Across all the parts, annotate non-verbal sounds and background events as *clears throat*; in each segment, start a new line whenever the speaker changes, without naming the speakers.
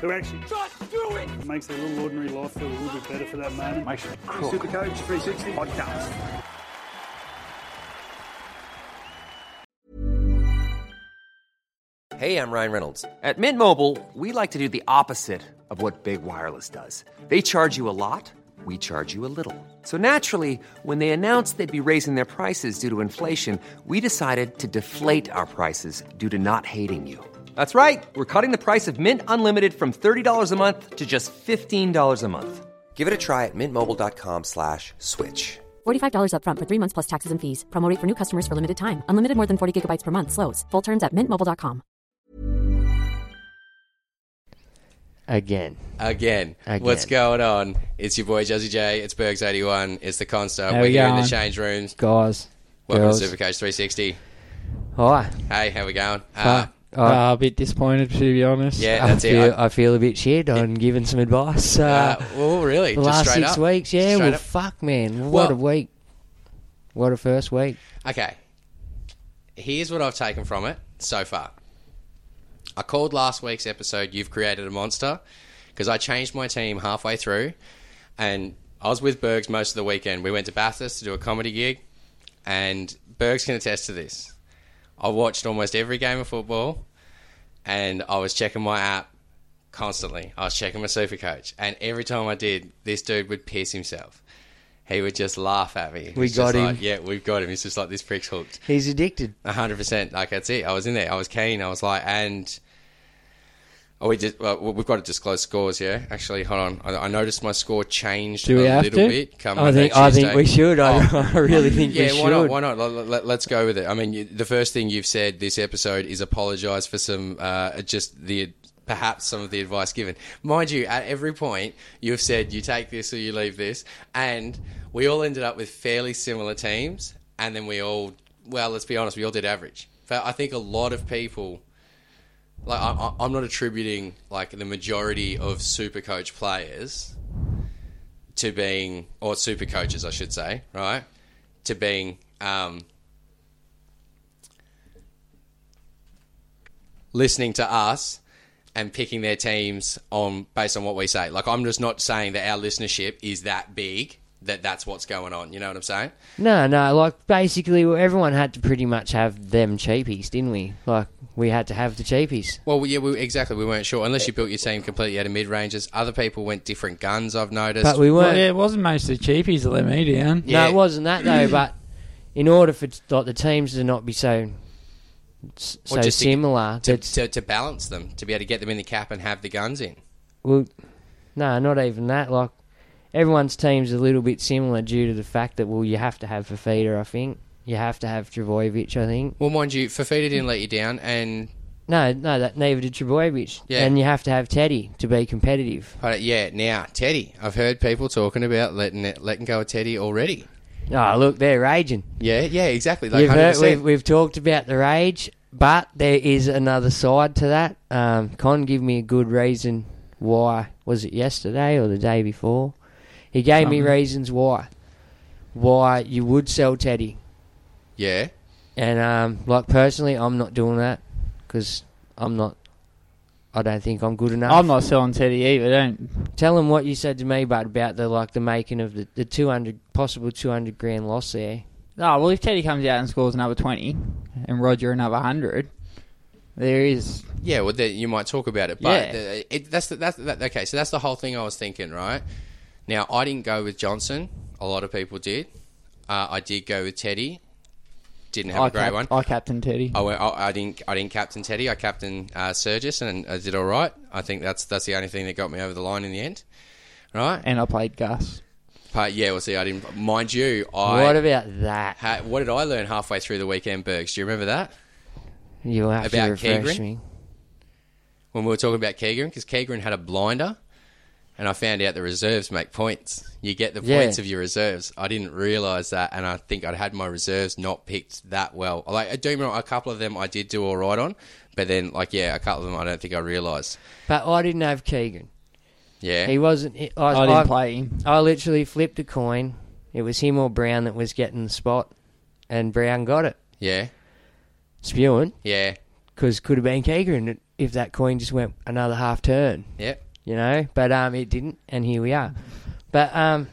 who actually just do it, makes their little ordinary life feel a little bit better for that moment. Makes it cool. Super Coach 360 podcast.
Hey, I'm Ryan Reynolds.
At Mint Mobile, we like to do the opposite of what Big Wireless does. They charge you a lot, we charge you a little. So naturally, when they announced they'd be raising their prices due to inflation, we decided to deflate our prices due to not hating you. That's right. We're cutting the price of Mint Unlimited from $30 a month to just $15 a month.
Give it a try at mintmobile.com/slash switch.
$45 upfront for three months plus taxes and fees. Promo rate for new customers for limited time. Unlimited more than 40 gigabytes per month. Slows. Full terms at mintmobile.com.
again.
Again.
Again.
What's going on? It's your boy Jazzy J. It's Bergs81. It's the Consta.
How
We're
we
here in
going?
the change rooms.
Guys.
Welcome
girls.
to Supercoach 360.
Hi.
Hey, how we going? Uh,
Fuck. I-
Uh, a bit disappointed, to be honest.
yeah,
I,
that's
feel,
it. I-
I feel a bit shit on giving some advice. Uh,
uh, well, really,
the
just
last
straight
six
up.
weeks, yeah.
Straight
Well,
up.
fuck, man.
Well-
What a week. What a first week.
Okay. Here's what I've taken from it so far. I called last week's episode You've Created a Monster because I changed my team halfway through and I was with Bergs most of the weekend. We went to Bathurst to do a comedy gig and Bergs can attest to this. I watched almost every game of football and I was checking my app constantly. I was checking my super coach and every time I did, this dude would piss himself. He would just laugh at me. It
We
was
got
just like,
him.
yeah, we've got him. It's just like this prick's hooked.
He's addicted.
A hundred percent. Like that's it. I was in there. I was keen. I was like, and oh, we just well, we've got to disclose scores. Yeah, actually, hold on. I, I noticed my score changed
Do we
a
have
little
to?
bit. Come
I think.
Monday,
I think
Tuesday.
we should. I, I really think we
Yeah,
should.
why not? Why not? Let, us go with it. I mean, you, the first thing you've said this episode is apologise for some uh, just the perhaps some of the advice given. Mind you, at every point you've said you take this or you leave this, and we all ended up with fairly similar teams, and then we all, well, let's be honest, we all did average. But I think a lot of people. Like I, I- I'm not attributing like the majority of super coach players to being or super coaches, I should say, right? To being um, listening to us and picking their teams on based on what we say. Like I'm just not saying that our listenership is that big that that's what's going on. You know what I'm saying?
No, no. Like basically, well, everyone had to pretty much have them cheapies, didn't we? Like we had to have the cheapies.
Well, yeah, we, exactly. We weren't sure unless you built your team completely out of mid ranges. Other people went different guns. I've noticed.
But we
Well,
weren't.
yeah, it wasn't mostly cheapies that let me down.
Yeah.
No, it wasn't that though. But in order for like the teams to not be so s-
Or
so
just to-
similar,
to,
that's-
to, to balance them, to be able to get them in the cap and have the guns in.
well, no, not even that. Like everyone's team's a little bit similar due to the fact that well, you have to have Fafita, I think. You have to have Travojevic, I think.
Well, mind you, Fafita didn't let you down, and
No, no, that neither did Travojevic.
Yeah.
And you have to have Teddy to be competitive.
but yeah, now Teddy, I've heard people talking about letting it, letting go of Teddy already.
Oh, look, they're raging.
Yeah, yeah, exactly. Like
You've heard,
100%.
we've, we've talked about the rage, but there is another side to that. Um, Con gave me a good reason why. Was it yesterday or the day before? He gave me reasons why. Why you would sell Teddy.
yeah,
And, um, like, personally, I'm not doing that because I'm not. I don't think I'm good enough.
I'm not selling Teddy either. Don't.
Tell him what you said to me, but about the like the making of the, the 200 possible 200 grand loss there.
No, Ah, well, if Teddy comes out and scores another 20 and Roger another 100, there is.
yeah. Well, then you might talk about it, but
Yeah.
the, it, that's the, that's that, okay. So that's the whole thing I was thinking. Right now, I didn't go with Johnson. A lot of people did. Uh, I did go with Teddy. Didn't have
I,
a great
cap-
one. Oh.
I captain Teddy.
I, went, I, I didn't. I didn't captain Teddy. I captained uh, Sergis, and I did all right. I think that's that's the only thing that got me over the line in the end. right?
And I played Gus.
But yeah, well, see, I didn't. Mind you, I.
What about that?
Ha, what did I learn halfway through the weekend, Bergs? Do you remember that?
You have
About
to refresh
Keegren?
me.
When we were talking about Keegan, because Keegan had a blinder, and I found out the reserves make points. You get the
Yeah.
points of your reserves. I didn't realise that, and I think I'd had my reserves not picked that well. Like, I do remember a couple of them I did do all right on, but then, like, yeah, a couple of them I don't think I realised.
But I didn't have Keegan.
Yeah.
He wasn't. I,
I didn't play him.
I literally flipped a coin. It was him or Brown that was getting the spot, and Brown got it.
Yeah.
Spewing,
Yeah.
because could have been Keegan if that coin just went another half turn.
Yep.
you know. But um, it didn't, and here we are. But um,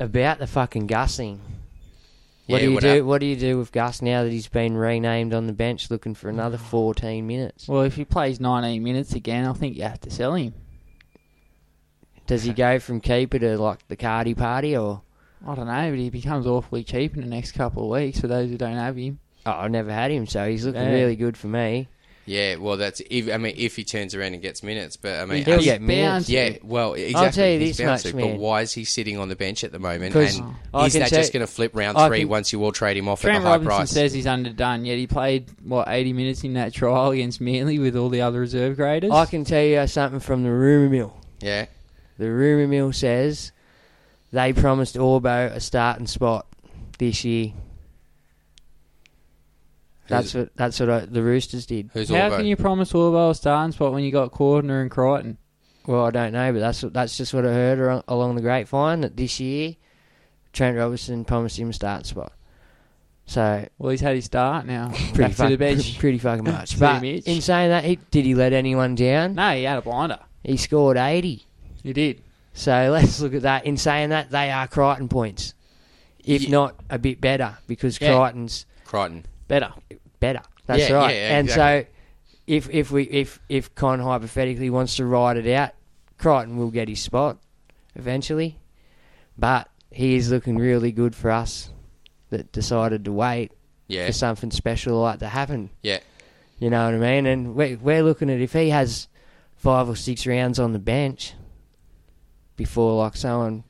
about the fucking Gus thing. What
Yeah,
do you
what
do?
hap-
What do you do with Gus now that he's been renamed on the bench, looking
*sighs*
for another fourteen minutes?
Well, if he plays 19 minutes again, I think you have to sell him.
Does he go from keeper to like the Cardi party, or
I don't know, but he becomes awfully cheap in the next couple of weeks for those who don't have him.
oh, I've never had him, so he's looking
Yeah.
really good for me.
Yeah, well, that's if I mean if he turns around and gets minutes, but I mean,
He'll
as-
get
bound
minutes.
to.
yeah, well, exactly.
I'll tell you
he's
this
bound
much,
to,
man.
But why is he sitting on the bench at the moment?
'Cause
And
I
is
can
that
say-
just going to flip round
I
three
can-
once you all trade him off
Trent
at a high
Robinson
price?
says he's underdone, yet he played, what, 80 minutes in that trial against Manly with all the other reserve graders?
I can tell you something from the rumor mill.
yeah,
The rumour mill says they promised Orbo a starting spot this year. That's what that's what I, the Roosters did.
who's
How
all
can you promise Orwell a starting spot when you got Cordner and Crichton?
Well, I don't know, but that's what- that's just what I heard ar- along the grapevine that this year Trent Robertson promised him a starting spot. So
Well, he's had his start *laughs* now.
pretty,
Back to the
fuck-
bench.
pretty fucking much.
See
but
Mitch.
in saying that, he, did he let anyone down?
*laughs* No, he had a blinder.
He scored eighty.
He did.
So *laughs* let's look at that. In saying that, they are Crichton points, if
Ye-
not a bit better, because
Yeah.
Crichton's
Crichton?
Better.
better. That's
Yeah,
right.
yeah,
and
exactly.
so, if if we if if Con hypothetically wants to ride it out, Crichton will get his spot eventually. But he is looking really good for us that decided to wait
Yeah,
for something special like to happen.
yeah,
You know what I mean? And we're we're looking at if he has five or six rounds on the bench before like someone,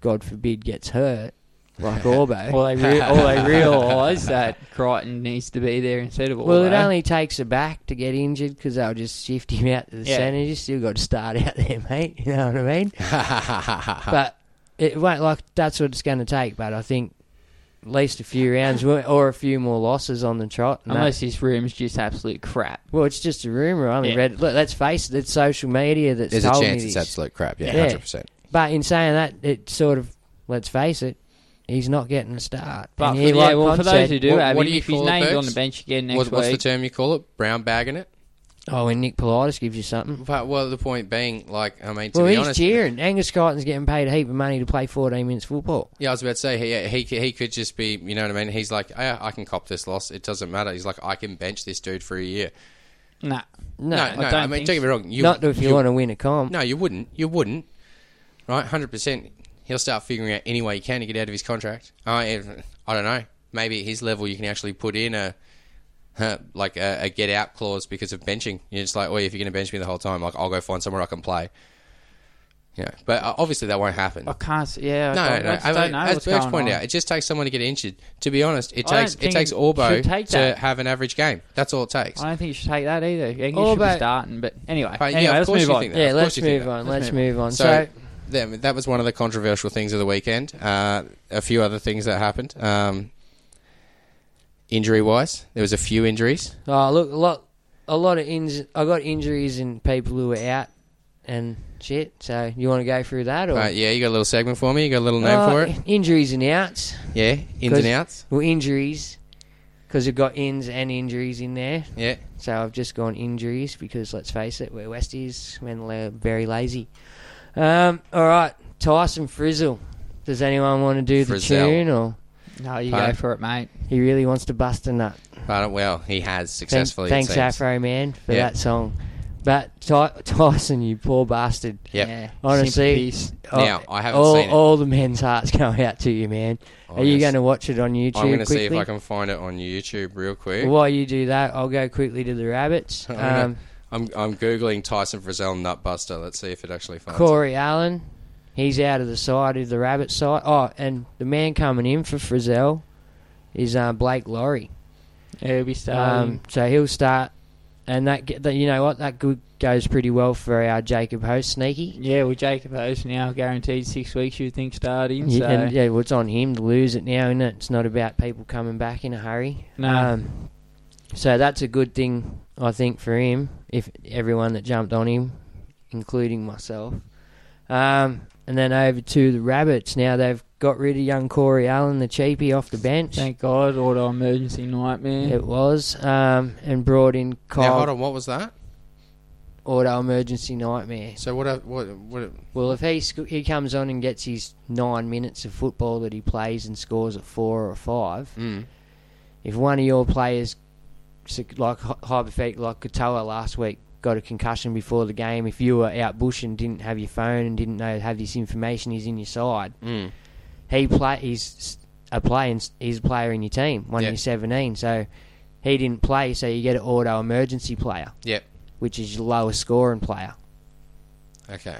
God forbid, gets hurt.
*laughs*
Like Orbo.
Well, they re- all *laughs* they realised that Crichton needs to be there instead of Orwell.
Well, it only takes a back to get injured because they'll just shift him out to the
Yeah.
centre. You still got to start *laughs* out there, mate. You know what
*laughs*
I mean? but it won't like that's what it's going to take. But I think at least a few
*laughs*
rounds won't- or a few more losses on the trot. and that-
Unless his room's just absolute crap.
well, it's just a rumor. I only
Yeah.
read. Look, let's face it. It's social media that's
there's a
told
chance
me
it's
this.
absolute crap. Yeah,
Yeah.
hundred percent.
But in saying that, it sort of let's face it. He's not getting a start.
But
And
for,
he,
yeah,
like
well, for
Con
those
said-
who do
What-
have
what
him,
do you
if he's
call it,
named on
Bergs?
the bench again next
What, what's the
week,
term you call it? Brown bagging it.
oh, when Nick Politis gives you something.
But well, the point being, like, I mean, to
Well,
be
he's
honest,
cheering. Angus Crichton's getting paid a heap of money to play 14 minutes football.
Yeah, I was about to say, he, he, c- he could just be, you know what I mean? He's like, I, I can cop this loss. It doesn't matter. He's like, I can bench this dude for a year.
nah.
No, no,
I
I, mean, don't
don't think
get
so.
me wrong. You,
Not if you, want to win a comp.
No, you wouldn't. You wouldn't. Right? 100%. He'll start figuring out any way he can to get out of his contract. I, I don't know. Maybe at his level, you can actually put in a. huh, like a, a get out clause because of benching. You're just like, oh, if you're going to bench me the whole time, like I'll go find somewhere I can play. Yeah, but uh, obviously that won't happen.
I can't. s- Yeah,
No,
I,
no,
don't-
no.
I just
I
don't
mean,
know
as
what's
Berg's
going
pointed
on.
out, it just takes someone to get injured. To be honest, it
I don't
takes it
think
takes
it
Orbo
should take
to
that.
have an average game. That's all it takes.
I don't think you should take that either. Angus
All
should be
about-
starting, Oh, but anyway,
But yeah,
anyway
of
let's
course
move
you
on.
think that.
Yeah,
Of course
let's
you think
move
that.
on.
Let's
Let's
move
move on. So,
So, yeah, that was one of the controversial things of the weekend. Uh, a few other things that happened. Um, injury wise, there was a few injuries.
oh, look, a lot, a lot of ins. I got injuries and people who were out and shit. So, you want to go through that or
Uh, yeah, you got a little segment for me. You got a little name
Uh,
for it.
Injuries and outs.
Yeah, ins
'Cause-
and outs.
Well, injuries because I've got ins and injuries in there.
Yeah,
So I've just gone injuries because let's face it, we're Westies when they're very lazy. Um, all right, Tyson Frizzle. Does anyone want to do
Frizzell.
the tune or
No, you
Pardon?
go for it, mate.
he really wants to bust a nut?
but well, he has
Thank-
successfully. it
thanks,
seems.
Afro Man, for
Yeah.
that song. But Ty- Tyson, you poor bastard.
Yep.
Yeah,
Honestly,
sympathies.
oh,
Now, I haven't
all,
seen it. Oh,
all the men's hearts *laughs* go out to you, man. Are you
yes.
going to watch it on YouTube?
I'm going to see if
quickly?
I can find it on YouTube real quick.
While you do that, I'll go quickly to the rabbits.
*laughs* I'm gonna-
Um,
I'm I'm googling Tyson Frizzell Nutbuster. Let's see if it actually finds. it.
Corey Allen, he's out of the side of the rabbit side. Oh, and the man coming in for Frizzell is um, Blake Laurie. Um,
he'll be starting.
so he'll start, and that, ge- that you know what that good goes pretty well for our Jacob Host sneaky.
Yeah, well, Jacob Host now guaranteed six weeks. You think starting?
Yeah,
So
and, yeah, well, it's on him to lose it now, isn't it? It's not about people coming back in a hurry.
No.
Um, so that's a good thing, I think, for him. If everyone that jumped on him, including myself, um, and then over to the rabbits. Now they've got rid of young Corey Allen, the cheapie, off the bench.
thank God, auto emergency nightmare.
It was, um, and brought in
Now hold
Kyle
on, what was that?
Auto Emergency Nightmare.
So what? I- What? What?
Well, if he sc- he comes on and gets his nine minutes of football that he plays and scores a four or a five,
Mm.
if one of your players, sec- like hy- hypothetically, like Katoa last week, got a concussion before the game, if you were out bush and didn't have your phone and didn't know have this information is in your side,
Mm.
he play he's s- a play in, he's a player in your team one
Yeah.
year seventeen, so he didn't play, so you get an auto emergency player,
Yep.
which is your lowest scoring player.
Okay.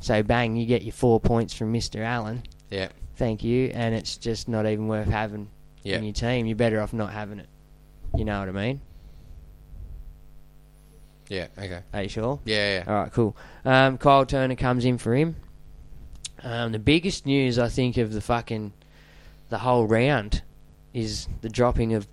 So bang, you get your four points from Mister Allen.
Yep.
Thank you, and it's just not even worth having
Yep.
in your team. You're better off not having it. You know what I mean?
Yeah. Okay.
Are you sure?
Yeah. yeah.
All right, cool. Um, Kyle Turner comes in for him. Um, the biggest news I think of the fucking the whole round is the dropping of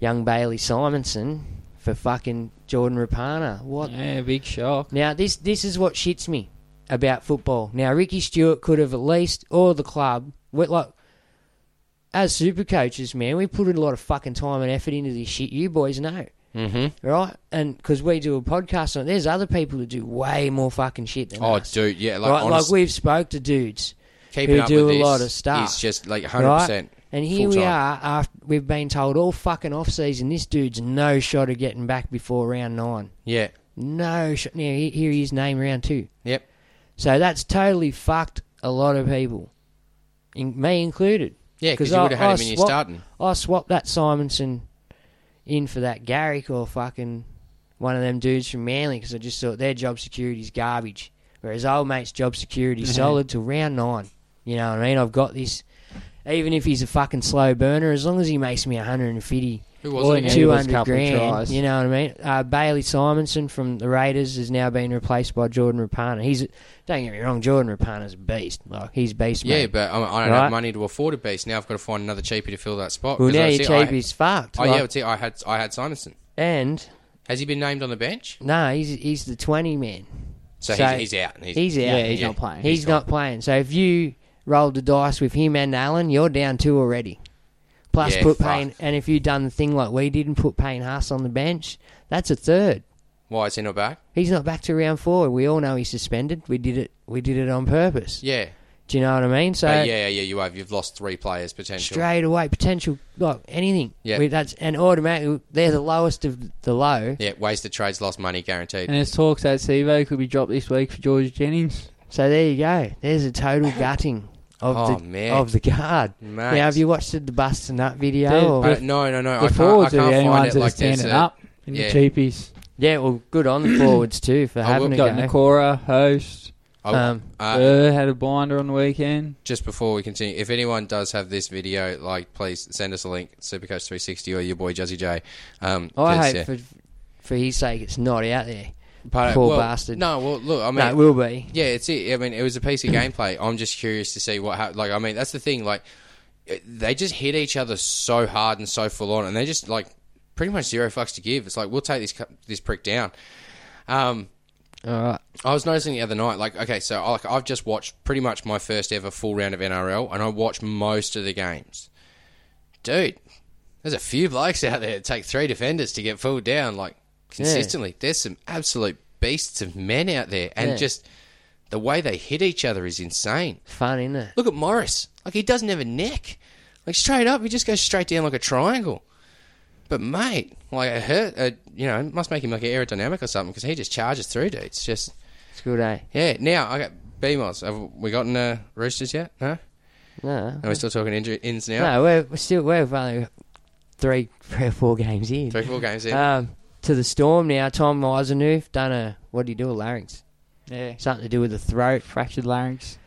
young Bailey Simonson for fucking Jordan Rapana. What?
Yeah, big shock.
Now this this is what shits me about football. Now Ricky Stewart could have at least or the club we like as super coaches, man, we put in a lot of fucking time and effort into this shit. You boys know, mm-hmm. right? And because we do a podcast on it, there's other people who do way more fucking shit than
Oh,
us.
dude. Yeah. Like,
right?
honest-
like we've spoke to dudes
keeping
who
up
do
with
a
this
lot of stuff.
Is just like
right?
hundred percent.
And here we are after we've been told all fucking off season this dude's no shot of getting back before round nine.
Yeah.
No shot. Now he- here he is, name round two.
Yep.
So that's totally fucked a lot of people, in, me included.
Yeah, 'cause
'Cause
you
I-
would've had
I
him in your
swap-
starting.
I swapped that Simonson in for that Garrick or fucking one of them dudes from Manly because I just thought their job security's garbage, whereas old mate's job
Mm-hmm.
security's solid till round nine. You know what I mean? I've got this. Even if he's a fucking slow burner, as long as he makes me 150
Who was
All he
it?
needed
two
was a
hundred
couple of
grand.
tries.
You know what I mean? Uh, Bailey Simonson from the Raiders has now been replaced by Jordan Rapana. He's don't get me wrong, Jordan Rapana's a beast. Like he's beast.
Yeah,
mate.
but I, I don't
Right.
have money to afford a beast. Now I've got to find another cheapie to fill that spot.
well
'cause
now
I
your
see- I-
cheap is fucked.
Oh
like,
yeah, I see, I had I had Simonson.
and
Has he been named on the bench?
no, he's he's the twenty man.
So, he's, he's out. He's,
He's out.
Yeah, he's not playing.
He's, not playing. So if you rolled the dice with him and Allen, you're down two already. Plus
Yeah,
put
fuck.
Payne, and if you done the thing like we did and put Payne Haas on the bench, that's a third.
Why is he not back?
He's not back to round four. We all know he's suspended. We did it. We did it on purpose.
Yeah.
Do you know what I mean? So
But yeah, yeah, yeah, you have. You've lost three players potential.
straight away, potential like anything.
Yeah.
We- that's and automatically they're the lowest of the low.
Yeah, wasted trades, lost money, guaranteed.
And there's talks that Sevo could be dropped this week for George Jennings.
So there you go. There's
*laughs*
a total gutting of
Oh,
the
man.
of the guard.
Mate.
Now, have you watched the bust and that video?
Dude,
or-
Uh, no, no, no.
The
I can't, I
forwards
can't
are the only
find
ones
it
that
like
are
this,
standing
uh,
up. And
yeah.
the cheapies.
yeah, well, good on
*coughs*
the forwards too for
I will
having a
Got
go.
Nakora, Host,
I-
Um,
uh,
Burr had a binder on the weekend.
just before we continue, if anyone does have this video, like, please send us a link, Supercoach360 or your boy Jazzy J. Um,
I
'cause,
hope
yeah.
for for his sake it's not out there.
But, uh,
poor
well,
bastard.
No, well, look, I mean,
no, it will be.
Yeah, it's it. I mean, it was a piece of gameplay. I'm just curious to see what hap Like, I mean, that's the thing. Like, it- they just hit each other so hard and so full on, and they just like pretty much zero fucks to give. It's like we'll take this cu- this prick down. Um,
All right.
I was noticing the other night, like, okay, so like I've just watched pretty much my first ever full round of NRL, and I watched most of the games. Dude, there's a few blokes out there that take three defenders to get pulled down, like consistently. There's some absolute beasts of men out there, and
Yeah.
just the way they hit each other is insane.
Fun, isn't it?
Look at Morris, like he doesn't have a neck, like straight up, he just goes straight down like a triangle. But mate, like it hurt, uh, you know, it must make him like aerodynamic or something because he just charges through dudes, just.
It's good, eh?
Yeah, now I got BMOS. Have we gotten uh, Roosters yet? No?
No.
Are we still talking injury ins now?
No, we're, we're still we're only three, three or four games in.
Three, four games in.
Um, to the Storm now. Tom Eisenhuth done a what did he do? A larynx.
Yeah.
Something to do with the throat.
Fractured larynx.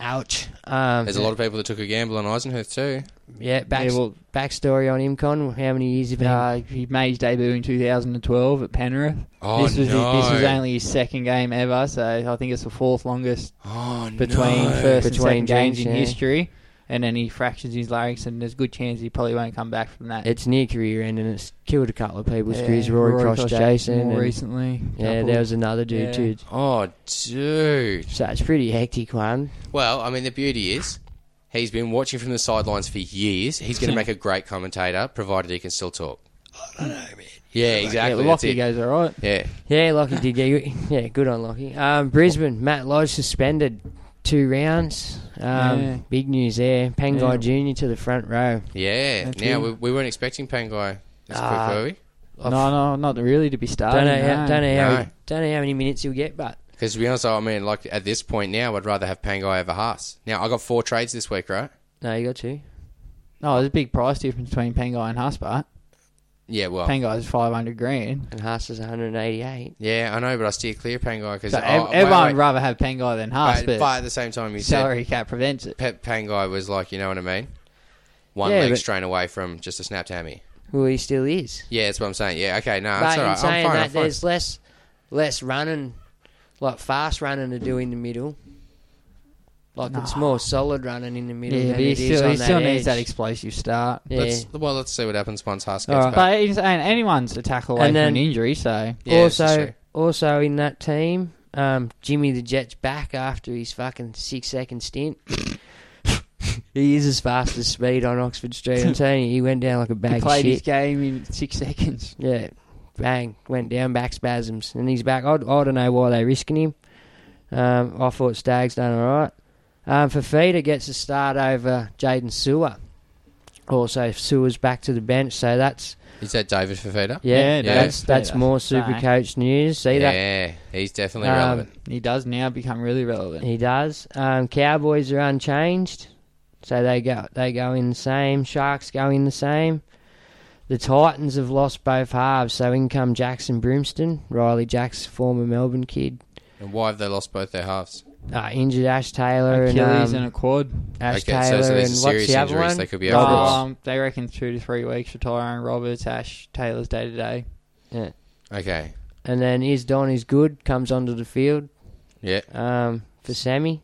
Ouch. Um,
There's a lot of people that took a gamble on Eisenhuth too.
yeah. Back,
Yeah, well-
backstory on him, Con. How many years he been?
Uh, he made his debut in 2012 at Penrith.
Oh,
this was
no.
his, this was only his second game ever, so I think it's the fourth longest
Oh,
between first
Between
and second games
drinks,
in
yeah.
history. And then he fractures his larynx, and there's a good chance he probably won't come back from that.
it's near career end and it's killed a couple of people's
Yeah,
careers. Rory, Cross, Jason.
more
and-
recently.
yeah,
couple.
there was another dude
Yeah.
too.
Oh, dude.
So it's pretty hectic one.
Well, I mean, the beauty is he's been watching from the sidelines for years. He's going to make a great commentator, provided he can still talk. I don't know, man. Yeah,
yeah,
exactly. that's
Lockie
it.
goes all right.
Yeah.
Yeah, Lockie did get *laughs* yeah, good on Lockie. Um, Brisbane, Matt Lodge suspended two rounds. Um,
Yeah.
Big news there. Pangai Junior to the front row.
Yeah.
That's
now,
it.
we, we weren't expecting Pangai this
Ah.
quick, were we?
No, no, not really to be starting.
Don't know, how,
no.
don't know how
No.
don't know how many minutes he'll get, but
Because to be honest, I mean, like at this point now, I'd rather have Pangai over Haas. Now, I got four trades this week, right?
no, you got two.
No, there's a big price difference between Pengai and Huspart.
Yeah, well.
Pangai's 500 grand.
And Haas is 188.
yeah, I know, but I steer clear of Pangai because
So ev- everyone would rather have Pengai than Hus,
but,
but,
but at the same time, you said
salary cap prevents it.
Pep Pangai was like, you know what I mean? One
Yeah,
leg
but-
strain away from just a snapped hammy.
Well, he still is.
Yeah, that's what I'm saying. Yeah, okay, no,
but
that's all
in
right. I'm
saying
fine.
that,
I'm fine.
there's less less running, like fast running to do in the middle. Like it's more solid running in the middle.
Yeah,
than
but he
it is
still,
on
he still
that
needs
edge.
that explosive start.
Yeah.
Let's, well, let's see what happens once Haas
All
gets
right.
back.
But he's, and anyone's a tackle away
And
from an
then-
injury, so
Yeah, this is
also,
true.
also in that team, um, Jimmy the Jet's back after his fucking six second stint. *laughs* he is as fast as speed on Oxford Street. I'm telling you, he went down like a
he
bag of
played his
shit.
game in six *laughs* seconds.
Yeah, bang, went down back spasms, and he's back. I, I don't know why they're risking him. Um, I thought Stag's done all right. Um, Fafita gets a start over Jaden Sewer. Also, Sewer's back to the bench, so that's
Is that David Fafita?
yeah,
Yeah,
that's
David
that's
Fafita.
more super
Bang.
coach news. See that
Yeah, he's definitely
Um,
relevant.
He does now become really relevant.
He does. Um, Cowboys are unchanged, so they go they go in the same. Sharks go in the same. The Titans have lost both halves, so in come Jackson Brimston, Riley Jack's former Melbourne kid,
And why have they lost both their halves?
uh, injured Ash Taylor
Achilles
and, um,
and a quad.
Ash
Okay, so- so
Taylor
these are
and what's
serious
the other
injuries,
one?
they could be out for a while.
Roberts.
Um, they reckon two to three weeks for Tyrone Roberts, Ash Taylor's day to day.
Yeah.
Okay.
And then is Don is good comes onto the field.
Yeah.
um, for Sammy.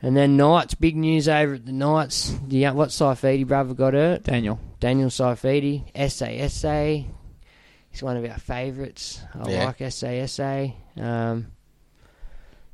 And then Knights, big news over at the Knights. The, uh, what Saifidi brother got hurt?
Daniel.
Daniel Saifidi, SASA. He's one of our favourites. I
Yeah.
like SASA. Um,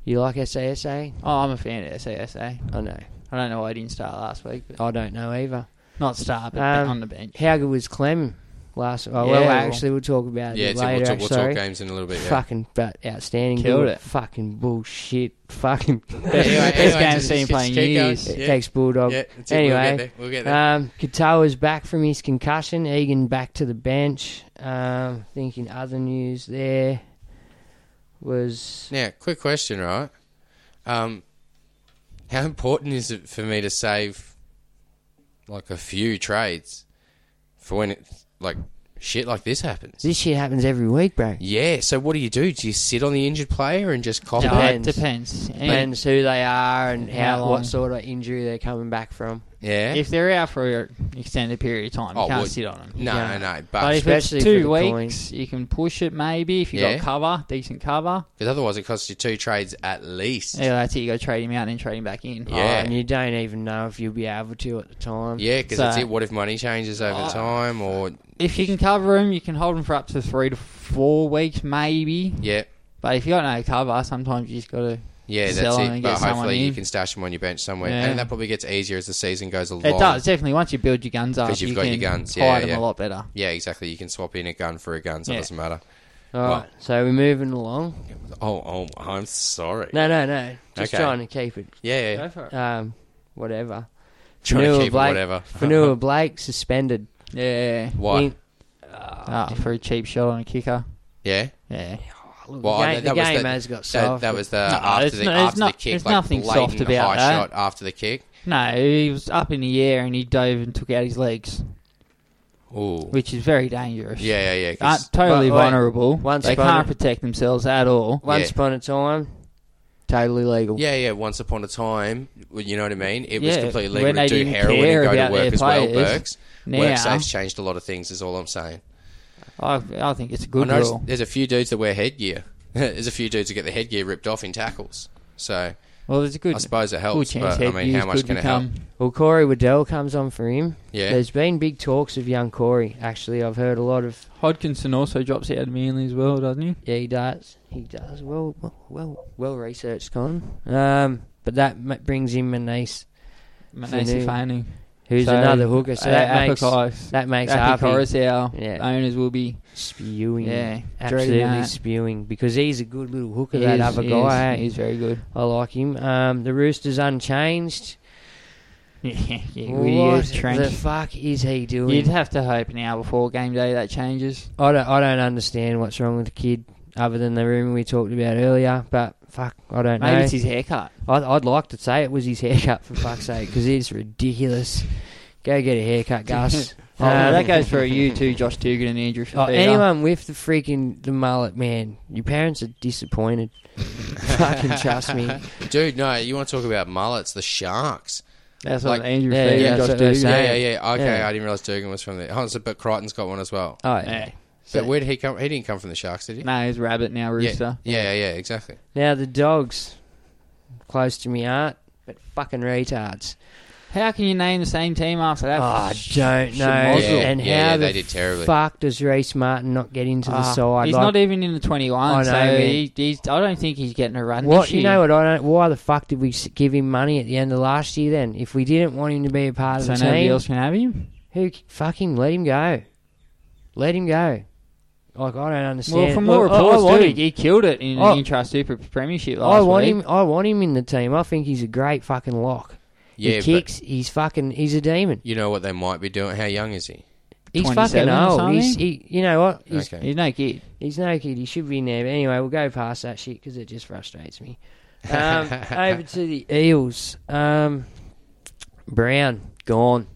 you like SASA?
Oh, I'm a fan of SASA.
I know.
I don't know why I didn't start last week, but
I don't know either.
not start, but
Um,
on the bench.
How good was Clem last? Oh,
Yeah,
well,
well-
actually, we'll talk about
Yeah,
it
it's-
later.
we'll, talk, we'll
sorry.
talk games in a little bit. Yeah.
Fucking but outstanding.
Killed
Bull-
it.
Fucking bullshit. Fucking. *laughs*
*laughs*
Best,
Anyway,
best
anyway,
game I've
just-
seen
just
playing
keep going.
years.
Yeah.
Thanks, Bulldog.
Yeah, that's it. We'll
anyway,
get there. We'll get there.
Um, Katoa's back from his concussion. Egan back to the bench. Um, thinking other news there was
Now, quick question, right? Um, how important is it for me to save like a few trades for when it like shit like this happens?
this shit happens every week, bro.
yeah. So what do you do? Do you sit on the injured player and just cop
No.
it?
Depends.
Depends.
Depends. And
Depends who they are and
How
how,
long?
what sort of injury they're coming back from.
Yeah.
If they're out for an extended period of time, you
Oh,
can't
well,
sit on them.
no,
Yeah.
no,
But
but
if it's
Especially for
two
the
weeks,
points.
you can push it maybe if you
Yeah.
got cover, decent cover.
because otherwise it costs you two trades at least.
Yeah, that's it. You got to trade him out and then trade him back in.
Oh,
Yeah.
and you don't even know if you'll be able to at the time.
Yeah, because
So- Oh.
that's it. What if money changes over time? Or
If you can cover him, you can hold him for up to three to four weeks maybe.
yeah,
But if you got no cover, sometimes you just got to.
yeah, that's
Sell him
it.
and
But
get someone
hopefully you
in.
can stash them on your bench somewhere,
Yeah.
and that probably gets easier as the season goes along.
It does definitely. Once you build your guns up,
'Cause you've
you
got your
can
guns,
hide
yeah,
them
yeah.
a lot better.
Yeah, exactly. You can swap in a gun for a gun, so it
Yeah.
doesn't matter.
All right.
Well-
so we're moving along.
Oh, oh, I'm sorry.
No, no, no. Just
Okay.
trying to keep it.
Yeah, yeah, yeah.
Go for it.
Um, whatever.
Trying to
Fanua
keep it
Blake,
whatever. *laughs*
Fanua Blake suspended.
Yeah.
Why?
In-
Ah, for a cheap shot on a kicker.
yeah.
Yeah.
Well,
the
I-
game, the game has got
Oh, that,
soft.
that was the
it's
after the
no- it's
after
not-
the kick,
there's
like
nothing
blatant
soft about
high
that.
shot after the kick.
No, he was up in the air and he dove and took out his legs.
Ooh.
which is very dangerous.
Yeah, yeah, yeah, 'cause-
Aren't totally
But, like,
vulnerable.
once
they
upon
can't
a-
protect themselves at all.
Once upon a time, totally legal.
Yeah, yeah. Once upon a time, well, you know what I mean. It was
Yeah,
completely
when
legal
they
to do
didn't
heroin
care
and go
about
to work
their
as well.
players.
Works.
Now-
WorkSafe's changed a lot of things. Is all I'm saying.
I, I think it's a
I
good
noticed
rule.
there's a few dudes that wear headgear. *laughs* there's a few dudes that get the headgear ripped off in tackles. So
Well, there's a good.
I suppose it helps,
good chance
but I
head
mean,
use
how much
could
can it
become,
help?
Well, Corey Waddell comes on for him.
Yeah.
There's been big talks of young Corey. Actually, I've heard a lot of.
Hodkinson also drops out of Manly as well, doesn't he?
Yeah, he does. He does well, well, well, well researched, Con. Um, but that m- brings in Manise,
Manasi
Fanu.
Fanu.
who's
So,
another hooker. So
uh,
that makes
Apicos-
that makes Harvey
Apicos, our
Yeah.
owners will be
spewing.
Yeah, dream
absolutely
that.
spewing because he's a good little hooker.
He
that
is-
other
he
guy,
is-
eh?
He's very
*laughs*
good.
I like him. Um, the Roosters unchanged.
*laughs* yeah, yeah,
what
weird trench.
the fuck is he doing?
You'd have to hope now before game day that changes.
I don't, I don't understand what's wrong with the kid, other than the rumor we talked about earlier. But fuck, I don't
Maybe
know.
it's his
*laughs*
haircut.
I'd, I'd like to say it was his haircut for fuck's sake, because it's ridiculous. Go get a haircut, *laughs* Gus.
Oh,
Um,
that goes for you too, Josh Dugan and Andrew
oh,
Fafita.
anyone with the freaking the mullet, man, your parents are *laughs* disappointed. Fucking trust *laughs* me.
Dude, no, you want to talk about mullets? The sharks.
That's
like-
what Andrew
yeah,
Fafita
yeah,
and Josh
that's what they're
Dugan.
saying.
Yeah, yeah, yeah. Okay,
Yeah.
I didn't realize Dugan was from there. Oh, so, but Crichton's got one as well.
Oh,
Yeah.
but where did he come? He didn't come from the sharks, did he?
No, he's Rabbit now,
Yeah,
Rooster.
yeah, yeah, yeah, exactly.
Now the dogs, close to me aren't, but fucking retards.
How can you name the same team after that?
Oh, I don't know.
Schmozzle.
Yeah,
and how
yeah,
the
they did terribly.
fuck does Reese Martin not get into the
Ah,
side?
he's
Like,
not even in the 21,
I know,
so
man.
he, he's, I don't think he's getting a run
what
this
you
year.
know what I don't. Why the fuck did we s- give him money at the end of last year? Then if we didn't want him to be a part of
So
the
nobody
team,
else can have him?
who c- fuck him? Let him go. Let him go. Like I don't understand.
Well, from all
Look, I- I
reports,
want
dude,
him-
he killed it in
I-
the Intra-Super Premiership last
I want
week.
him. I want him in the team. I think he's a great fucking lock.
Yeah,
he
but
kicks. He's fucking. He's a demon.
you know what they might be doing? How young is he?
He's
27
fucking
or
old.
something?
He's, he, you know what? He's
Okay.
He's no kid.
He's no kid. He should be in there. But anyway, we'll go past that shit because it just frustrates me.
*laughs*
Um, over to the Eels. Um, Brown gone.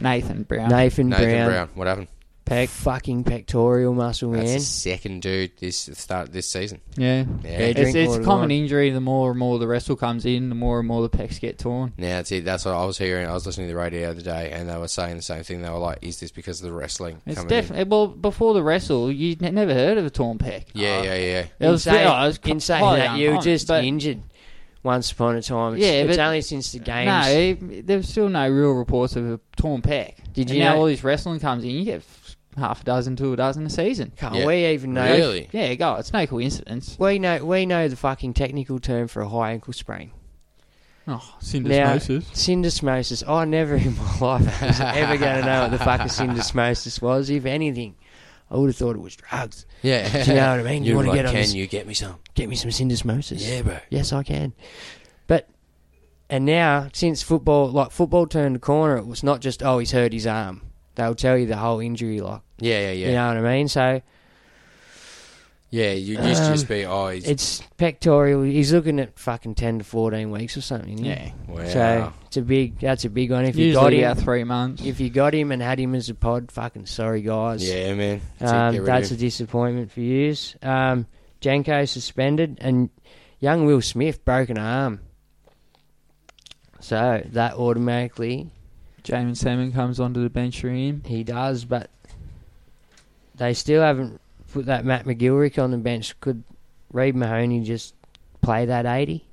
Nathan Brown.
Nathan,
Nathan
Brown.
Brown. What happened?
Pec- fucking pectoral muscle
That's
man.
the second dude this start this season.
Yeah.
Yeah.
drink
It's, it's
more
a
than
common
one.
injury. The more and more the wrestle comes in, the more and more the pecs get torn.
Now that's it. That's what I was hearing. I was listening to the radio the other day, and they were saying the same thing. They were like, "Is this because of the wrestling?"
It's
coming in?
definitely well before the wrestle. You would never heard of a torn pec. Uh,
Yeah, yeah, yeah.
Uh,
It was,
Insane-
oh, it was
insane
highly
that you were
uncommon,
just
but
injured once upon a time. It's,
Yeah,
it's
but-
only since the games.
No, it, there's still no real reports of a torn pec.
Did
And
you
now
know-
all this wrestling comes in? You get half a dozen, two a dozen a season.
Can't
Yeah.
we even know?
Really?
Yeah, go. It's no coincidence.
We know we know the fucking technical term for a high ankle sprain.
Oh,
Now, syndesmosis. I Oh, never in my *laughs* life was ever going to know what the fuck
*laughs*
a syndesmosis was. If anything, I would have thought it was drugs.
Yeah.
Do you know what I mean?
*laughs*
You
You're
wanna
like,
get on
Can
this-
you get me some?
Get me some syndesmosis.
Yeah, bro.
Yes, I can. But and now since football, like football turned the corner, it was not just oh he's hurt his arm. They'll tell you the whole injury, like
Yeah, yeah, yeah.
you know what I mean. So
Yeah, you used to just
Um,
be, oh, he's,
it's pectoral. He's looking at fucking ten to fourteen weeks or something. Yeah.
wow.
So it's a big. That's a big one. If you got
Usually
him,
about three months.
if you got him and had him as a pod, fucking sorry guys.
yeah, man. That's it, get
Um,
rid
that's a
of him.
disappointment for yous. Um, Janko suspended and young Will Smith broken arm. So that automatically
Jamin Salmon comes onto the bench for him.
he does, but they still haven't put that Matt McGilrick on the bench. Could Reid Mahoney just play that 80?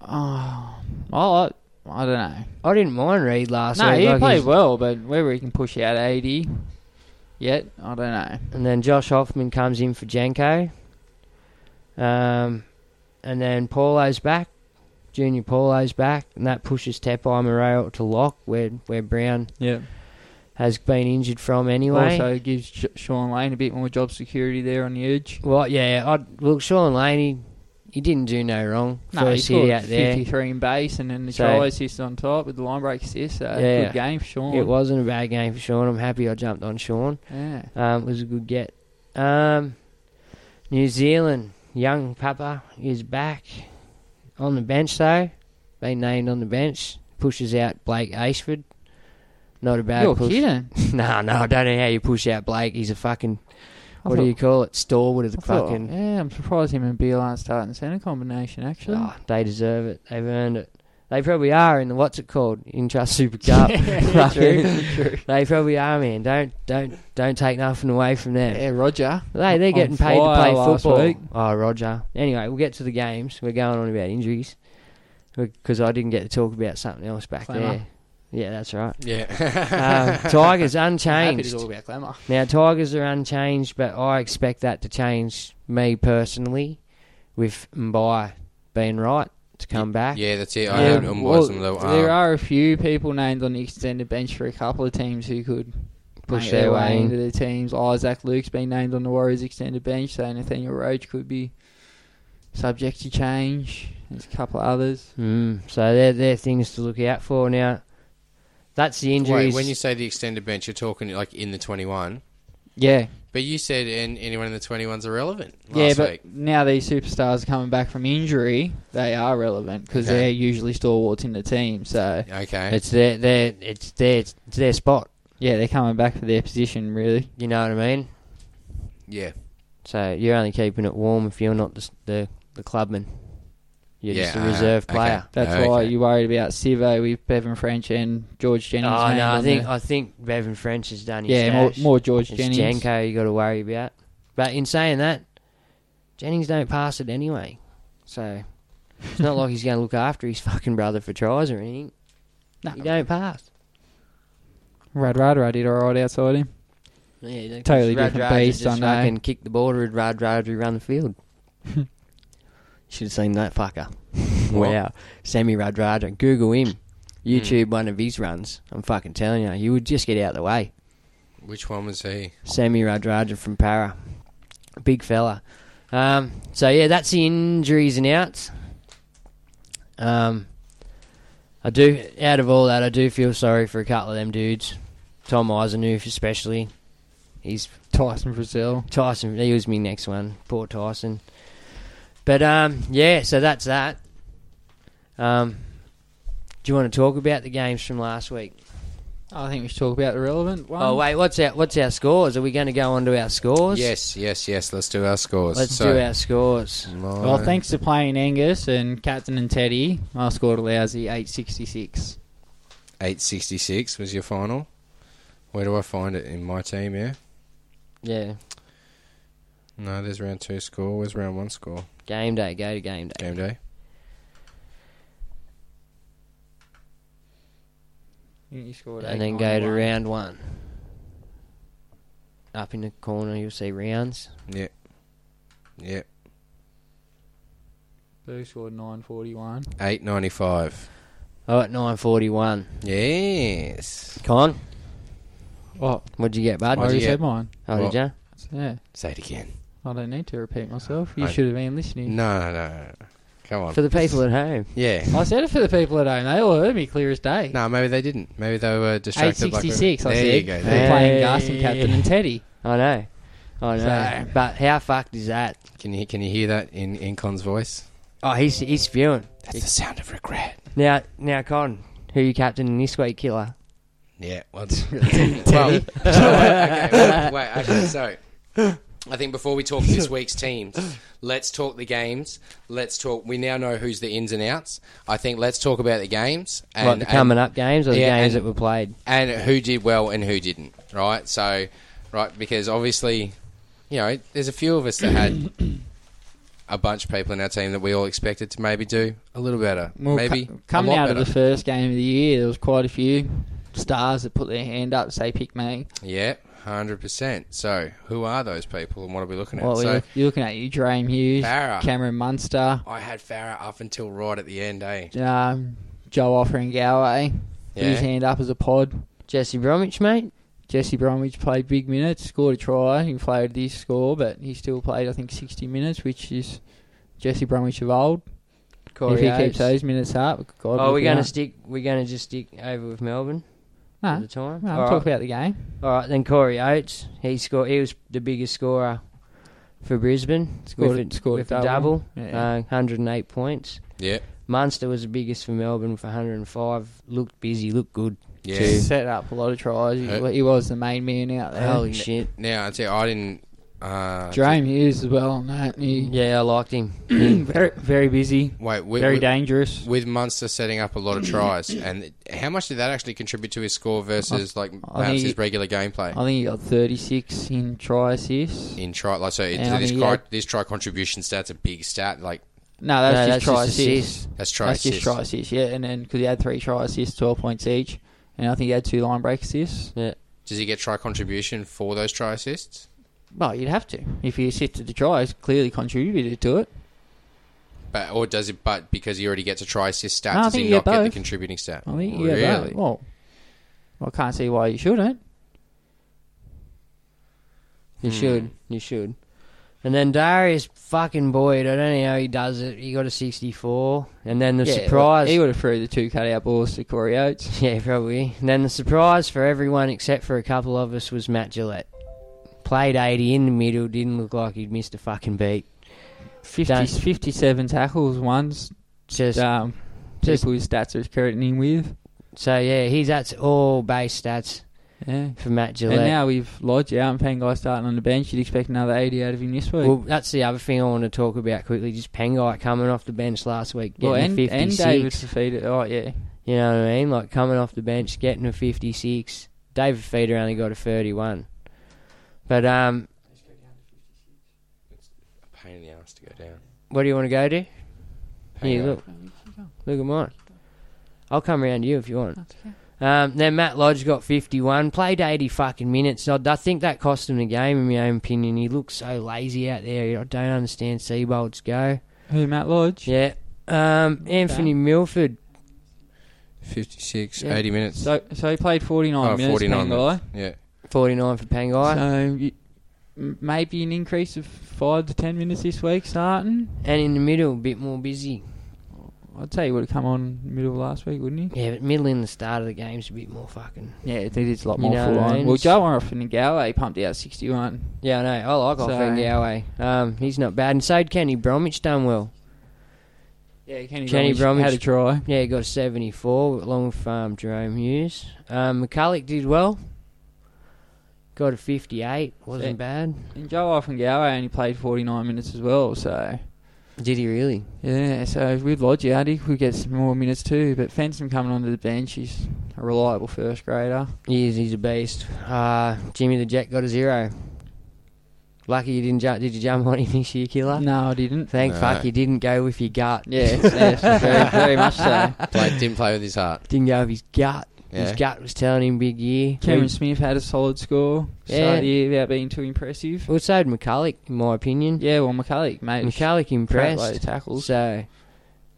Oh, well, I, I don't know.
I didn't mind Reid last
no,
week.
he
like
played
he's-
well, but whether he can push out 80 yet, I don't know.
And then Josh Hoffman comes in for Janko. Um, and then Paulo's back. Junior Paulo's back. And that pushes Tepai Morel to lock, where, where Brown
Yeah.
has been injured from anyway.
Also gives Sh- Sean Lane a bit more job security there on the edge.
well, yeah. I'd, look, Sean Laney, he didn't do no wrong.
No, he
First hit
scored
out there.
53 in base and then the
So-
try assist on top with the line break assist. So
Yeah.
good game for Sean.
It wasn't a bad game for Sean. I'm happy I jumped on Sean.
Yeah.
Um, it was a good get. Um, New Zealand, young Papa is back on the bench though. Been named on the bench. Pushes out Blake Ashford. Not a bad
You're
push. *laughs*
kidding.
no, no, I don't know how you push out Blake. He's a fucking.
I
What do
thought-
you call it? Storward of the
I thought-
fucking.
yeah, I'm surprised him and Beal aren't starting centre combination, actually.
Oh, they deserve it. They've earned it. They probably are in the what's it called? Intrust Super
*laughs*
Cup.
Yeah, true,
Fucking-
true.
*laughs* They probably are, man. Don't don't don't take nothing away from them.
Yeah, Roger.
They they're
On
getting paid to
fire
play
last
football.
week.
Oh, Roger. Anyway, we'll get to the games. We're going on about injuries because I didn't get to talk about something else back
Clemmer.
there. Yeah,
*laughs*
that's right.
Yeah. *laughs*
um, Tigers
Happy to
unchanged.
talk about glamour.
Now, Tigers are unchanged, but I expect that to change me personally with Mbai being right to come back.
yeah, that's it. I
Yeah,
heard um,
well,
Wazam though. um,
there are a few people named on the extended bench for a couple of teams who could
Push
make
their way in.
into their teams. Isaac Luke's been named on the Warriors extended bench, so Nathaniel Roach could be subject to change. There's a couple of others.
Mm, so they're, they're things to look out for. Now, that's the injuries.
Wait, when you say the extended bench, you're talking like in the 21.
Yeah,
But you said an anyone in the 21's irrelevant last
yeah, but
week.
now these superstars are coming back from injury. They are relevant because
Okay.
they're usually stalwarts in the team. So
Okay.
it's their, their, it's, their, it's their spot.
yeah, they're coming back for their position. Really,
You know what I mean?
yeah.
So you're only keeping it warm if you're not the, the, the clubman. You're just a
Yeah,
reserve
okay.
player.
that's
Okay.
why you worried about Sivo with Bevan French and George Jennings.
Oh
named
no, I
on
think
the-
I think Bevan French has done his
Yeah, more,
stash.
more George
It's
Jennings.
Janko you got to worry about. But in saying that, Jennings don't pass it anyway, so
*laughs*
it's not like he's going to look after his fucking brother for tries or anything.
No.
He don't pass.
Rad Ryder, I did all right outside him.
Yeah, they-
Totally
Rad
different
Raj
beast,
just
I know.
fucking kick the border and Rad Raju run
*laughs*
the field. Should have seen that fucker. wow, Sammy Rad Raja. Google him.
Hmm.
YouTube one of his runs. I'm fucking telling you, you would just get out of the way.
Which one was he?
Sammy Radaraja from Para. Big fella. Um, so, yeah, that's the injuries and outs. Um, I do, out of all that, I do feel sorry for a couple of them dudes. Tom Eisenhuth, especially. He's
Tyson Brazil.
Tyson. He was my next one. Poor Tyson. But, um, yeah, so that's that. Um, do you want to talk about the games from last week?
I think we should talk about the relevant one.
Oh, wait, what's our, what's our scores? Are we going to go on to our scores?
Yes, yes, yes. Let's do our scores.
Let's
So-
do our scores.
Oh,
Well, thanks to playing Angus and Captain and Teddy, I scored a lousy 866.
866 was your final. Where do I find it in my team? Yeah.
Yeah.
No, there's round two score. Where's round one score?
Game day, go to game day.
Game day.
You scored
And then go to round one. Up in the corner, you'll see rounds.
Yeah. Yeah.
Blue scored 941.
895.
Oh, at 9.41.
Yes.
Con,
Oh,
what'd you get,
I
bud?
What'd
already
you get?
said mine.
Oh, did
What?
you?
Yeah,
Say it again.
I don't need to repeat myself. You
I-
should have been listening.
No, no, no, no. Come on.
For the people at home.
yeah.
I said it for the people at home. They all heard me clear as day.
No, maybe they didn't. Maybe they were distracted. by-
866, I
there
said.
you go.
for
There you
Yeah.
Playing Gus and Captain
*laughs*
and Teddy.
I know. I know.
So-
But how fucked is that?
go. Can you can you hear that in in Con's voice?
Oh, he's he's spewing.
That's the sound of regret.
Now, now, Con, who you captaining this week, killer?
Yeah.
*laughs*
Well, *laughs* well, wait, okay, wait, wait, okay, so I think before we talk this week's teams, let's talk the games. Let's talk. We now know who's the ins and outs. I think let's talk about the games and
like the coming up games or the
yeah,
games
and-
that were played?
and who did well and who didn't, right? So, right, because obviously, you know, there's a few of us that had a bunch of people in our team that we all expected to maybe do a little better,
Well,
maybe
co-
come
coming out
better.
of the first game of the year, there was quite a few stars that put their hand up, say pick me.
yeah, hundred percent. So, who are those people and what are we looking at?
What were
so,
you, you're looking at? You, Dream Hughes,
Farah.
Cameron Munster,
I had Farah up until right at the end, eh?
um, Joe Offering Galway, put his
Yeah.
hand up as a pod.
Jesse Bromwich, mate?
Jesse Bromwich played big minutes, scored a try. He played this score, but he still played, I think, 60 minutes, which is Jesse Bromwich of old.
Corey
if he
Oates.
keeps those minutes up, God
Oh,
look
we're going to
out.
stick, we're going to just stick over with Melbourne
No,
for the time?
no, I'm
All
talking
right.
about the game.
All right, then Corey Oates. He scored. He was the biggest scorer for Brisbane.
Scored-
with a,
scored
with
a
a
double.
double,
Yeah.
uh, 108 points.
Yeah,
Munster was the biggest for Melbourne with 105. Looked busy. Looked good.
Yeah.
set up a lot of tries. He,
Who-
he was the main man out there.
Holy shit.
Now I tell you, I didn't. Uh,
Jerome Hughes as well. No, he,
Yeah, I liked him.
*clears throat* very, very busy.
Wait, wi-
very
wi-
dangerous.
with Munster setting up a lot of tries, and how much did that actually contribute to his score versus like perhaps
think-
his regular gameplay
I think he got 36 in try assists.
in try? Like so, it,
And I
this
mean,
try,
yeah.
this try contribution stat's a big stat. Like
No, that's
No,
just
that's
try
just
assists.
assists.
that's try
that's just
assist.
try assists, yeah. And then because he had three try assists, 12 points each. And I think he had two line break assists.
Yeah.
Does he get try contribution for those try assists?
Well, you'd have to. If he assisted the tries, clearly contributed to it.
But or does it? But because he already gets a try assist stat,
No, I
does
think
he
you
not
get
get the
both.
contributing stat?
I think,
Oh, really?
yeah, but, well, I can't see why you shouldn't.
You
Hmm.
should. You should. And then Darius fucking Boyd, I don't know how he does it. He got a 64. And then the
Yeah,
surprise.
He would have threw the two cutout balls to Corey Oates.
*laughs* Yeah, probably. And then the surprise for everyone except for a couple of us was Matt Gillette. Played 80 in the middle, didn't look like he'd missed a fucking beat.
50,
Don't-
57 tackles, one's
Just,
um,
just-
people his stats are crediting with.
so yeah, he's that's all base stats
Yeah.
for Matt Gillette.
And now we've Lodge out and Pengai starting on the bench. You'd expect another 80 out of him this week.
well,
Well,
that's the other thing I want to talk about quickly. Just Pengai coming off the bench last week, getting
and,
a
and David
56.
Fafita. Oh, yeah.
you know what I mean? Like coming off the bench, getting a 56. David Feeder only got a 31. But um,
Pain in the ass to go down.
what do you want to go to?
Hang
Here,
on.
look. Look at mine. I'll come around to you if you want. Um, then Matt Lodge got 51, played 80 fucking minutes. I, I think that cost him the game, in my own opinion. He looked so lazy out there. I don't understand Seabold's go.
Who, Matt Lodge?
Yeah. Um, Anthony Milford.
56,
Yeah.
80 minutes.
So, so he played 49
oh,
minutes,
49
Pengai.
minutes. Yeah.
49 for Pangai.
So you, m- maybe an increase of 5 to 10 minutes this week starting.
and in the middle, a bit more busy.
I'd say he would have come on middle of last week, wouldn't he?
Yeah, but middle and the start of the game's a bit more fucking.
Yeah, it is a lot
You
more
know
full
what I
on.
mean?
Well, Joe Orif and Galloway pumped out 61.
Yeah, I know. I like
So-
Offen Um, He's not bad. And so'd Kenny Bromwich done well.
Yeah, Kenny,
Kenny
Bromwich, had a
Bromwich-
try.
Yeah, he got 74, along with um, Jerome Hughes. Um, McCulloch did well. Got a 58, wasn't
Yeah.
bad.
And Joe Offengawa only played 49 minutes as well, so...
Did he really?
Yeah, so with Lodge out, he could get some more minutes too, but Fenson coming onto the bench, he's a reliable first grader.
He is, he's a beast. Uh, Jimmy the Jet got a zero. Lucky you didn't jump. Did you jump on him *laughs* this year, Killer?
No, I didn't.
Thank
No.
fuck you didn't go with your gut.
Yes, yes, very, very much *laughs* so.
Play, didn't play with his heart.
Didn't go with his gut. His
Yeah.
gut was telling him big year.
Cameron Smith had a solid score.
Yeah.
Yeah. year without being too impressive.
Well, so did McCulloch, in my opinion.
Yeah, well, McCulloch, mate.
McCulloch
crap load
impressed.
of tackles.
So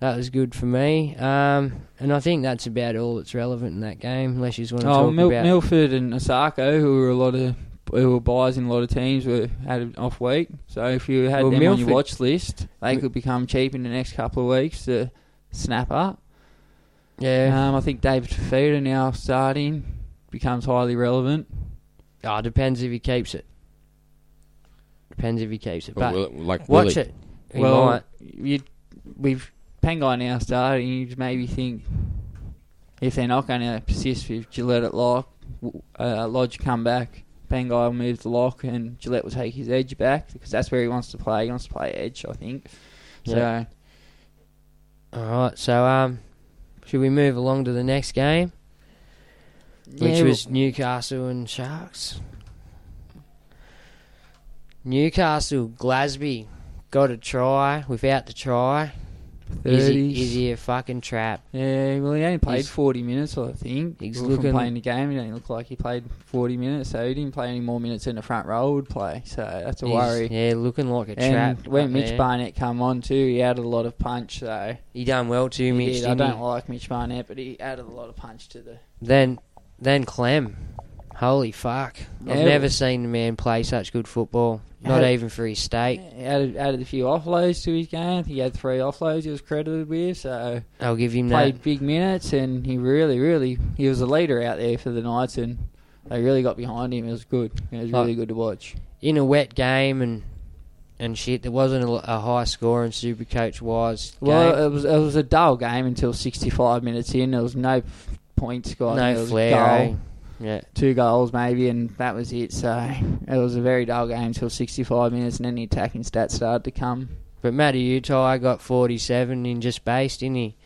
that was good for me. Um, and I think that's about all that's relevant in that game, unless you just want to
Oh,
talk
Mil-
about.
Milford and Osako, who were a lot of who were buys in a lot of teams, were had an off week. So if you had
Well,
them on
Milford-
your watch list, they
Mi-
could become cheap in the next couple of weeks to snap up.
yeah.
Um, I think David Fafita now starting becomes highly relevant.
oh, depends if he keeps it. Depends if he keeps it.
Or
But
will it- like, will
watch it. He
well,
might.
you we've Pangai now starting. You maybe think if they're not going to persist with Gillette at lock, w- uh, Lodge come back. Pangai will move the lock, and Gillette will take his edge back because that's where he wants to play. He wants to play edge, I think. So
Yeah. All right. So um, should we move along to the next game, which
yeah,
was Newcastle and Sharks? Newcastle Glasby got a try without the try. Is
30s.
he, is he a fucking trap?
Yeah, well, he only played
He's-
40 minutes, I think.
He's
From
looking-
playing the game, he didn't look like he played 40 minutes, so he didn't play any more minutes than the front row would play. So that's a
He's-
worry.
Yeah, looking like a
and
trap.
when
up
Mitch
there.
Barnett come on too, he added a lot of punch. So
He done well too,
he
Mitch.
did. I
didn't
don't
he?
like Mitch Barnett, but he added a lot of punch to the.
Then, then Clem. Holy fuck! I've
Yeah.
never seen the man play such good football. Not
Had-
even for his state.
He added added a few offloads to his game. I think He had three offloads. He was credited with so
I'll give him
played
that.
big minutes, and he really, really he was a leader out there for the Knights, and they really got behind him. It was good. It was
Like-
really good to watch.
In a wet game and and shit, there wasn't a, l- a high score in Super Coach wise.
Well, it was it was a dull game until 65 minutes in. There was no p- point scored.
No
It was a
flair,
goal.
eh? Yeah.
Two goals maybe, and that was it. So it was a very dull game until 65 minutes, and then the attacking stats started to come.
But Matty Utai got 47 in just base, didn't he?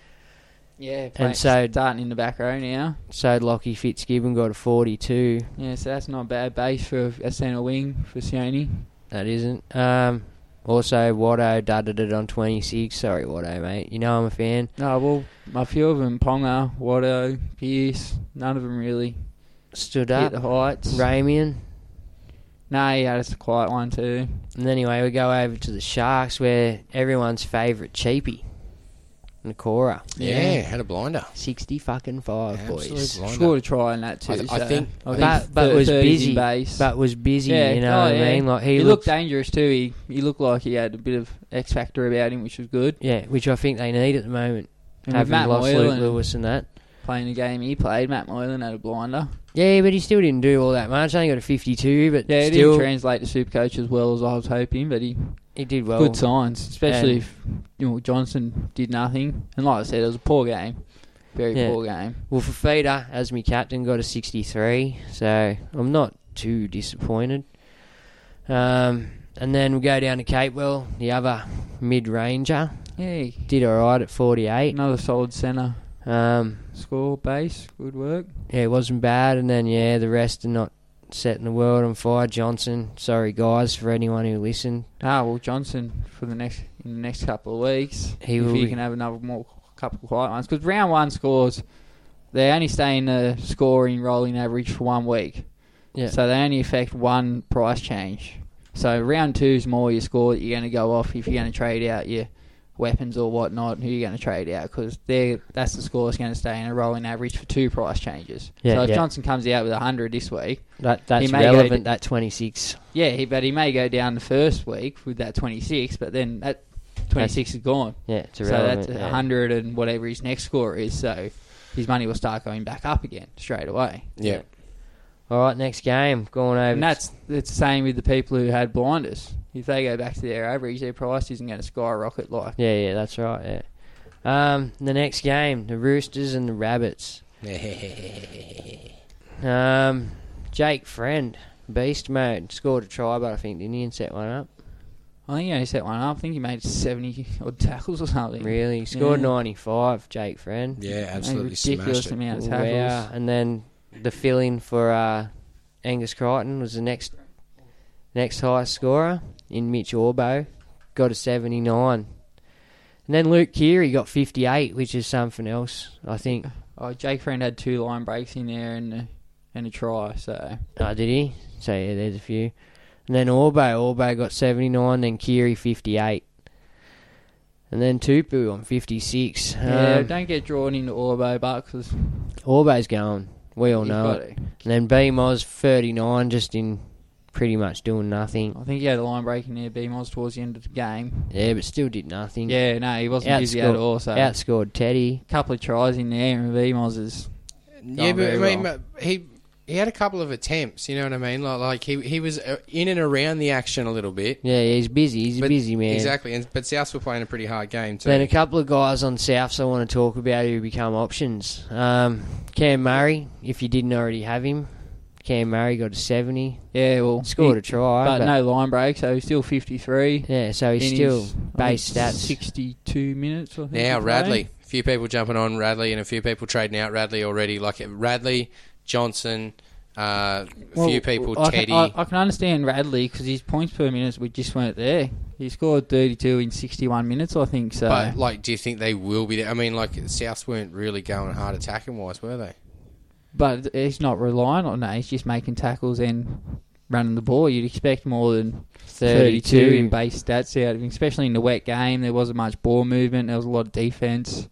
Yeah,
And
and
so-
so starting in the back row now.
So Lockie Fitzgibbon got a 42.
Yeah, so that's not a bad base for a centre wing for Sione.
That isn't. Um, also, Watto dudded it on 26. Sorry, Watto, mate. You know I'm a fan.
No, well, a few of them, Ponga, Watto, Pierce, none of them really
Stood
hit
up.
the heights.
Ramian.
no, yeah, that's a quiet one too.
And anyway, we go over to the Sharks where everyone's favourite cheapie, Nakora.
Yeah, had a blinder.
60 fucking five,
Absolute
boys.
blinder.
Scored a try in that too.
I- I
so
think- I think
But, but
thir- 30s
was
in
busy.
Base.
But was busy, you know
oh,
what
yeah.
I mean? Like he,
looked
looked,
dangerous too. He he looked like he had a bit of X factor about him, which was good.
yeah, which I think they need at the moment.
And with
having
Matt
lost
Moylan-
Luke Lewis and that.
Playing the game he played, Matt Moylan had a blinder.
Yeah, but he still didn't do all that much. Only got a 52, but
Yeah, it
still,
didn't translate to Supercoach as well as I was hoping, but he
he did well.
good signs, especially
and-
if you know Johnson did nothing. And like I said, it was a poor game, very
Yeah.
poor game.
Well, Fafita, as my captain, got a 63, so I'm not too disappointed. Um, and then we go down to Capewell, the other mid-ranger.
Yeah,
Did all right at 48.
another solid centre
Um,
score base, good work.
yeah, it wasn't bad. And then, yeah, the rest are not setting the world on fire. Johnson, sorry, guys, for anyone who listened.
Ah, well, Johnson for the next in the next couple of weeks,
He
if
will
he
be-
can have another more couple of quiet ones, because round one scores, they only stay in the scoring rolling average for one week,
Yeah.
so they only affect one price change. So round two's more your score that you're going to go off if you're going to trade out your weapons or whatnot. Who you're going to trade out because they that's the score that's going to stay in a rolling average for two price changes.
Yeah,
so if
yeah.
Johnson comes out with hundred this week,
That, that's
He may go
relevant,
to-
that 26.
yeah, he, but he may go down the first week with that 26, but then that 26 is gone.
Yeah, it's
So
irrelevant.
that's
So
100 and whatever his next score is. So his money will start going back up again straight away.
Yeah.
All right, next game. Going over.
And that's it's the same with the people who had blinders. If they go back to their average, their price isn't going to skyrocket like.
Yeah, yeah, that's right. Yeah. Um, the next game, the Roosters and the
*laughs*
Rabbits. Um, Jake Friend, beast mode, scored a try, but I think didn't he and set one up.
I think he only set one up. I think he made 70 odd tackles or something.
Really, he scored
Yeah.
ninety five. Jake Friend.
Yeah,
A
absolutely
ridiculous
smashed it.
amount of tackles.
Wow. And then the fill in for uh, Angus Crichton was the next next highest scorer in Mitch Orbo, got a seventy nine. And then Luke Keary got fifty eight, which is something else, I think.
Oh, Jake Friend had two line breaks in there and a, and a try. So
Oh, did he? So yeah, there's a few. And then Orbo, Orbo got seventy nine, then Kiri fifty eight. And then Tupu on fifty six.
yeah,
Um,
don't get drawn into Orbo, but because
Orbo's going. We all
He's
know
got
it.
it.
And then B Moz thirty nine just in pretty much doing nothing.
I think he had a line break in there, B-Moz, towards the end of the game.
Yeah, but still did nothing.
Yeah, no, he wasn't busy at all. So a
outscored Teddy.
couple of tries in there, and B-Moz is
Yeah,
Done
but I
very
mean, but he he had a couple of attempts. You know what I mean? Like, like he he was uh, in and around the action a little bit.
Yeah, he's busy. He's a
but-
busy man.
Exactly. And but Souths were playing a pretty hard game too.
Then a couple of guys on Souths I want to talk about who become options. Um, Cam Murray, if you didn't already have him, Cam Murray got a 70,
yeah, well
scored
he-
a try.
but,
But,
no line break, so he's still 53.
Yeah, so he's
in
still
his, I
base
think,
stats.
62 minutes. I think
now
he played.
Radley, a few people jumping on Radley, and a few people trading out Radley already. Like Radley Johnson, uh, a
Well,
few people
I
Teddy.
Can, I, I can understand Radley because his points per minutes we just weren't there. He scored 32 in 61 minutes, I think. So
but like, do you think they will be there? I mean, like Souths weren't really going hard attacking wise, were they?
But he's not relying on that. He's just making tackles and running the ball. You'd expect more than 32,
32.
in base stats out of him, especially in the wet game. There wasn't much ball movement. There was a lot of defense.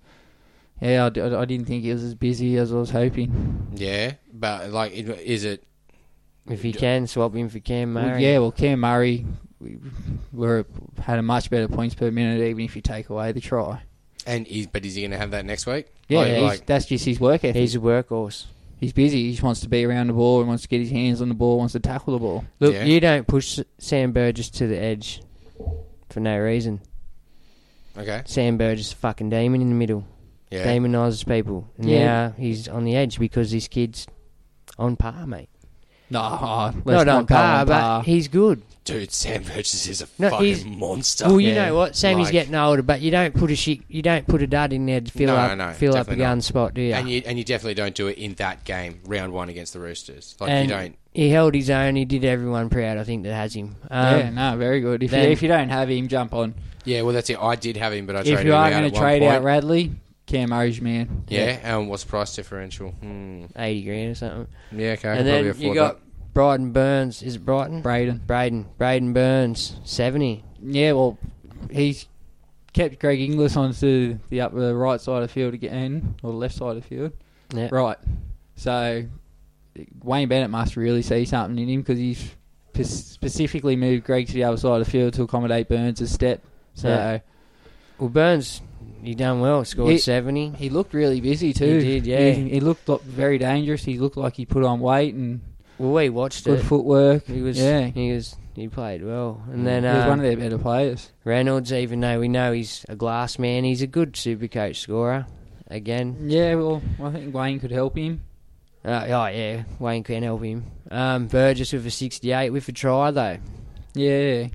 Yeah, I, d- I didn't think he was as busy as I was hoping.
Yeah, but like, it- is it?
if you can, swap him for Cam
Well,
Murray.
yeah, well, Cam Murray we- were had a much better points per minute, even if you take away the try.
And is, but is he going to have that next week?
Yeah,
Like-
he's-
like-
that's just his work ethic.
he's
He's,
a workhorse.
busy. He just wants to be around the ball. He wants to get his hands on the ball. Wants to tackle the ball.
Look,
Yeah.
you don't push Sam Burgess to the edge for no reason.
okay.
Sam Burgess is a fucking demon in the middle.
Yeah.
demonises people.
Yeah.
Now he's on the edge because this kid's on par, mate.
No, let's
not, on
go
par,
on
but
par.
he's good.
Dude, Sam Burgess is a
No, he's-
fucking monster.
Well, you
Yeah.
know what? Sammy's
Like-
getting older, but you don't put a shit, you don't put a dud in there to fill
No,
up,
no,
fill up a
definitely
gun
not.
spot, do you?
And you and you definitely don't do it in that game, round one against the Roosters. Like
And
you don't.
He held his own. He did everyone proud. I think that has him. Um,
yeah, no, very good. If,
then-
you, if you don't have him, jump on.
Yeah, well that's it. I did have him, but I traded
If you are
him out
going
at
to
one
trade
point.
out Radley, Cam Murray's your man.
yeah, and what's the price differential? Hmm.
eighty grand or something.
Yeah, okay. I
and
can probably
then
afford
you got
that.
Brighton Burns. Is it Brighton?
Braden.
Braden. Braden Burns. Seventy.
Yeah, well, he's kept Greg Inglis onto the up the right side of the field again, or the left side of the field.
Yeah.
Right. So Wayne Bennett must really see something in him because he's p- specifically moved Greg to the other side of the field to accommodate Burns' step. So
Yeah. Well, Burns, he done well. Scored
He-
seventy.
he looked really busy too.
He did, yeah.
He, he looked like very dangerous. He looked like he put on weight and
Well, we watched
good
it.
footwork.
He was.
yeah.
He was. He played well. And then
he was
um,
one of their better players.
Reynolds, even though we know he's a glass man, he's a good super coach scorer. Again,
Yeah, well, I think Wayne could help him.
uh, oh yeah, Wayne can help him. Um, Burgess with a sixty-eight with a try though.
Yeah,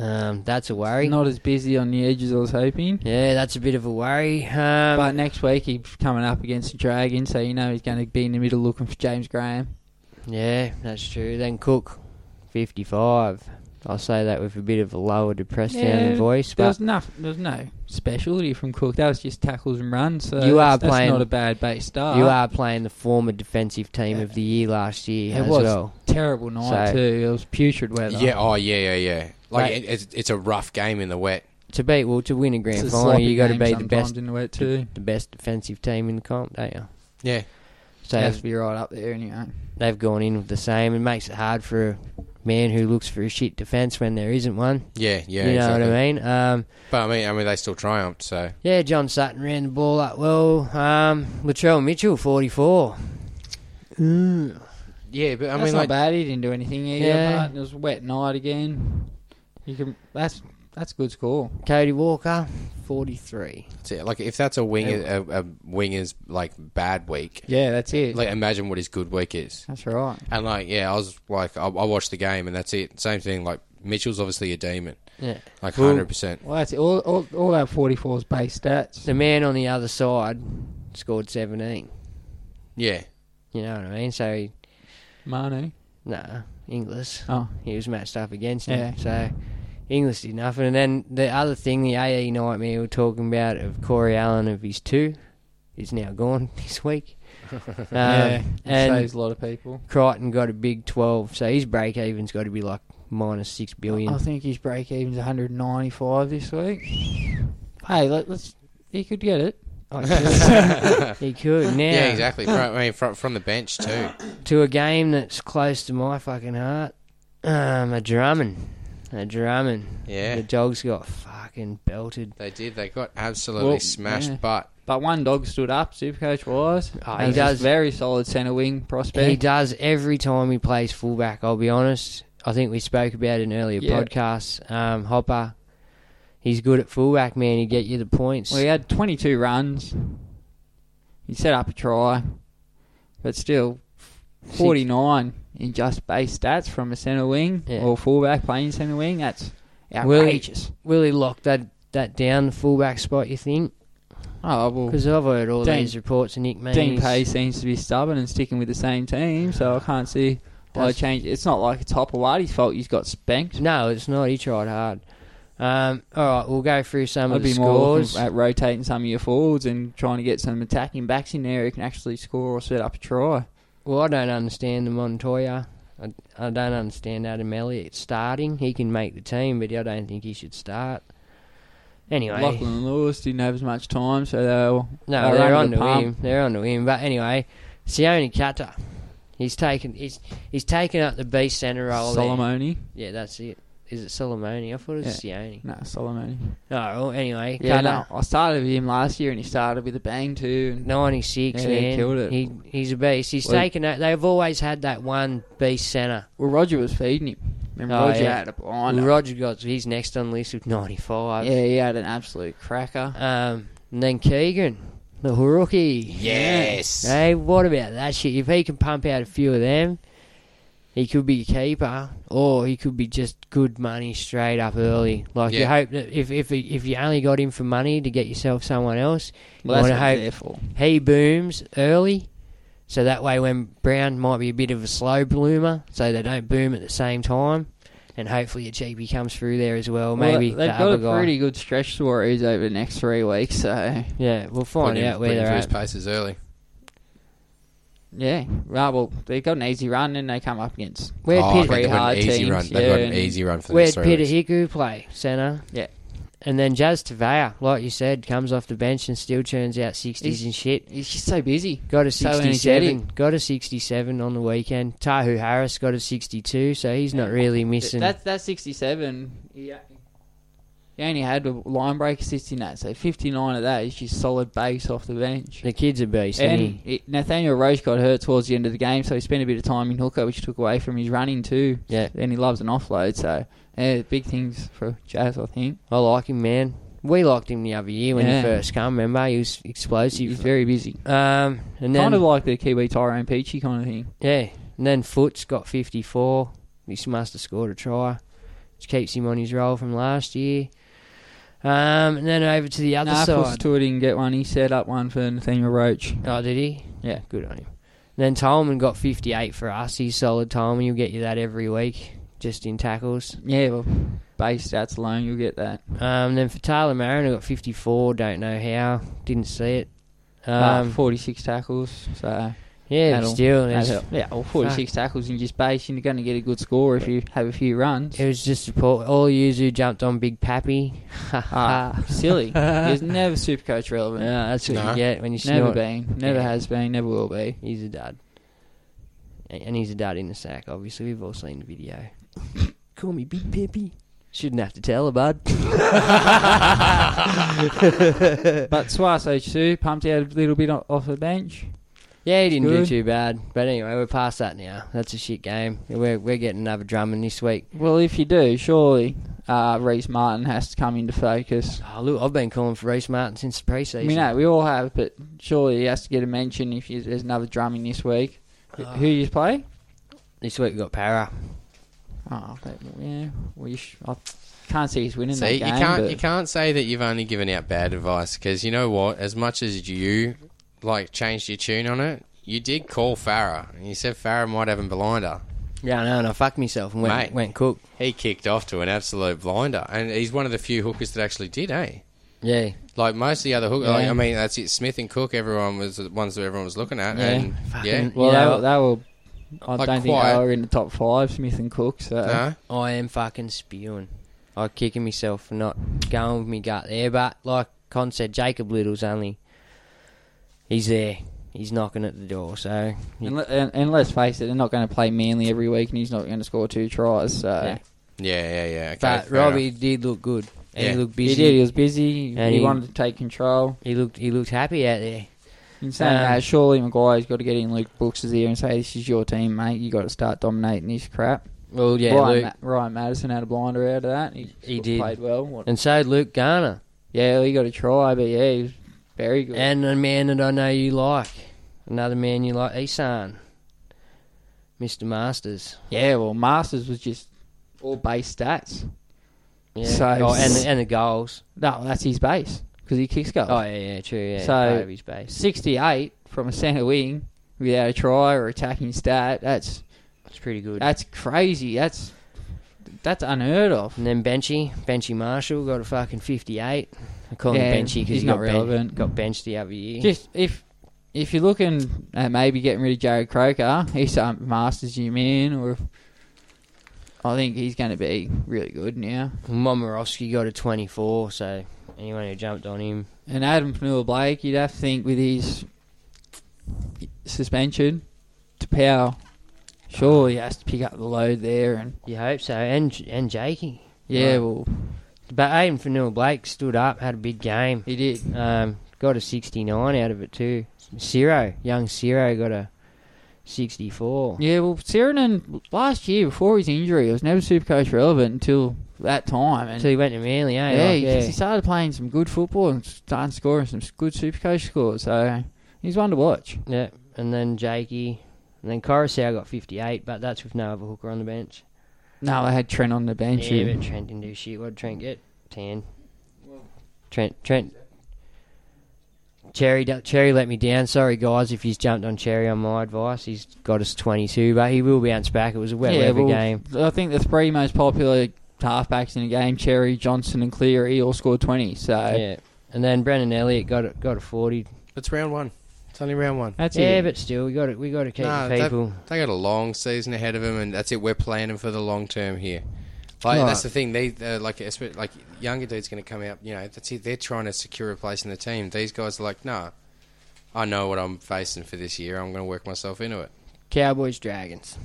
Um, that's a worry.
not as busy on the edges I was hoping.
yeah, that's a bit of a worry. Um,
But next week he's coming up against the Dragons, so you know he's going to be in the middle looking for James Graham.
yeah, that's true. Then Cook, fifty-five. I'll say that with a bit of a lower, depressed sounding voice,
there
but
was, no, there was no specialty from Cook. That was just tackles and runs. So
You
that's-
are
that's
playing-
not a bad base start.
you are playing the former defensive team of the year last year
It
as
was
well.
terrible night
So-
too. It was putrid weather.
Yeah, oh yeah, yeah, yeah. Like
Mate.
it, it's, it's a rough game in the wet.
To beat, well, to win a grand
It's a
final,
sloppy
you got to
game
be the
sometimes
best,
in the wet
the,
too.
best defensive team in the comp, don't you?
Yeah.
So
has to be right up there anyway.
they've gone in with the same. It makes it hard for a man who looks for a shit defence when there isn't one.
Yeah, yeah,
you know
exactly.
what I mean? Um,
But I mean I mean they still triumphed, so
yeah, John Sutton ran the ball up well. Um, Latrell Mitchell, 44.
Yeah, but I
that's
mean
not
like
bad. He didn't do anything either.
Yeah.
But it was a wet night again. You can that's that's a good score.
Cody Walker, 43.
that's it. like if that's a wing a, a winger's like bad week.
Yeah, that's it.
Like imagine what his good week is.
that's right.
And like, yeah, I was like, I, I watched the game, and that's it. Same thing. Like Mitchell's obviously a demon,
Yeah.
like
Well-
hundred percent.
Well, that's it. All, all, all that 44 is base stats.
The man on the other side scored 17.
Yeah,
You know what I mean? So, he,
Manu.
nah, Inglis.
Oh.
He was matched up against him. So, Inglis did nothing. And then the other thing, the AE nightmare we were talking about of Corey Allen of his two, is now gone *laughs* this week. Um,
yeah. And
and
saves a lot of people.
Crichton got a big 12, so his break even's got to be like minus 6 billion.
I think his break even's 195 this week. hey, let, let's. He could get it.
*laughs* he could. Now,
yeah, exactly. From,
*gasps*
I mean, from, from the bench too.
to a game that's close to my fucking heart, um, a Drummond. A Drummond.
Yeah.
The dogs got fucking belted.
They did. They got absolutely
Well,
smashed.
yeah.
But
But one dog stood up, Supercoach wise.
Oh,
And
he
it's just
does-
Very solid centre wing prospect.
He does every time he plays fullback, I'll be honest. I think we spoke about it in earlier
Yeah.
podcasts. Um, Hopper, he's good at fullback, man. He get you the points.
Well, he had 22 runs. He set up a try, but still, 49 in just base stats from a centre wing
Yeah.
or fullback playing centre wing. That's
Will he-
outrageous.
Will he lock that, that down, the fullback spot, you think?
Oh well,
Because I've heard all
Dean-
these reports and Nick Meaney's.
Dean Pay seems to be stubborn and sticking with the same team, so I can't see why
That's- Mm,
change. It's not like it's Hopperwadi's fault. He's got spanked.
No, it's not. He tried hard. Um, all right, we'll go through some
I'd
of the
be more
scores.
looking at rotating some of your forwards and trying to get some attacking backs in there who can actually score or set up a try.
Well, I don't understand the Montoya. I, I don't understand Adam Elliott starting. He can make the team, but I don't think he should start. Anyway,
Lachlan and Lewis didn't have as much time, so they were
no,
they
they're
were
on
under
to
the pump.
him. They're on to him. But anyway, Sione Kata, he's taken he's he's taken up the B centre role. there.
Solomoni.
Yeah, that's it. Is it Solomoni? I thought it was Sione.
No, Solomoni.
No, well, anyway,
Yeah,
Kata,
no, I started with him last year, and he started with a bang too. And
96,
Yeah,
man.
he killed it.
He, he's a beast. He's
Well-
taken that. They've always had that one beast centre.
well, Roger was feeding him, and
Oh,
Roger
yeah.
had a
Well,
blinder.
Roger got he's next on the list with 95.
yeah, he had an absolute cracker.
Um, and then Keegan, The Haruki.
Yes.
Hey, what about that shit? If he can pump out a few of them, he could be a keeper, or he could be just good money straight up early. Like you
Yeah.
hope that if if if you only got him for money to get yourself someone else,
Well, that's
you
what
want
they're
to
for.
hope he booms early. So that way, when Brown might be a bit of a slow bloomer, so they don't boom at the same time, and hopefully a cheapie comes through there as
Well,
well. Maybe
they've
the
got
other
a
guy.
pretty good stretch to Warriors over the next three weeks, so
yeah, we'll
Put
find
him-
out where
put him
they're
through his
at.
paces early.
yeah. Right, well, they got an easy run and they come up against
Where'd
Oh,
Peter-
they've
three
got an
hard
easy
teams.
run. They've
yeah,
got an
and-
easy run for the
Where'd
next three
Peter
weeks.
Hiku play centre?
Yeah,
And then Jazz Tavea, like you said, comes off the bench and still turns out 60s
He's-
and shit.
he's just so busy.
Got a
so
67.
energetic.
got a 67 on the weekend. Tahu Harris got a 62, so he's not really missing.
That's that's sixty-seven. Yeah. He only had a line break assist in that, so fifty-nine of that is just solid base off the bench.
the kid's a beast. isn't
And
he?
it, Nathaniel Roche got hurt towards the end of the game, so he spent a bit of time in hooker, which took away from his running too.
Yeah.
and he loves an offload, so yeah, big things for Jazz, I think.
I like him, man. We liked him the other year when
Yeah.
he first come. Remember, he was explosive.
He's very busy,
um, and then
kind of like the Kiwi Tyrone Peachy kind of thing.
yeah, and then Foots got 54. He must have scored a try, which keeps him on his roll from last year. Um, and then over to the other
Nah,
side.
Puss Stewart didn't get one. He set up one for Nathaniel Roach.
Oh, did he?
Yeah.
Good on him. Then Tolman got 58 for us. He's solid, Tolman. You'll get you that every week, just in tackles.
Yeah, well, base stats alone, you'll get that.
Um, then for Taylor Mariner got 54. Don't know how. Didn't see it.
Uh,
Um,
46 tackles, so...
yeah, but
that'll-
still, it was,
that'll- Yeah, well, 46 tackles in just base, and you're going to get a good score if you have a few runs.
it was just support. All yous who jumped on Big Pappy. *laughs* Ha ha.
Ah, *laughs* silly. He's never super coach relevant.
Yeah, that's what
No.
you get when you
Never
snort.
been. Never
Yeah.
has been. Never will be.
He's a dud. A- And he's a dud in the sack, obviously. We've all seen the *laughs* video. Call me Big Peppy. Shouldn't have to tell her, bud.
But Suaso too pumped out a little bit o- off the bench.
Yeah, he didn't
Good.
do too bad. But anyway, we're past that now. That's a shit game. We're we're getting another drumming this week.
Well, if you do, surely uh, Reese Martin has to come into focus.
Oh, look, I've been calling for Reese Martin since the preseason.
I mean, no, we all have, but surely he has to get a mention if you, there's another drumming this week. Wh- Who you play?
This week we got Para.
Oh, but, yeah. Well, you sh- I can't see he's winning
See,
that game.
you can't
but-
you can't say that you've only given out bad advice because you know what? As much as you like changed your tune on it, you did call Farah and you said Farah might have a blinder.
Yeah, I know, and I fucked myself and went
Mate.
went cook.
He kicked off to an absolute blinder, and he's one of the few hookers that actually did, eh?
Yeah,
Like most of the other hookers, like,
Yeah.
I mean, that's it. Smith and Cook, everyone was the ones that everyone was looking at,
Yeah.
and yeah,
Fucking-
Well,
You
they,
know-
were, they were. I
Like
don't think
quiet.
they were in the top five, Smith and Cook. So
no,
I am fucking spewing. I'm kicking myself for not going with my gut there. But like Con said, Jacob Little's only he's there. He's knocking at the door. So
and, le- and, and let's face it, they're not going to play Manly every week, and he's not going to score two tries. So
Yeah.
yeah, yeah, yeah. Okay,
but
fair
Robbie
enough.
did look good. And
Yeah.
He looked busy.
he did. He was busy.
And
he,
he-
wanted to take control.
he looked he looked happy out there.
In saying
Um,
that, surely Maguire's got to get in Luke Brooks' ear and say, "This is your team, mate. You got to start dominating this crap."
Well, yeah,
Ryan,
Luke.
Ma- Ryan Madison had a blinder out of that. He,
He did.
played well. What-
And so Luke Garner.
Yeah, he got a try, but yeah, he was very good.
And a man that I know you like. Another man you like, Isan. Mr. Masters.
yeah, well, Masters was just all base stats.
Yeah.
So-
oh, and, the, and the goals.
No, that's his base because he kicks goals.
Oh, yeah, yeah, true, yeah.
So-
part of his base.
68 from a centre wing without a try or attacking stat. That's
It's pretty good.
that's crazy. That's that's unheard of.
and then Benchy. Benchy Marshall got a fucking 58. I call
Yeah,
him Benchy
he's
because he
not
got,
relevant.
ben- got benched the other year.
Just if if you're looking at maybe getting rid of Jared Croker, he's some masters you man, or if, I think he's going to be really good now.
Momorowski got a 24, so anyone who jumped on him.
And Adam Panua Blake, you'd have to think with his suspension to power. Sure, he has to pick up the load there, and
You hope so. And and Jakey.
yeah,
Right.
well,
But Aiden Fanua Blake stood up, had a big game.
he did.
Um, got a 69 out of it too. Ciro, young Ciro got a 64.
Yeah, well, Sirenen last year before his injury, it was never Supercoach relevant until that time. And
Until he went to Manly, eh?
Yeah,
Like,
he,
yeah.
he started playing some good football and started scoring some good Supercoach scores. So he's one to watch.
Yeah, and then Jakey, and then Coruscant got 58, but that's with no other hooker on the bench.
No, they had Trent on the bench.
yeah,
who-
but Trent didn't do shit. What did Trent get? 10. Trent, Trent. Cherry, do- Cherry let me down. Sorry, guys, if he's jumped on Cherry on my advice. He's got us 22, but he will bounce back. It was a wet weather
well,
game.
I think the three most popular halfbacks in the game, Cherry, Johnson, and Cleary, all scored 20. So
Yeah. And then Brendan Elliott got a, got a 40.
It's round one. It's only round one.
that's
yeah,
it.
but still, we got to, we got to keep
No,
the
they've-
people.
They got a long season ahead of them, and that's it. We're planning for the long term here. Like
Right.
that's the thing. They they're like espe- like younger dudes going to come out. You know, that's it. They're trying to secure a place in the team. These guys are like, nah, I know what I'm facing for this year. I'm going to work myself into it.
Cowboys, Dragons.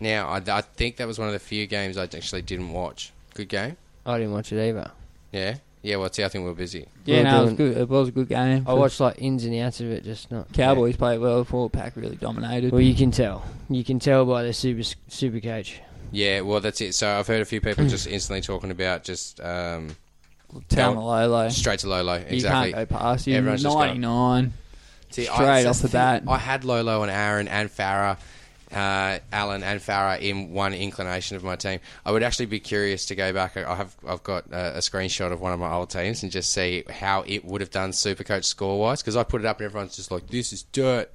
Now, I, I think that was one of the few games I actually didn't watch. Good game.
I didn't watch it either.
Yeah, yeah. Well, see, I think we were busy.
yeah,
we
no,
were
it was,
doing-
good. it was a good game.
I watched like ins and outs of it, just not.
Cowboys played well. Forward pack really dominated.
Well, you can tell. You can tell by the super super coach.
Yeah, well, that's it. So I've heard a few
*clears throat*
people just instantly talking about just um,
Tamalolo.
straight to Lolo.
You
Exactly.
can't go past him.
Everyone's just got-
99.
See,
Straight
that's
off the bat.
thing. I had Lolo and Aaron and Farah, uh, Alan and Farah in one inclination of my team. I would actually be curious to go back. I I have I've got uh, a screenshot of one of my old teams and just see how it would have done Supercoach score wise because I put it up and everyone's just like, "This is dirt.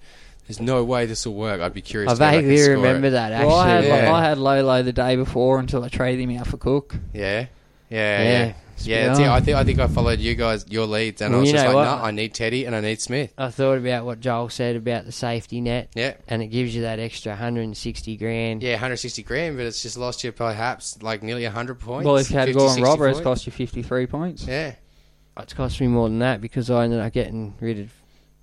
There's no way this will work." I'd be curious.
I
to go back and
vaguely
score it.
remember that actually.
well, I had,
yeah.
I had Lolo the day before until I traded him out for Cook.
Yeah. Yeah,
Yeah.
yeah, yeah. that's it. I think I think I followed you guys, your leads, and I
Well,
was
you
just
know
like,
what?
no, I need Teddy and I need Smith.
I thought about what Joel said about the safety net.
Yeah.
And it gives you that extra 160 grand.
Yeah, 160 grand, but it's just lost you perhaps like nearly 100 points.
Well, if you had
50,
Gordon
60
Robber, it's
points.
cost you 53 points.
Yeah.
It's cost me more than that because I ended up getting rid of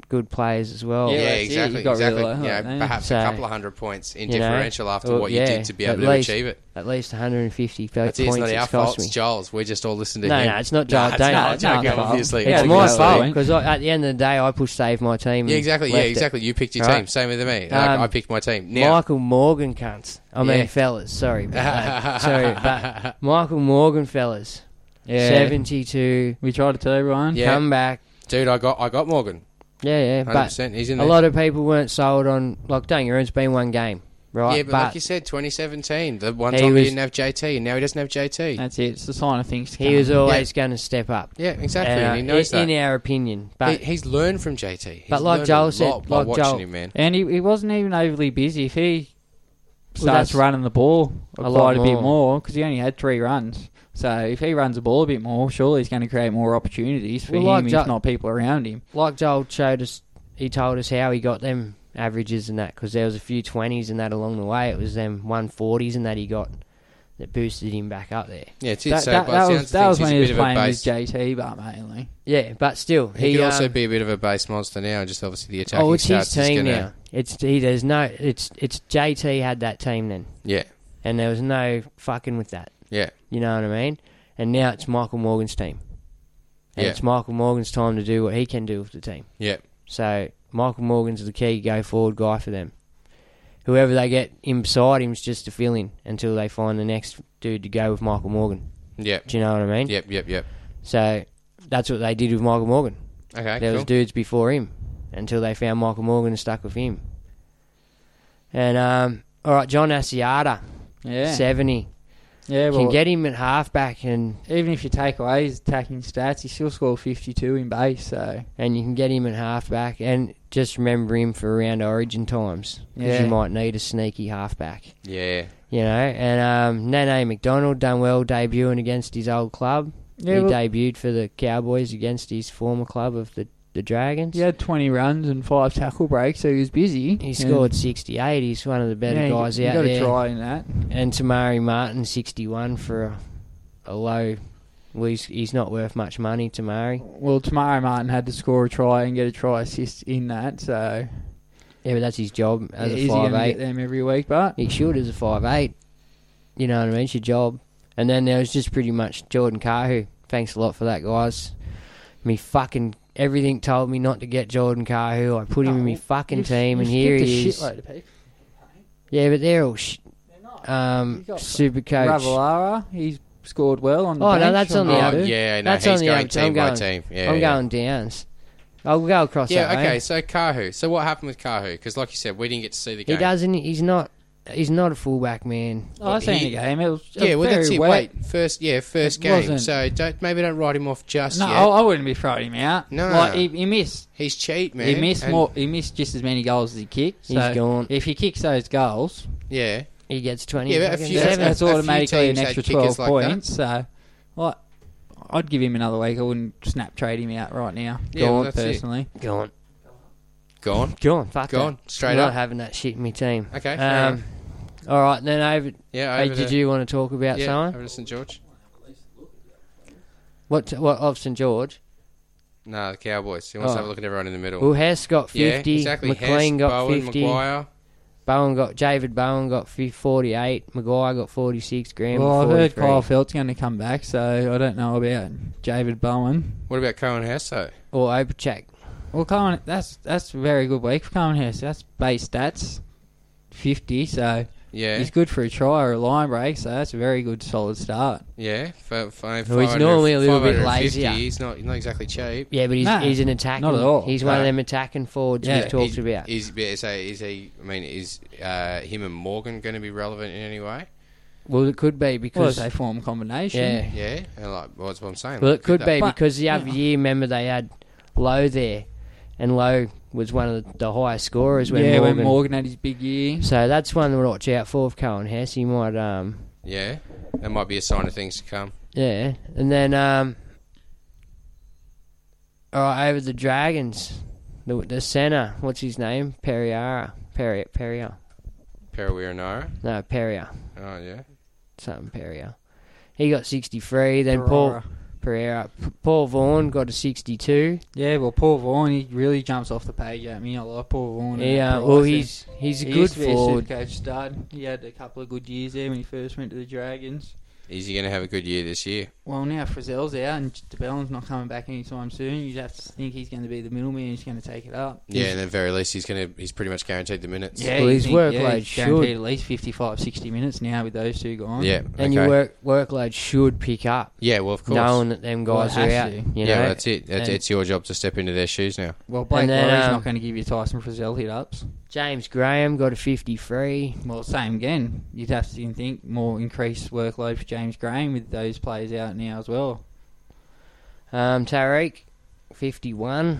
good players as well.
yeah,
that's it.
exactly.
You got rid of
exactly.
that,
You know,
haven't you?
perhaps
So,
a couple of hundred points in
you know,
differential after
well,
what you
yeah,
did to be
at
able to
least-
achieve it.
At least 150
That's
points
it. It's not
it's
our
cost
fault.
me.
It's Giles. We're just all listening to
No,
him.
no, it's not
Nah,
Giles. Don't-
not
no,
Joking,
no, no.
obviously.
Yeah,
It's
we
my
got
fault
it.
because at the end of the day, I pushed save my team.
eh? Yeah,
and
exactly. Yeah,
left it.
exactly. You picked your
All right.
team. Same with me. Like,
Um,
I picked my team. Now,
Michael Morgan cunts. I mean,
Yeah.
fellas. Sorry,
*laughs*
but, uh, sorry, but Michael Morgan fellas.
Yeah.
Seventy-two.
We tried to tell everyone.
Yeah.
Come back.
dude, I got I got Morgan.
Yeah, yeah.
100.
But
percent He's in
a
there.
lot of people weren't sold on. Like, dang, it's been one game, right?
yeah, but, like you said, 2017, the one
He
time
was-
he didn't have JT, and now he doesn't have JT.
That's it. It's the sign of things to
he
come.
was always going to step up.
yeah, exactly.
Uh,
and he knows
in,
that.
in our opinion,
He-
but
he's learned from JT. He's
but like
learned
Joel
a
said-
lot by
like
watching
Joel-
him, man.
And he, he wasn't even overly busy. If he starts
that's-
running the ball
A
a,
lot
quite a bit
more.
more, because he only had three runs. So if he runs the ball a bit more, surely he's going to create more opportunities for
Well,
him,
like Ja-
if not people around him.
like Joel showed us, he told us how he got them averages and that because there was a few twenties and that along the way. It was them one forties and that he got that boosted him back up there.
Yeah, it's it.
That,
so
that,
by the
that
sounds
was,
of
that
things,
was when
he's a
he was
bit of a
playing with
base.
JT, but mainly.
Yeah, but still, he,
He, could also
um,
be a bit of a base monster now, and just obviously the attacking
Oh, it's his
stats is
team
gonna-
now. It's he, there's no it's it's JT had that team then,
Yeah,
and there was no fucking with that.
yeah,
You know what I mean? And now it's Michael Morgan's team, and
Yeah.
it's Michael Morgan's time to do what he can do with the team.
yeah.
So Michael Morgan's the key go forward guy for them. Whoever they get inside him's just a fill in until they find the next dude to go with Michael Morgan.
Yep,
Do you know what I mean?
yep, yep, yep.
So that's what they did with Michael Morgan.
Okay,
There was
cool.
dudes before him until they found Michael Morgan and stuck with him. And um, all right, John Asiata,
Yeah.
seventy,
Yeah,
can
well,
get him at halfback, and
even if you take away his attacking stats, he still scored 52 in base, so
and you can get him at halfback, and just remember him for around Origin times because
Yeah.
you might need a sneaky halfback.
Yeah,
You know, and um, Nene McDonald done well debuting against his old club.
Yeah,
he
well-
debuted for the Cowboys against his former club of the, the Dragons.
he had 20 runs and five tackle breaks, so he was busy.
He
And-
scored 68. He's one of the better
yeah, you-
guys
you
out
gotta
there.
try in that.
And Tamari Martin, 61 for a, a low. Well, he's, he's not worth much money, Tamari.
Well, tomorrow Martin had to score a try and get a try assist in that, so
Yeah, but that's his job as
is
a
he going to
5'8".
get them every week? But
He should as a five eight. You know what I mean? It's your job. And then there was just pretty much Jordan Cahu. Thanks a lot for that, guys. Me fucking everything told me not to get Jordan Cahill. I put him in my fucking
You've-
team,
you've
and here
skipped
he
a
is.
shitload of people.
Yeah, but they're all sh- um, super coach.
Ravalara, he's scored well on the
Oh no,
bench
that's on the
the
other.
other.
that's on the other. I'm going, I'm going Downs. I'll go across
Yeah,
that.
okay.
mate.
So Kahu. So what happened with Kahu? Because like you said, we didn't get to see the
He
game.
doesn't. He's not. He's not a fullback man.
Oh, I seen He- the game.
It was
Yeah, well, that's it.
wet.
Wait, first, yeah, first
It
game.
wasn't-
So don't maybe don't write him off just
No,
yet.
I, I wouldn't be throwing him out.
No.
like, he, he missed.
He's cheat, man.
He missed
And-
more. He missed just as many goals as he kicked.
He's
So
gone.
If he kicks those goals,
yeah,
he gets
Yeah, but a fucking few-
that's,
seven. a few
automatically
teams
an
had
extra
kickers
twelve
like that.
points. So, like, I'd give him another week. I wouldn't snap trade him out right now.
Yeah, well,
Gone
that's it.
personally.
Gone.
Gone.
Gone. Fuck
Gone.
that.
Straight
I'm Not
up.
having that shit in my team.
Okay, fair
Um, all right, then over.
Yeah,
hey,
over
did
to-
you want to talk about
yeah,
someone?
over to St George.
What? What of St George?
No, the Cowboys. He wants
Oh.
to have a look at everyone in the middle.
Well, Hess got
Yeah,
fifty.
exactly. Hess,
McLean got
Bowen,
fifty.
Maguire.
Bowen got David Bowen got fi- forty-eight. Maguire got forty-six. Graham
Well,
got
I've heard
43.
Kyle Felt's going to come back, so I don't know about David Bowen.
What about Cohen Hess though?
Or Opacek.
Well, Cohen, that's that's a very good week for Cohen Hess. That's base stats, fifty. So
Yeah.
he's good for a try or a line break. So that's a very good, solid start.
Yeah, for, for
Well, he's normally a little bit lazier.
He's not he's not exactly cheap.
Yeah, but he's
No,
he's an attacking.
not at all.
He's one of
No.
them attacking forwards we've talked about.
Is, is, so is he? I mean, is uh, him and Morgan going to be relevant in any way?
Well, it could be
Well,
because
they form combination.
Yeah.
Yeah, and like well, that's what I'm saying.
Well, it could
they-
be because the other year, remember they had Lowe there, and Lowe was one of the, the highest scorers when
yeah,
Morgan.
when Morgan had his big year.
So that's one to watch out for of Cohen Hess. He might, um,
Yeah, that might be a sign of things to come.
yeah, and then um, all right, over the Dragons, the the center, what's his name? Perriara, Perri Perrier,
Pereira.
no Perrier,
Oh yeah.
something Perrier. He got sixty three. Then Paul Pereira, P- Paul Vaughan got a sixty two.
Yeah, well, Paul Vaughan, he really jumps off the page at me. I like Paul Vaughan. at
Yeah,
Brighton.
uh, well, he's- he's a
he
good
used to be a
forward.
super coach stud. He had a couple of good years there when he first went to the Dragons.
Is he going to have a good year this year?
Well, now Frizzell's out and DeBellin's not coming back anytime soon. You'd have to think he's going to be the middleman who's going to take it up.
Yeah, and at very least he's going to he's pretty much guaranteed the minutes.
Yeah,
Well,
you
his
think, yeah,
workload
he's guaranteed
should-
at least 55, 60 minutes now with those two gone.
Yeah,
and your
okay.
work workload should pick up.
Yeah, well, of course.
knowing that them
Well, it
guys are
has
out.
to.
You
Yeah,
know?
yeah, well, that's it. That's,
And
it's your job to step into their shoes now.
Well, Blake
And then,
Laurie's
um,
not going to give you Tyson Frizzell hit ups.
James Graham got a fifty-three.
Well, same again. You'd have to think more increased workload for James Graham with those players out now as well.
Um, Tariq, fifty-one.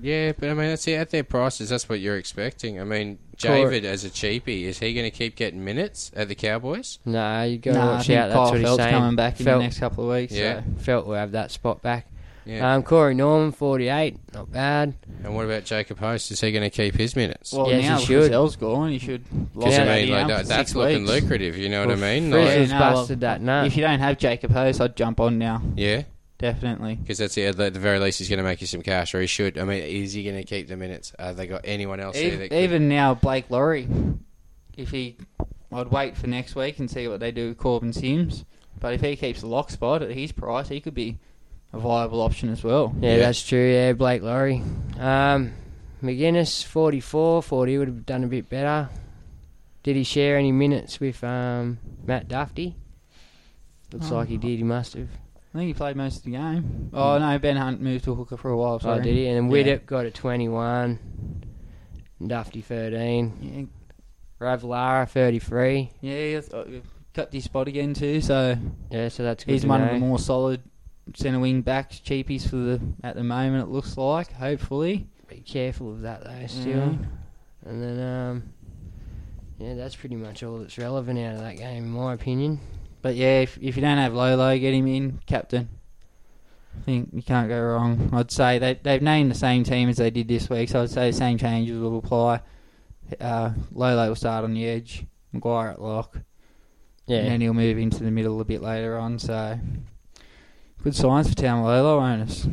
Yeah, but I mean that's it. At their prices, that's what you're expecting. I mean,
Cor-
David as a cheapie, is he going to keep getting minutes at the Cowboys?
No, you got to
Nah, I
watch
think
out. That's
Kyle
what he's
Felt's
saying.
coming back in the
Felt-
next couple of weeks.
Yeah.
Yeah.
Felt will have that spot back.
Yeah.
Um, Corey Norman, forty-eight. Not bad.
And what about Jacob Host? Is he going to keep his minutes?
Well,
Yes,
now
he should.
Frizzell's gone. You should lock
Because
him
I mean, like,
down
that-
for
that's
six
looking
weeks.
lucrative. You know what I mean?
Frizzell's
Like,
Frizzle's
Yeah, no,
busted that nut.
If you don't have Jacob Hurst, I'd jump on now.
yeah,
Definitely.
because that's it. At the very least, he's going to make you some cash, or he should. I mean, is he going to keep the minutes? Have they got anyone else? there that
Even,
could-
even now, Blake Laurie, if he, I'd wait for next week and see what they do with Corbin Sims. But if he keeps the lock spot at his price, he could be a viable option as well.
Yeah,
Yeah.
that's true. Yeah, Blake Laurie. Um, McGuinness, 44. 40 would have done a bit better. Did he share any minutes with um, Matt Duffy? Looks
Oh.
like he did. He must have.
I think he played most of the game. Oh no, Ben Hunt moved to hooker for a while. Sorry.
Hmm. Oh, did he? And then
Yeah.
Widdop got a 21. And Duffy, 13.
Yeah,
Ravlara, 33.
yeah, he has- uh, cut his spot again too. So
Yeah, so that's good.
he's
to
one
know.
of the more solid centre wing backs, cheapies for the at the moment. It looks like hopefully.
Be careful of that, though, still.
Mhm.
And then, um, yeah, that's pretty much all that's relevant out of that game, in my opinion.
But yeah, if, if you don't have Lolo, get him in, captain. I think you can't go wrong. I'd say they they've named the same team as they did this week, so I'd say the same changes will apply. Uh, Lolo will start on the edge, Maguire at lock, and
Yeah.
then he'll move into the middle a bit later on. So good signs for Town Lolo owners.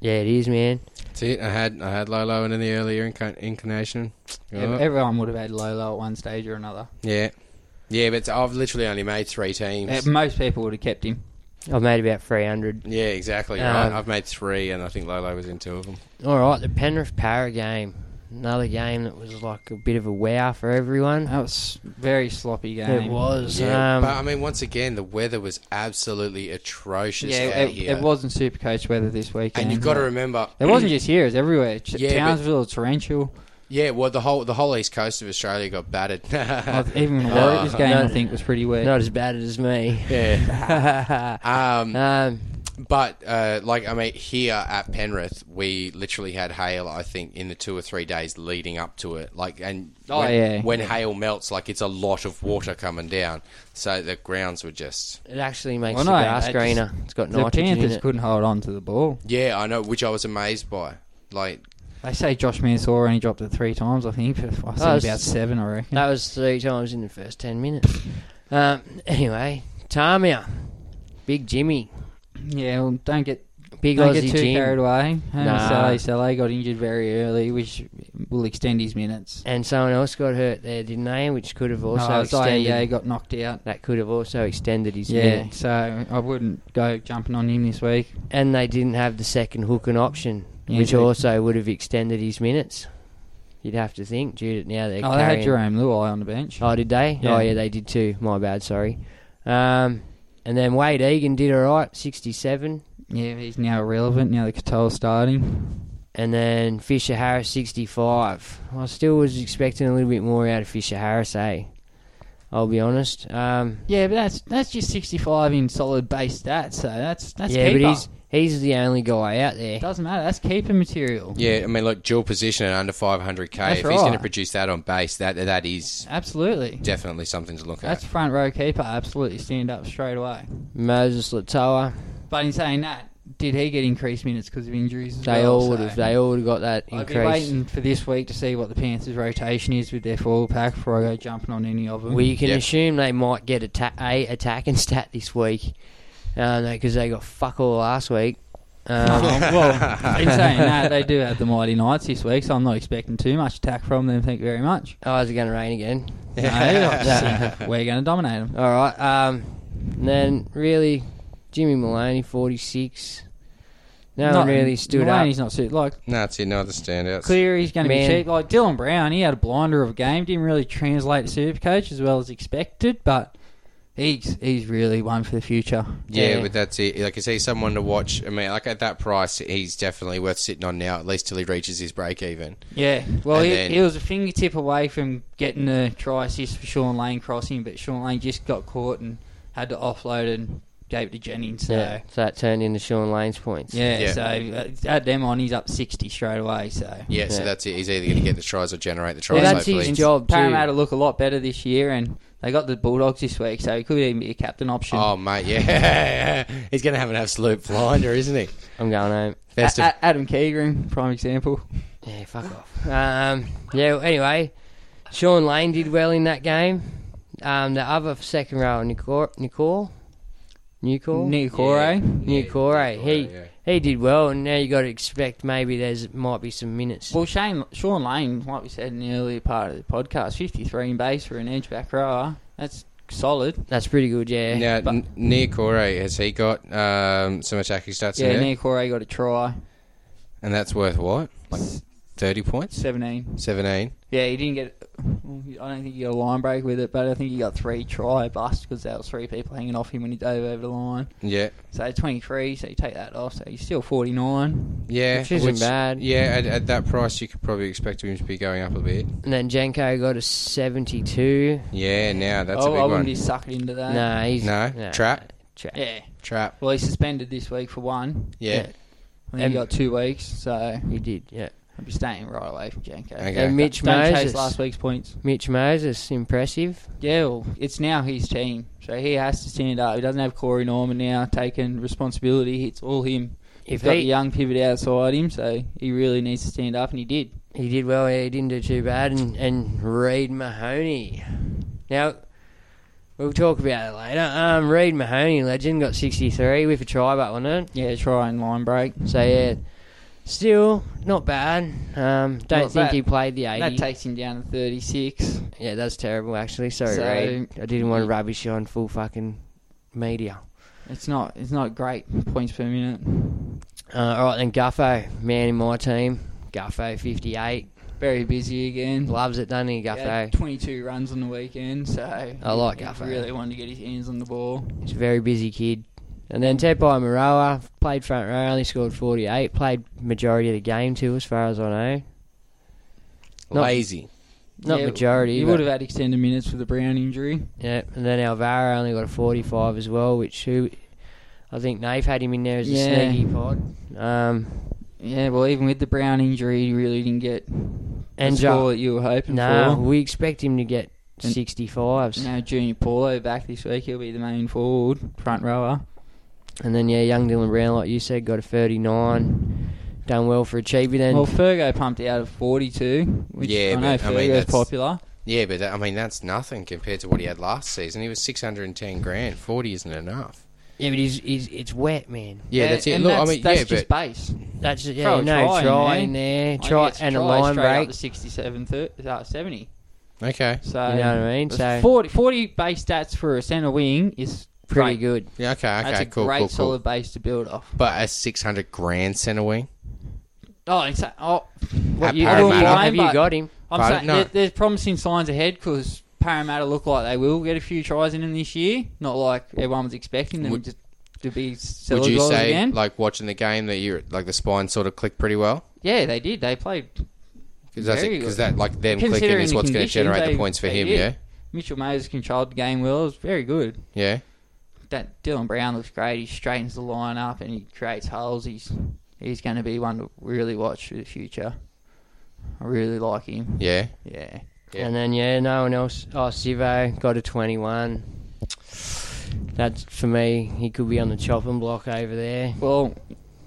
Yeah, it is, man.
That's it. I had I had Lolo in the earlier inc- inclination. Oh,
Ev- Everyone would have had Lolo at one stage or another.
yeah, yeah, but I've literally only made three teams.
Uh, Most people would have kept him.
I've made about 300.
Yeah, exactly.
Uh,
Um,
right. I've made three, and I think Lolo was in two of them.
All right, the Penrith Para game. Another game that was like a bit of a wow for everyone. That
was very sloppy
It was.
Yeah,
um,
but I mean, once again, the weather was absolutely atrocious
Yeah,
out
it,
here.
it wasn't Supercoach weather this weekend.
And you've got to remember-
*clears throat* it wasn't just here; it was everywhere. Ch-
Yeah, but-
Townsville, torrential.
*clears throat* Yeah, well, the whole the whole east coast of Australia got battered. *laughs*
*laughs*
Uh,
I've- even worse, this game I think was pretty wet.
Not as bad as me.
Yeah. um, but uh, like I mean, here at Penrith, we literally had hail. I think in the two or three days leading up to it, like and
Oh,
when,
yeah.
when hail melts, like it's a lot of water coming down, so the grounds were just.
It actually makes
Well,
the
no,
grass
it just-
greener. It's got
the
nitrogen in
Panthers
it.
couldn't hold on to the ball.
Yeah, I know, which I was amazed by. Like,
They say Josh Mansour only dropped it three times. I think *laughs* but I
That
said
was-
about seven. I reckon.
That was three times in the first ten minutes. Um, anyway, Tamia, Big Jimmy,
Yeah, well, don't get
Big
don't
Aussie
get too
Jim.
carried away.
Nah.
Nah. Saleh got injured very early, which will extend his minutes.
and someone else got hurt there, didn't they? Which could have also
Oh, Zaire
extended.
got knocked out.
That could have also extended his
yeah,
minutes.
so I wouldn't go jumping on him this week.
And they didn't have the second hook and option,
Yeah,
which
they-
also would have extended his minutes. You'd have to think, due to now they're
Oh, they
carrying.
had Jerome Luai on the bench.
Oh, did they?
Yeah.
Oh, yeah, they did too. My bad, sorry. Um, and then Wade Egan did all right, 67.
Yeah, he's now irrelevant. Now the Katoa's starting.
And then Fisher Harris, 65. I still was expecting a little bit more out of Fisher Harris, eh? I'll be honest. Um,
Yeah, but that's that's just 65 in solid base stats. So that's that's
yeah,
keeper.
but he's he's the only guy out there.
Doesn't matter. That's keeper material.
Yeah, I mean, look, dual position and under 500k.
That's
if he's going to
right.
produce that on base, that that is
Absolutely.
definitely something to look
That's
at.
front row keeper. Absolutely stand up straight away.
Moses Latoa.
But in saying that, did he get increased minutes because of injuries? as
They
well?
all would
So
have. They all would have got that
I'd be
increase.
waiting for this week to see what the Panthers' rotation is with their forward pack before I go jumping on any of them.
Well, you can
Yep.
assume they might get a, ta- a attack and *laughs* stat this week, because they got fuck all last week.
Oh,
Um,
Uh-huh.
well,
*laughs*
in saying that, they do have the Mighty Knights this week, so I'm not expecting too much attack from them. Thank you very much.
oh, is it going to rain again?
*laughs*
No, I'm just saying, we're going to dominate them.
All right. Um, and then really, Jimmy Maloney, forty-six. No one really stood
Maloney's
up.
not suited. Like
No, it's no other standouts.
Clear, he's going to be
Man.
cheap. Like Dylan Brown, he had a blinder of a game. Didn't really translate to Supercoach as well as expected, but he's he's really one for the future.
Yeah,
Yeah.
but that's it. Like, is he someone to watch? I mean, like at that price, he's definitely worth sitting on now, at least till he reaches his break even.
Yeah, well,
And
he,
then-
he was a fingertip away from getting a try assist for Sean Lane crossing, but Sean Lane just got caught and had to offload and gave it to Jennings. So
Yeah,
yeah,
so that turned into Sean Lane's points.
Yeah.
so uh, add them on, he's up sixty straight away. So
Yeah, so
Yeah.
that's it. He's either going to get the tries or generate the tries.
Well, that's
hopefully.
his job
Parramatta
too.
look a lot better this year, and they got the Bulldogs this week, so he could even be a captain option.
Oh mate, yeah, *laughs* he's going to have an absolute blinder, isn't he?
I'm going home.
Best
A-
of,
A- Adam Keegan, prime example.
Yeah, fuck off. Um, yeah. well, Anyway, Sean Lane did well in that game. Um, the other second row, Nicor, Nicor, Nicor,
Nick Corey.
Nicore, he
yeah.
he did well, and now you got to expect maybe there's might be some minutes.
Well, Shane, Sean Lane, like we said in the earlier part of the podcast, fifty-three in base for an edge back rower. That's solid.
That's pretty good, yeah.
now,
uh, but-
N- Nia Corey, has he got um, some attacking stats
Yeah,
in there?
Nick Corey got a try.
And that's worth what? Like 30 points?
17.
17?
Yeah, he didn't get. I don't think he got a line break with it, but I think he got three try busts because there was three people hanging off him when he dove over the line.
Yeah.
So 23, so you take that off, so he's still 49.
Yeah.
Which isn't bad.
Yeah, at, at that price, you could probably expect him to be going up a bit.
And then Jenko got a 72.
Yeah, now that's
oh,
a big
I wouldn't
one.
be sucking into that.
No, he's
No? Trap?
Trap.
Yeah.
Trap.
Well, he's suspended this week for one.
Yeah.
And he
And-
got two weeks, so I'd
He did, yeah.
be staying right away from Janko.
Okay.
And Mitch
Don't
Moses.
chase last week's points.
Mitch Moses, impressive.
Yeah, well, it's now his team, so he has to stand up. He doesn't have Corey Norman now taking responsibility. It's all him.
If
He's got
he-
the young pivot outside him, so he really needs to stand up, and he did.
He did well, yeah, he didn't do too bad. And, and Reed Mahoney. Now, we'll talk about it later. Um, Reed Mahoney, legend, got 63 with a try but on it.
Yeah, try and line break.
So, yeah, still not bad. Um, don't
Not
think
bad.
he played the 80.
That takes him down to 36.
Yeah, that's terrible. Actually, sorry,
So-
Ray. I didn't want to rubbish you on full fucking media.
It's not. It's not great points per minute.
Uh, all right then, Guffo, man in my team, Guffo, fifty-eight.
Very busy again.
Loves it, doesn't he, Guffo?
Yeah, 22 runs on the weekend, so I
like Gaffo.
Gaffo. Really wanted to get his hands on the ball.
He's a very busy kid. And then Tepai Moroa played front row, only scored 48, played majority of the game too, as far as I know. Not-
Lazy.
Not majority,
You
but-
would have had extended minutes with the Brown injury.
Yeah, and then Alvaro only got a 45 as well, which who I think Nave had him in there as a
Yeah.
sneaky pod. Um,
yeah, well, even with the Brown injury, you really didn't get
And
the score that you were hoping
nah,
for.
we expect him to get 65s.
Now Junior Paulo back this week. He'll be the main forward, front rower.
And then, yeah, young Dylan Brown, like you said, got a 39. Done well for a cheapie then.
well, Fergo pumped out of 42, which
yeah,
I know
but I mean
Fergo's
that's
popular.
Yeah, but that, I mean that's nothing compared to what he had last season. He was six hundred and ten grand. Forty isn't enough.
yeah, but he's, he's, it's wet, man.
Yeah, that's it.
and
Look,
that's,
I mean,
that's
yeah,
just
but
base.
That's yeah,
Throw a
no try,
try in there.
in there,
I think
try
it's
and a
try
line
straight up
break.
to 67, thir- uh, 70.
okay.
So
You know what I mean?
it's
So-
40, 40 base stats for a centre wing is
Pretty
great.
good.
Yeah, okay, okay,
That's a
cool,
great
cool, cool.
solid base to build off.
But a six hundred grand centre wing.
Oh, exa- oh
At
You,
I
Parramatta.
wouldn't mind,
have you
but
got him?
I'm
Pardon?
saying
No.
there, there's promising signs ahead because Parramatta look like they will get a few tries in them this year. Not like everyone was expecting them
Would-
to, to be
Would you
sellers
say
again.
like watching the game that you like the spine sort of clicked pretty well?
yeah, they did. They played.
Because that's
Very
because
good.
that like them
Considering
clicking is
the
what's going to
conditions,
generate the
they-
points for
they
him.
did. Mitchell Mays controlled the game well. It was very good.
Yeah, yeah.
That Dylan Brown looks great. He straightens the line up and he creates holes. He's he's going to be one to really watch for the future. I really like him.
Yeah.
Yeah.
Yeah.
And then yeah, no one else. Oh, Sivo got a 21. That's for me. He could be on the chopping block over there.
Well,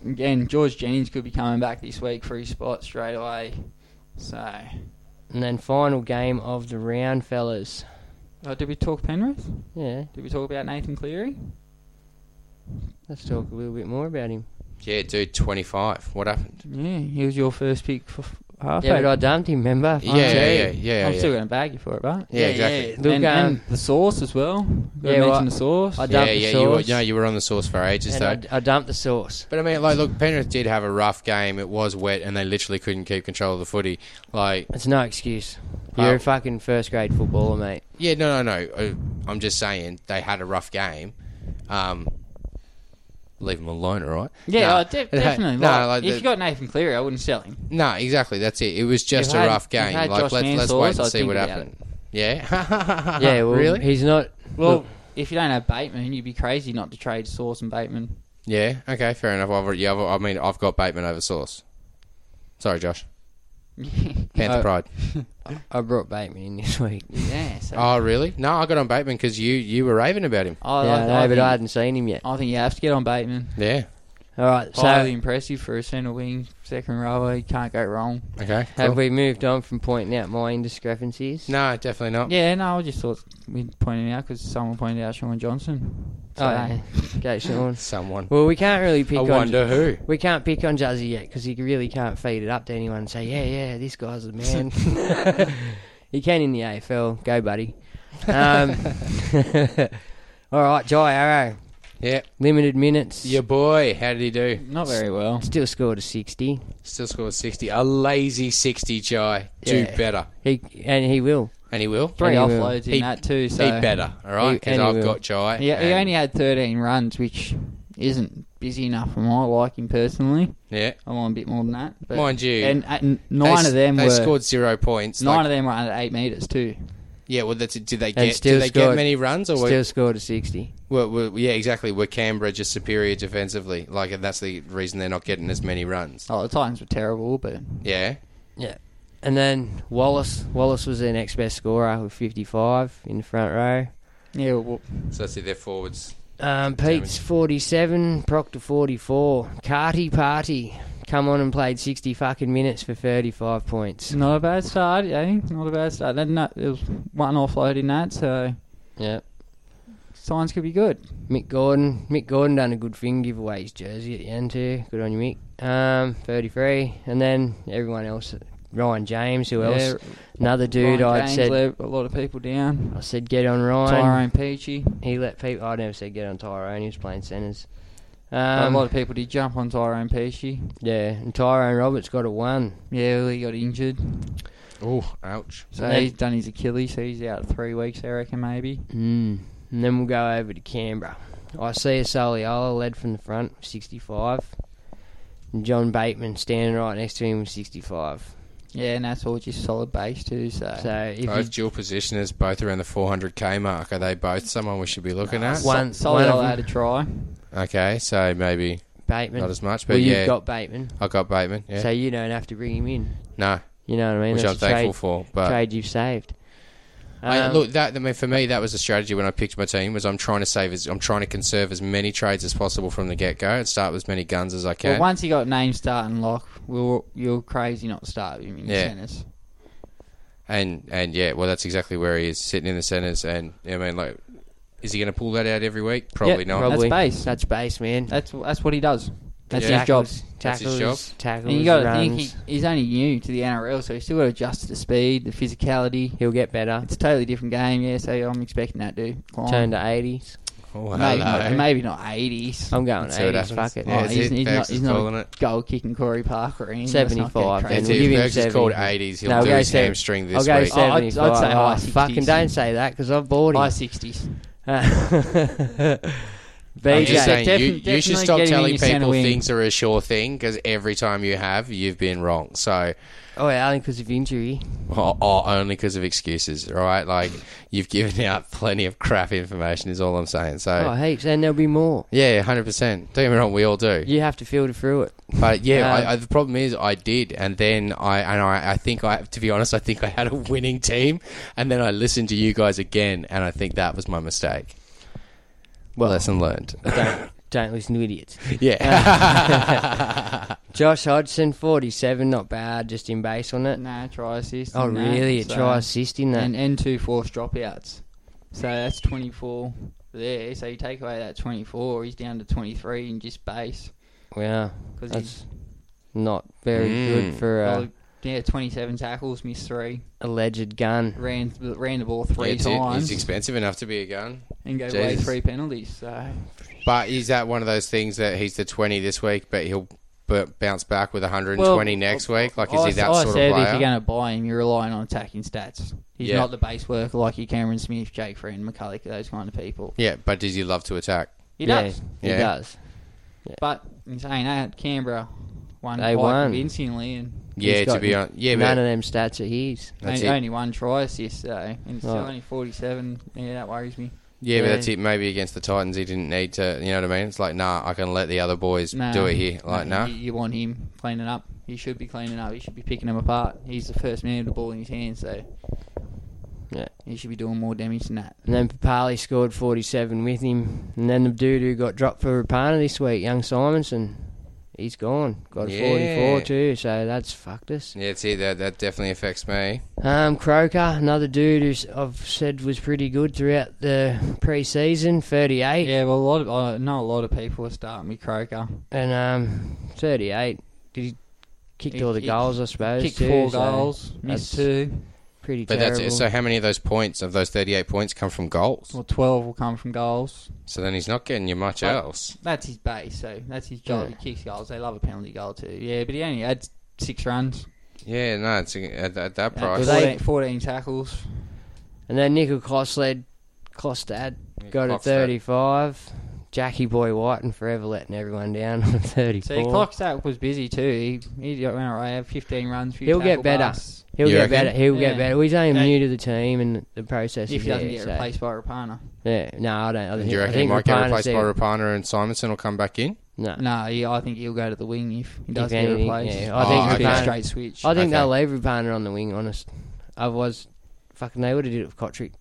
again, George Jennings could be coming back this week for his spot straight away. So,
And then final game of the round, fellas.
oh, did we talk Penrith?
Yeah,
Did we talk about Nathan Cleary?
let's talk a little bit more about him.
Yeah, dude, twenty five. What happened?
Yeah, he was your first pick for f- half.
Yeah, but I dumped him. Remember?
Yeah, yeah, yeah, yeah.
I'm
yeah.
still going to bag you for it, but
Yeah, exactly.
Look,
and, and
um,
the source as well. Got
Yeah,
to mention
well,
the source.
I
yeah,
dumped the
yeah. You were,
source.
no, you were on the source for ages
and
though.
I, d- I dumped the source.
But I mean, like, look, Penrith did have a rough game. It was wet, and they literally couldn't keep control of the footy. Like,
It's no excuse.
Oh.
You're a fucking first grade footballer, mate.
yeah, no, no, no. I- I'm just saying they had a rough game. Um, leave them alone, all right?
yeah,
Nah.
oh, de- definitely.
No,
like,
like
if
the-
you got Nathan Cleary, I wouldn't sell him.
No, exactly. That's it. It was just
You've
a
had-
rough
you've
game.
had
Like,
Josh
let's let's
Mansour's,
wait and
I'd
see
think
what
about
happened. Yeah. *laughs*
yeah, well,
really?
He's not.
Well,
look,
if you don't have Bateman, you'd be crazy not to trade Source and Bateman.
Yeah. Okay. Fair enough. I've, yeah, I've, I mean, I've got Bateman over Source. Sorry,
*laughs*
Josh. Panther
Uh,
Oh.
pride.
I brought Bateman in *laughs* this week.
*laughs*
Yeah, so
Oh, really? No, I got on Bateman because you you were raving about him.
I,
yeah,
I,
I
I
know, but
think-
I hadn't seen him yet.
I think you have to get on Bateman.
Yeah.
All right, so
highly impressive for a centre wing, second rower. You can't go wrong.
Okay.
have
cool.
we moved on from pointing out my indiscrepancies?
No, definitely not.
Yeah, no, I just thought we'd point it out because someone pointed out Sean Johnson.
Oh, yeah. okay, Sean.
Someone.
Well, we can't really pick
I
on.
wonder who.
We can't pick on Jazzy yet because he really can't feed it up to anyone and say, "Yeah, yeah, this guy's the man." he can in the AFL. Go, buddy. Um, *laughs* all right, Jai Arrow.
Yeah,
Limited minutes.
your boy. How did he do?
Not very well.
Still scored a sixty.
Still scored sixty. A lazy sixty, Jai. Do
Yeah.
better,
He and he will.
and he will.
Three
Anyway.
offloads in
He-
that too. So
he better. All right,
He-
because
and he
I've
will.
got Jai.
Yeah, he
and-
only had 13 runs, which isn't busy enough for my liking personally.
Yeah,
I want a bit more than that. But,
Mind you,
and, and
They
nine
s-
of them
they
were
scored zero points.
nine
like-
of them were under eight meters too.
Yeah, well, that's it. Did they
And
get?
still
Did they
scored-
get many runs? Or
Still scored a sixty.
were, were, were- yeah, exactly. Were Canberra just superior defensively? Like, and that's the reason they're not getting as many runs.
Oh, the Titans were terrible, but
Yeah,
Yeah. And then Wallace. Wallace was their next best scorer with fifty-five in the front row.
yeah, well,
so that's it. Their forwards.
Um, Pete's 47, Proctor 44. Carty Party come on and played 60 fucking minutes for 35 points.
not a bad start. Yeah, not a bad start. Then that there was one offload in that, so
Yep.
signs could be good.
Mick Gordon. Mick Gordon done a good thing, give away his jersey at the end too. Good on you, Mick. Um, 33. And then everyone else Ryan James, who
Yeah,
else? Another dude
Ryan
I
James
said
let a lot of people down.
I said get on Ryan.
Tyrone Peachy.
He let people. I never said get on Tyrone. He was playing centres.
But
Um,
a lot of people did jump on Tyrone Peachy.
yeah, and Tyrone Roberts got a one.
Yeah, well, he got injured.
Oh, ouch.
So
And then-
he's done his Achilles, so he's out three weeks, I reckon, maybe.
Mm. And then we'll go over to Canberra. I see Soliola led from the front, 65. And John Bateman standing right next to him with 65.
Yeah, and that's all just solid base, too, so.
So if
Both
you,
dual positioners, both around the 400k mark. Are they both someone we should be looking at?
one,
Sol-
one of
Soliola
them-
had a try.
Okay, so maybe
Bateman.
not as much, but
well,
yeah,
you've got Bateman,
I got Bateman. Yeah,
so you don't have to bring him in.
no,
You know what I mean?
which I'm
That's a
thankful for.
trade,
But
trade you've saved.
I-
Um,
look, that I mean, for me, that was the strategy when I picked my team was I'm trying to save as I'm trying to conserve as many trades as possible from the get go and start with as many guns as I can.
Well, once he got named starting lock, we were, you were crazy not to start him in
Yeah.
centres.
And and yeah, well, that's exactly where he is sitting in the centres. And I mean, like, is he going to pull that out every week? Probably
Yep,
not.
probably. That's base.
That's base, man.
That's that's what he does. That's
Yeah.
his job.
Tackles,
That's his
tackles,
job.
tackles,
And you got to
runs.
think he, he's only new to the NRL, so he's still got to adjust to the speed, the physicality.
He'll get better.
It's a totally different game, yeah. So I'm expecting that to climb.
Turn to 80s.
Oh,
maybe,
hello.
not, maybe not 80s.
I'm going
See what
80s.
happens.
Fuck it.
Yeah,
Oh,
it's
he's,
it.
he's
Fergs
not,
is
he's not
calling it.
goal kicking Corey Parker. or anything. Let's not get
75,
crazy.
then.
That's
We'll give
it.
him
Fergs is
70.
called 80s. He'll
No, we'll
do
go
his
70.
hamstring
I'll
this
go
week.
Oh, I'd- I'd
75. I'd,
say
say
high 60s.
fucking don't say that because I've bought
High
him.
sixties.
I'm
*laughs* BJ,
just saying,
Defin-
you, you should
definitely
stop
get him in
telling
your centre
people
wing.
things are a sure thing because every time you have, you've been wrong. So,
oh, yeah, only because of injury.
oh, oh, only because of excuses, right? Like, you've given out plenty of crap information, is all I'm saying. So,
Oh, heaps, and there'll be more.
yeah, 100%. Don't get me wrong, we all do.
You have to filter through it.
But yeah,
Um,
I, I, the problem is I did, and then I and I, I think I to be honest, I think I had a winning team, and then I listened to you guys again, and I think that was my mistake.
Well-
lesson learned. *laughs*
Don't, don't listen to idiots.
yeah,
Josh Hodgson, 47, not bad, just in base on it.
Nah, try assist.
Oh,
and that,
really? A
so-
try assist in that?
And and two forced dropouts. So that's twenty four there. So you take away that twenty four, he's down to twenty three in just base.
wow.
'Cause
That's uh, not very
Hmm.
good for
Well,
an
yeah, twenty seven tackles, missed three,
alleged gun.
ran ran the ball three
it's,
times,
it's expensive enough to be a gun.
and gave away
Jesus.
three penalties. So
But is that one of those things that he's the twenty this week, but he'll b- bounce back with one hundred and twenty next week? Like, is
I,
he that
I
sort
said
of
if you're
player?
going to buy him, you're relying on attacking stats. He's
Yeah.
not the base worker like your Cameron Smith, Jake Friend, McCulloch, those kind of people.
Yeah, but does he love to attack?
He
yeah,
does.
He
Yeah.
does.
But in saying that, Canberra won
They
quite
won.
convincingly, and
Yeah,
He's
to
got
be honest, yeah,
None
but
of them stats are his.
That's
only,
it.
only one try assist, so and it's still
Right.
only 47. Yeah, that worries me.
Yeah, but
Yeah.
that's it. Maybe against the Titans, he didn't need to. You know what I mean? It's like, nah, I can let the other boys
Nah.
do it here. Like, nah.
You, you want him cleaning up. He should be cleaning up. He should be picking them apart. He's the first man with the ball in his hand, so
Yeah.
he should be doing more damage than that.
And then Papali scored 47 with him. And then the dude who got dropped for Rapana this week, young Simonson, he's gone. Got a
Yeah.
44 too, so that's fucked us.
Yeah, it's it. That that definitely affects me.
Um, Croker, another dude who's I've said was pretty good throughout the pre-season, 38.
Yeah, well, a lot of I know a lot of people are starting with Croker.
And um, 38, did he kicked
He-
all the
he
goals, I suppose,
Kicked
too,
four
eh?
so
goals, missed
that's
two.
Pretty
But
terrible.
that's it. So how many of those points of those thirty-eight points come from goals?
Well, 12 will come from goals.
So then he's not getting you much
Well-
else.
That's his base, so that's his job.
Yeah.
He kicks goals. They love a penalty goal, too. Yeah, but he only had six runs,
Yeah, no. It's at, at that
uh,
price.
Well, they-
14, 14 tackles.
And then Nickel Costad, Costad got a
Costad.
35. Jackie Boy White and forever letting everyone down on 34.
See, Clockstack was busy, too. He, he went away, had 15 runs. few
He'll
tackle
get better.
busts,
He'll
You
get
reckon?
better. He'll
Yeah.
get better. Well, He's only
Yeah.
new to the team and the process.
If
is
he doesn't
there,
get
so-
replaced by Rapana.
Yeah. No, I don't. I
Do
think,
you
I
reckon he
think
might get
Rapana's
replaced by
there.
Rapana and Simonson will come back in?
No.
No, he, I think he'll go to the wing if he does
If
get
anything,
replaced.
yeah.
I think
it'll be
Rapana-
a straight switch.
I think
Okay.
they'll leave Rapana on the wing, honest. Otherwise, fucking they would have did it with Kotrick.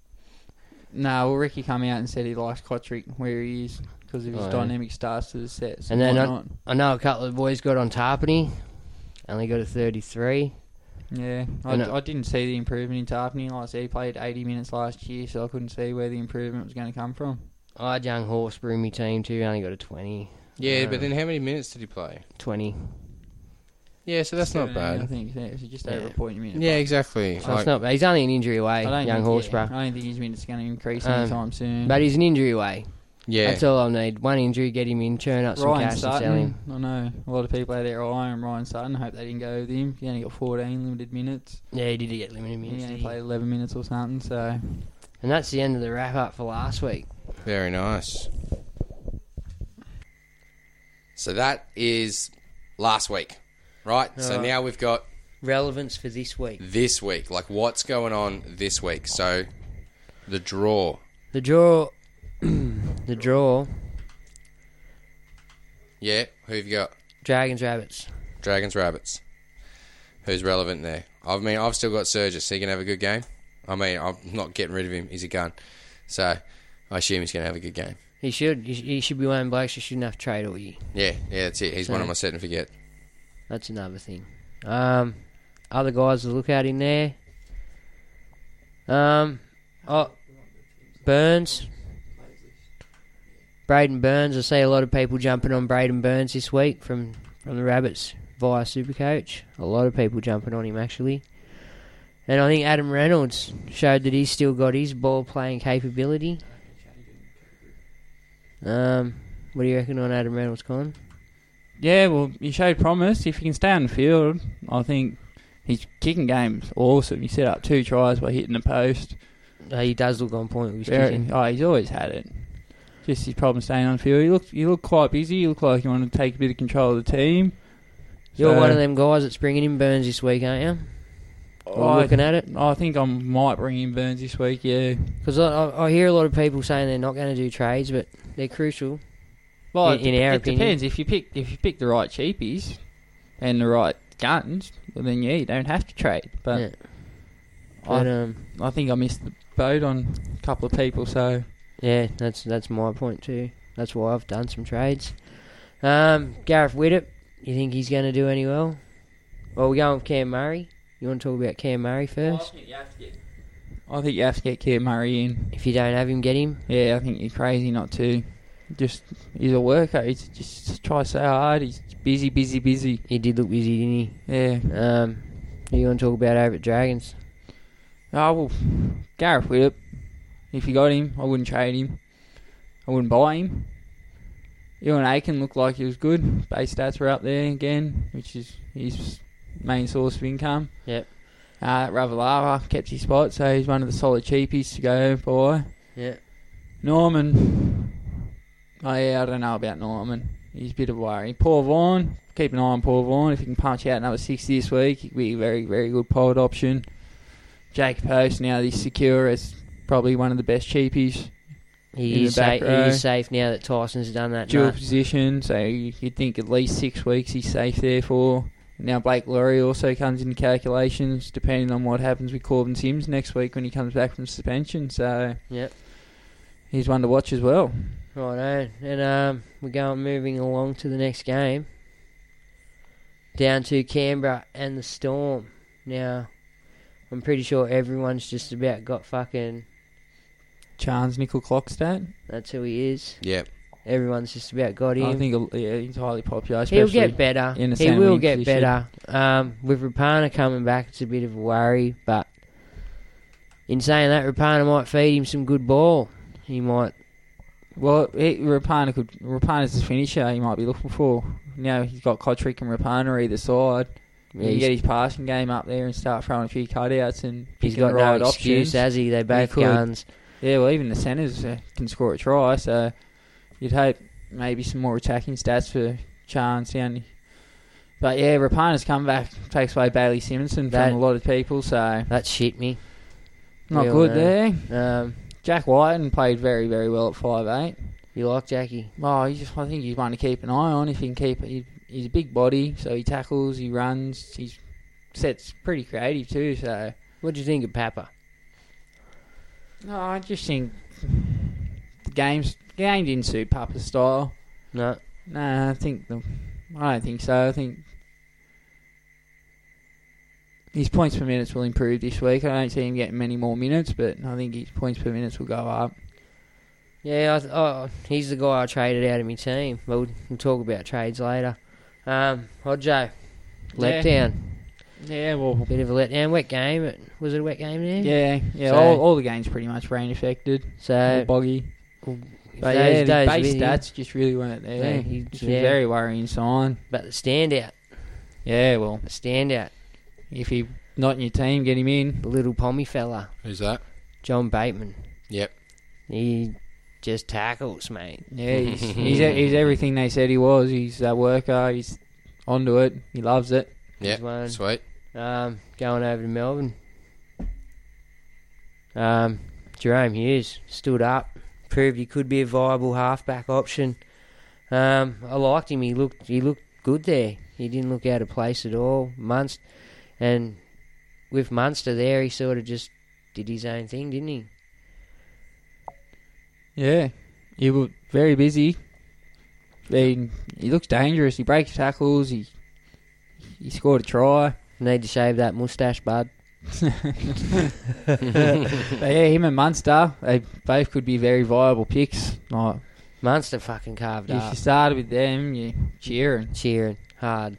No, well, Ricky come out and said he likes Kotrick where he is because of his
Oh, yeah.
dynamic starts to the sets.
And
And,
then I,
whatnot.
I know a couple of boys got on Tarpany. Only got a 33.
yeah, I,
and I-
I didn't see the improvement in Tarpany. Like I said, he played 80 minutes last year, so I couldn't see where the improvement was going to come from.
I had young Horse Broomy team too. Only got a 20.
Yeah,
but
but then how many minutes did he play?
20.
Yeah, so that's not
Seven and eight,
bad.
I think yeah, so just
Yeah.
over a point a minute.
Yeah, exactly.
So it's not bad. He's only an injury away,
I don't
young
think,
horse,
yeah, I don't think his minute's going to increase
Um,
anytime soon.
But he's an injury away.
Yeah.
That's all I need. One injury, get him in, churn up some
Ryan
cash and sell
Sutton,
him.
I know a lot of people out there are eyeing Ryan Sutton. I hope they didn't go with him. He only got 14 limited minutes.
Yeah, he did get limited minutes.
He only
didn't he?
played 11 minutes or something. So
And that's the end of the wrap up for last week.
Very nice. So that is last week, right? So
Right.
now we've got
Relevance for this week.
this week, like what's going on this week. So the draw.
The draw. *clears throat* the draw.
Yeah, who have you got?
Dragons, rabbits.
Dragons, rabbits. Who's relevant there? I mean, I've still got Surges. So he can have a good game. I mean, I'm not getting rid of him. He's a gun. So I assume he's going to have a good game.
He should. He sh- He should be one of them blokes you shouldn't have to trade all year.
Yeah, yeah, that's it. He's one of
So-
my set and forget.
That's another thing. Um, other guys to look out in there. Um, oh, Burns, Braden Burns. I see a lot of people jumping on Braden Burns this week from from the Rabbits via Supercoach. A lot of people jumping on him actually. And I think Adam Reynolds showed that he's still got his ball playing capability. Um, what do you reckon on Adam Reynolds, Con?
yeah, well, he showed promise. If he can stay on the field, I think his kicking game's awesome. He set up two tries by hitting the post.
Uh, he does look on point with his
Very-
kicking.
oh, he's always had it. Just his problem staying on the field. He looked, he looked quite busy. He looked like he wanted to take a bit of control of the team.
You're
So-
one of them guys that's bringing in Burns this week, aren't you? Or
Oh, I-
looking at it?
I think I might bring in Burns this week. Yeah,
Because I, I, I hear a lot of people saying they're not going to do trades, but they're crucial.
Well,
In-
it,
in our
it
opinion.
depends. If you pick if you pick the right cheapies and the right guns, well, then yeah, you don't have to trade. But
Yeah.
I,
But, um,
I think I missed the boat on a couple of people. So
yeah, that's that's my point too. That's why I've done some trades. Um, Gareth Widdop, you think he's going to do any well? Well, we're going with Cam Murray. You want to talk about Cam Murray first?
think you have to get. I think you have to get Keir Murray in.
If you don't have him, get him.
Yeah, I think you're crazy not to. Just he's a worker. He's just try so hard. He's busy, busy, busy.
He did look busy, didn't
Yeah.
he? Um, who you want to talk about over at Dragons?
Oh well, Gareth Whip. If you got him, I wouldn't trade him. I wouldn't buy him. Ewan Aiken looked like he was good. Base stats were up there again, which is his main source of income.
Yep.
Uh, Ravalava kept his spot, so he's one of the solid cheapies to go by.
Yeah.
Norman. Oh, yeah, I don't know about Norman. He's a bit of a worry. Paul Vaughan. Keep an eye on Paul Vaughan. If he can punch out another 60 this week, he'd be a very, very good pod option. Jake Post, now that he's secure, is probably one of the best cheapies. In
He
the
is,
back
safe, he
row.
is safe now that Tyson's done that.
Dual
nut.
position, so you'd think at least six weeks he's safe there for. Now Blake Laurie also comes into calculations, depending on what happens with Corbin Sims next week when he comes back from suspension. So
Yep.
he's one to watch as well.
Right, and um, we're going moving along to the next game. Down to Canberra and the Storm. Now, I'm pretty sure everyone's just about got fucking.
Charles Nickel Clockstad.
That's who he is.
Yep.
Everyone's just about got
I
him.
think yeah, he's highly popular.
He'll
Especially
get better.
in the
He
Sam
will
Wing
get
position.
better. Um, with Rapana coming back, it's a bit of a worry, but in saying that, Rapana might feed him some good ball. He might.
Well, it, Rapana could. Rapana's the finisher he might be looking for. Now he's got Kotrick and Rapana either side. He
Yeah,
can
he's-
get his passing game up there and start throwing a few cutouts and
He's
picking
got
the right
no excuse,
options.
has he? They both
could.
guns.
Yeah, well, even the centres uh, can score a try, so you'd hope maybe some more attacking stats for Chance down. But yeah, Rapana's come back takes away Bailey Simonson
That-
from a lot of people, so
That shit me.
not
Real uh,
good
man.
there.
Um,
Jack Whiten played very, very well at five eight.
you like Jackie?
Well, he's, I think he's one to keep an eye on. If he can keep, he, he's a big body, so he tackles, he runs, he's sets pretty creative too. So
What do you think of Papa?
no, I just think the game's the game didn't suit Papa's style.
No.
Nah, I think the, I don't think so. I think his points per minutes will improve this week. I don't see him getting many more minutes, but I think his points per minutes will go up.
Yeah, I th- oh, he's the guy I traded out of my team. We'll, we'll talk about trades later. Um, Hodjo, Let
Yeah.
down.
Yeah, well,
bit of a letdown. Wet game. It- Was it a wet game there?
Yeah, yeah. all, all the games pretty much rain affected.
So
All boggy.
Well,
But yeah,
those
the
days
base
with you-
stats just really weren't there.
Yeah,
Yeah,
he-
which was
yeah.
very worrying sign.
But the standout.
Yeah, well,
the standout.
If he not in your team, get him in.
The little pommy fella,
Who's that?
John Bateman.
Yep.
He just tackles, mate.
*laughs* Yeah, he's, he's, e- he's everything they said he was. He's that worker. He's onto it. He loves it.
He's one.
Sweet.
Um, going over to Melbourne. Um, Jerome Hughes stood up, proved he could be a viable halfback option. Um, I liked him. He looked he looked good there. He didn't look out of place at all. Munst and with Munster there, he sort of just did his own thing, didn't he?
Yeah, he was very busy. He, he looks dangerous. He breaks tackles. He he scored a try.
Need to shave that mustache, bud.
but yeah, him and Munster, they both could be very viable picks. Like,
Munster fucking carved
if
up.
you started with them, you cheering.
cheering hard.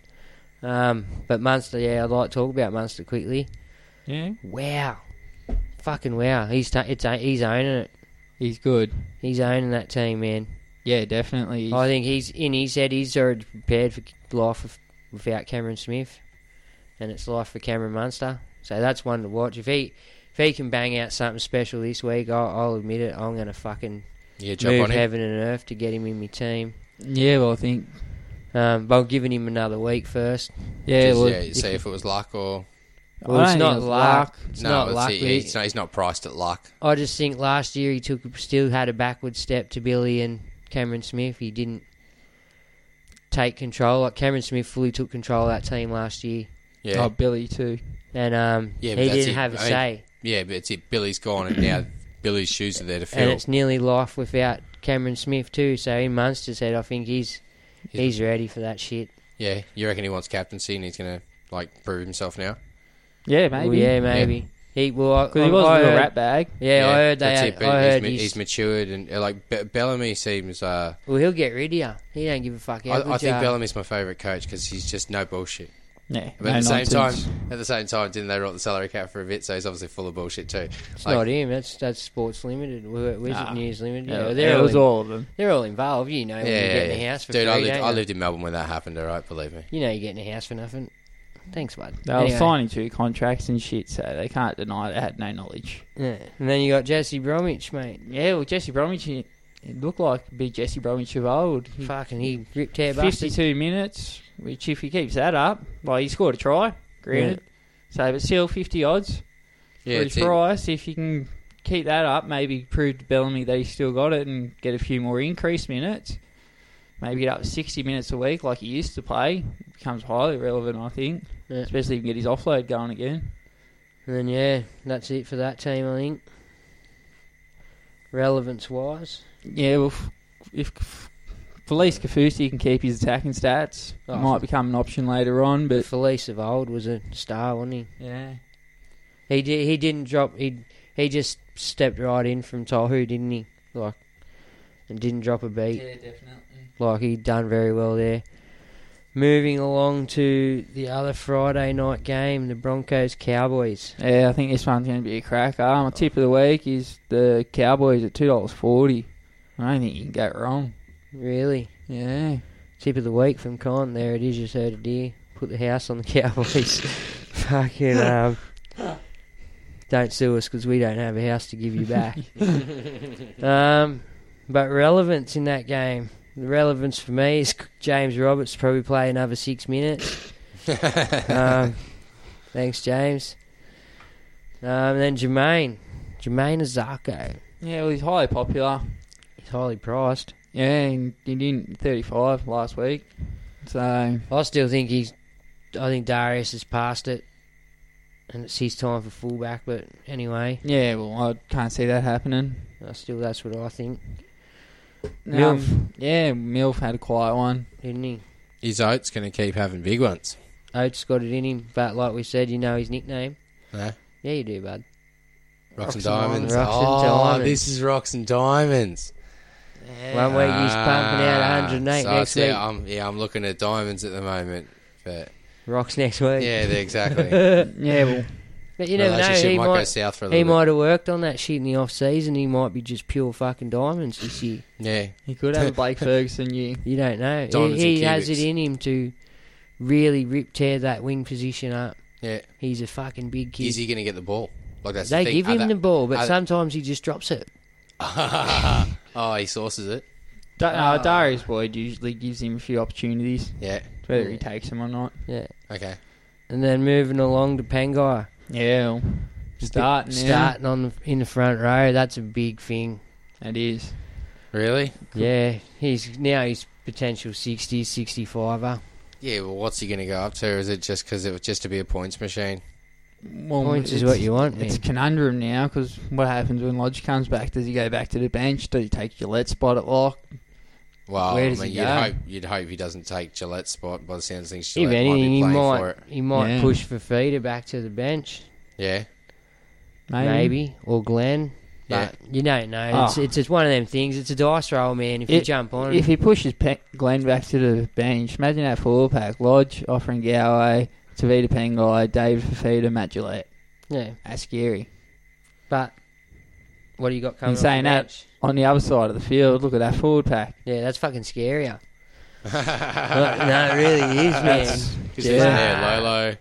Um, but Munster, yeah, I'd like to talk about Munster quickly.
Yeah.
Wow, fucking wow. He's ta- it's he's owning it.
He's good.
He's owning that team, man.
Yeah, definitely.
I think he's in his head. He's already prepared for life with- without Cameron Smith, and it's life for Cameron Munster. So that's one to watch. If he if he can bang out something special this week, I'll, I'll admit it. I'm gonna fucking
Yeah, jump
move
on him.
heaven and earth to get him in my team.
Yeah, well, I think.
Um, but I'm giving him another week first.
Yeah,
Just,
well,
yeah, see if it was luck or
I
Well,
don't
it's
think
not
it was
luck. It's
no.
not
it's-
luck.
he-
We-
he's, no, he's not priced at luck.
I just think last year he took still had a backward step to Billy and Cameron Smith. He didn't take control. Like Cameron Smith fully took control of that team last year,
Yeah,
Oh, Billy too.
and um,
yeah. but
he
that's
didn't
it.
have a
I mean,
say.
yeah, but it's it. Billy's gone, and
*clears throat*
now Billy's shoes are there to
And
fill.
it's nearly life without Cameron Smith too. So in Munster's head, I think he's he's ready for that shit.
Yeah, you reckon he wants captaincy, and he's gonna like prove himself now.
Yeah,
Well,
maybe.
yeah, maybe he. Well, I,
Because he
I-
was
I
a
heard-
little rat bag.
Yeah, I heard they.
that's
Had,
it, but
I heard
he's, ma-
he's,
he's matured, and uh, like Be- Bellamy seems. Uh,
well, he'll get rid of you. He don't give a fuck.
I,
how
I
good
think
you are.
Bellamy's my favourite coach because he's just no bullshit.
Yeah.
But at the same time, at the same time, didn't they rock the salary cap for a bit? So he's obviously full of bullshit too.
It's
Like,
not him. That's that's Sports Limited. Where- Where's
Nah.
it News Limited?
Yeah,
Yeah,
it
they're
was all
all, in-
of them.
they're all involved. You know, when you
yeah,
get in a
yeah.
house for
dude,
free,
I lived,
don't
I
you?
lived in Melbourne when that happened. All right, believe me.
You know, you get in a house for nothing. Thanks, bud.
They were
Anyway.
signing two contracts and shit, so they can't deny they had no knowledge.
Yeah. And then you got Jesse Bromwich, mate.
Yeah, well, Jesse Bromwich, he, he looked like big Jesse Bromwich of old. He-
Fucking, he ripped hair busted.
52 minutes, which if he keeps that up, like he scored a try, granted. So, but still 50 odds
Yeah,
for his
it's it.
price. If he can keep that up, maybe prove to Bellamy that he's still got it and get a few more increased minutes. Maybe get up to 60 minutes a week like he used to play. Becomes highly relevant, I think.
Yeah.
Especially if he can get his offload going again.
And then yeah, that's it for that team. I think. Relevance wise,
Yeah, well, f- if f- Felice Kafusi can keep his attacking stats,
Oh,
might
f-
become an option later on, but
Felice of old was a star, wasn't he?
yeah.
He did. He didn't drop. He he just stepped right in from Tohu, didn't he? Like, and didn't drop a beat.
definitely.
Like he done very well there. Moving along to the other Friday night game, the Broncos Cowboys.
Yeah, I think this one's going to be a cracker. Uh, My tip of the week is the Cowboys at two dollars forty. I don't think you can go wrong.
Really,
Yeah,
tip of the week from Con. There it is. Just heard it here. Put the house on the *laughs* Cowboys. Fucking um. Don't sue us because we don't have a house to give you back. um, but relevance in that game, the relevance for me is James Roberts probably play another six minutes. um, thanks, James. Um, then Jermaine, Jermaine Azarko.
yeah. Well, he's highly popular.
He's highly priced.
Yeah, and he didn't thirty five last week. So
I still think he's. I think Darius has passed it, and it's his time for fullback. But anyway,
yeah, well, I can't see that happening.
I still that's what I think,
Um, yeah, Milf had a quiet one.
didn't he?
His oats gonna keep having big ones.
Oates got it in him, but like we said, you know his nickname.
No?
Yeah, you do, bud.
Rocks, and diamonds.
Rocks and
oh,
diamonds.
this is rocks and diamonds.
One week he's pumping out
Ah,
108,
so I
next
see-
week *laughs*
I'm, yeah, I'm looking at diamonds at the moment, but
Rocks next week.
Yeah, they-
*laughs*
exactly.
yeah, well,
but you never know.
Relationship
He
might
might,
go south for a
he
little bit.
might have worked on that shit in the off season. He might be just pure fucking diamonds this year.
Yeah.
he could have a Blake *laughs* Ferguson year.
You don't know.
Diamonds
he
and
he has it
cubics.
in him to really rip tear that wing position up.
Yeah.
He's a fucking big kid.
Is he going to get the ball? Like that's the
they
thing.
give him
Are
the ball, but
are they-
sometimes he just drops it.
oh, he sources it.
Da- uh, Darius Boyd usually gives him a few opportunities,
Yeah.
whether he takes them or not.
Yeah.
Okay.
And then moving along to Pangai.
Yeah, well, starting now.
Starting on the, in the front row, that's a big thing.
It is.
Really?
Yeah, he's now he's potential 60, 65er.
Yeah. Well, what's he going to go up to? Is it just because it was just to be a points machine?
Well,
Points is
Oh, it's-
what you want,
It's a
man.
conundrum now because what happens when Lodge comes back? Does he go back to the bench? Does he take Gillette's spot at lock?
Well,
Where
I
does
mean,
he
you'd
go?
hope you'd hope he doesn't take Gillette's spot. By the sounds of things,
If
Gillette
anything, he
might be playing for
might
it.
he might
Yeah.
push Fafita back to the bench, *laughs*
Yeah.
Maybe.
maybe, or Glenn.
Yeah.
But you don't know. It's,
Oh.
it's it's one of them things. It's a dice roll, man. If you
If-
jump on
If
it,
he pushes Pe- Glenn back to the bench, imagine that four pack: Lodge, offering Galloway, Tavita Pengai, David Fafita, Matt Gillette.
yeah.
That's scary.
But what do you got coming?
And saying
off the
that
bench?
on the other side of the field, look at that forward pack.
yeah, that's fucking scarier. no, no, it really is, man.
That's-
Because
Yeah.
there's there, Lolo.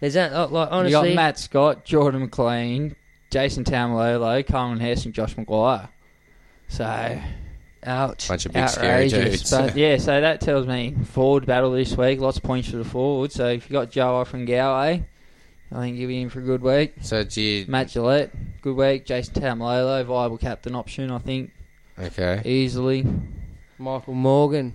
There's that oh, like honestly.
you got Matt Scott, Jordan McLean, Jason Tamalolo, Carmen Hess, and Josh McGuire. So
ouch.
Bunch of big scary
outrageous.
dudes.
But yeah, so that tells me forward battle this week. Lots of points for the forward. So if you got Joe off and Galway, I think you'll be in for a good week.
*laughs* so do you?
Matt Gillette, good week. Jason Tamalolo, viable captain option, I think,
Okay.
easily.
Michael Morgan.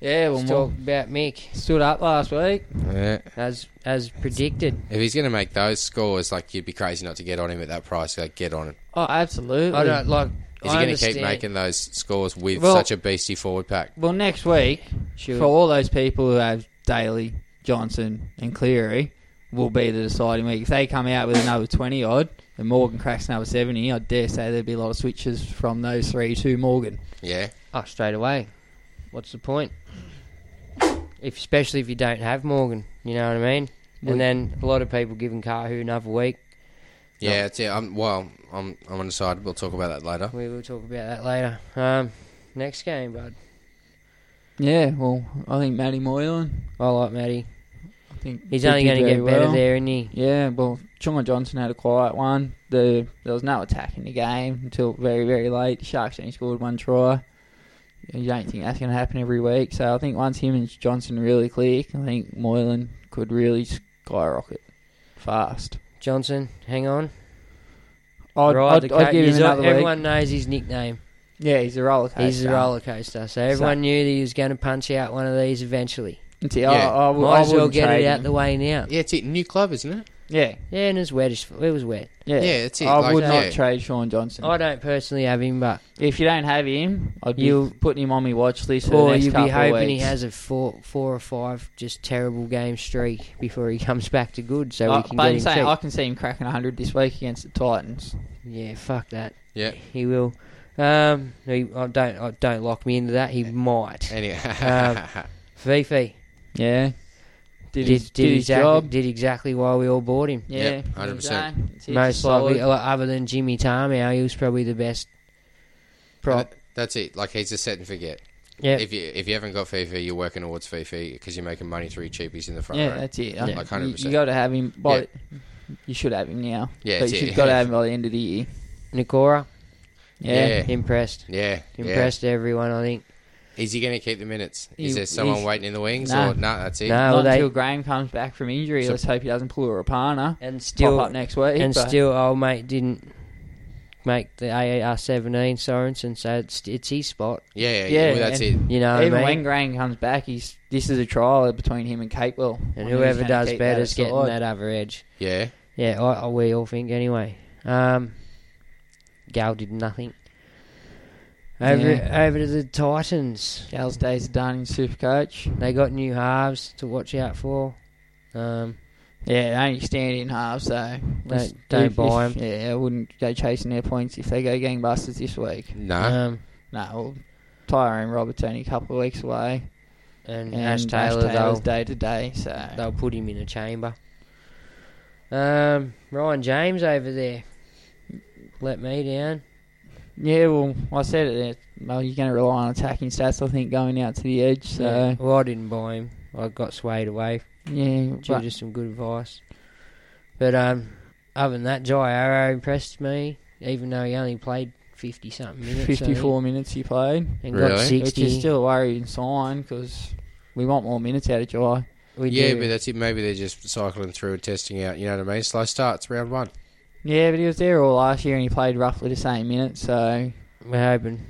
Yeah, well,
Let's
Mor-
talk about Mick
stood up last week.
Yeah.
as as predicted.
If he's going to make those scores, like you'd be crazy not to get on him at that price. Like get on him.
Oh, absolutely.
I don't like.
Is
I
he going to keep
understand.
making those scores with
Well-
such a beastie forward pack?
Well, next week,
Sure.
for all those people who have Daly, Johnson, and Cleary, will be the deciding week. If they come out with another 20 odd and Morgan cracks another 70, I dare say there'd be a lot of switches from those three to Morgan.
Yeah.
Oh, straight away. What's the point? If, especially if you don't have Morgan, you know what I mean.
Well-
And then a lot of people giving Carhu another week.
Yeah, it's, yeah. I'm, well, I'm I'm undecided. We'll talk about that later.
We will talk about that later. Um, next game, bud.
Yeah, well, I think Matty Moylan.
I like Matty.
I think
He's
he
only
did
going to
very
get better
well.
there, isn't he?
Yeah, well, Chuma Johnson had a quiet one. The there was no attack in the game until very, very late. Sharks only scored one try. You don't think that's going to happen every week. So I think once him and Johnson really click, I think Moylan could really skyrocket fast.
Johnson, hang on.
I'd,
Ride
I'd,
the
I'd
co-
give him
he's-
another
everyone
week.
knows his nickname.
Yeah, he's a roller coaster.
He's a roller coaster, so everyone knew that he was going to punch out one of these eventually.
See, I,
Yeah.
I, would- I
Might as well
wouldn't
get
trade
it out
him.
the way now.
Yeah, it's it. New club, isn't it?
Yeah,
Yeah, and it's wet. As, f- it was wet.
yeah,
Yeah, that's it,
I
like,
would not
yeah.
trade Sean Johnson.
I don't personally have him, but
if you don't have him, I'd be
You'll-
putting him on my watch list. For the
or
next
you'd be
couple of
hoping he
weeks.
has a four, four or five just terrible game streak before he *laughs* comes back to good, so
Uh,
we can
but
get him
I'm saying
cheap.
I can see him cracking 100 this week against the Titans.
Yeah, fuck that.
Yeah.
He will. Um, he, I don't. I don't lock me into that. He might.
Anyway.
Um,
Uh,
*laughs*
Fifi
Yeah.
did,
Did, his,
did,
did his
exactly
job.
did exactly why we all bought him.
Yeah.
Yep, 100%.
He's done. It's- it's
Most likely,
solid.
like, other than Jimmy Tarmow, he was probably the best prop.
that's it. Like he's a set and forget.
Yeah,
If you if you haven't got Fifi, you're working towards Fifi because you're making money through cheapies in the front
Yeah,
row.
that's it.
Like
You-
100%.
You, got to have him. By the- You should have him now.
Yeah,
But
it's
you've
it.
got to have him by the end of the year.
Nikora
Yeah.
Yeah.
impressed.
yeah. yeah.
Impressed everyone, I think.
Is he going to keep the minutes? Is
He-
there someone
he's-
waiting in the wings?
Nah.
Or no, that's it.
No,
Not
they-
until Graham comes back from injury. Let's hope he doesn't pull a Rapana.
And still-
Pop up next week.
and
but-
still, old mate didn't make the AAR 17 Sorensen, so it's it's his spot.
Yeah, yeah,
Yeah,
yeah. Well, that's it.
and-
You know what I
Even
mean?
when Graham comes back, he's this is a trial between him and Capewell.
And
who's
whoever
gonna
does
keep
better is getting
aside.
that other edge.
Yeah.
Yeah, I, I, we all think anyway. Um, Gal did nothing. Over
Yeah.
over to the Titans.
Gal's days are done in Supercoach.
They got new halves to watch out for. Um,
Yeah, they only stand in half, so
Don't- don't
if-
buy
if-
'em.
Yeah, I wouldn't go chasing their points if they go gangbusters this week.
No.
um,
No, well, Tyrone Roberts only a couple of weeks away. And
And, Mm, Ash
Ash
Taylor,
Taylor's
they'll day to day, so they'll put him in a chamber. Um, Ryan James over there let me down.
Yeah, well, I said it. There. Well, you're going to rely on attacking stats, I think, going out to the edge. So
Yeah. Well, I didn't buy him. I got swayed away.
Yeah,
due
but-
to some good advice. But um, other than that, Jai Arrow impressed me, even though he only played fifty something minutes. I think.
54 minutes he played,
And got Really? 60.
which is still a worrying sign because we want more minutes out of July.
yeah, but that's it. Maybe they're just cycling through and testing out. You know what I mean? Slow starts, round one.
yeah, but he was there all last year and he played roughly the same minutes. So
we're hoping.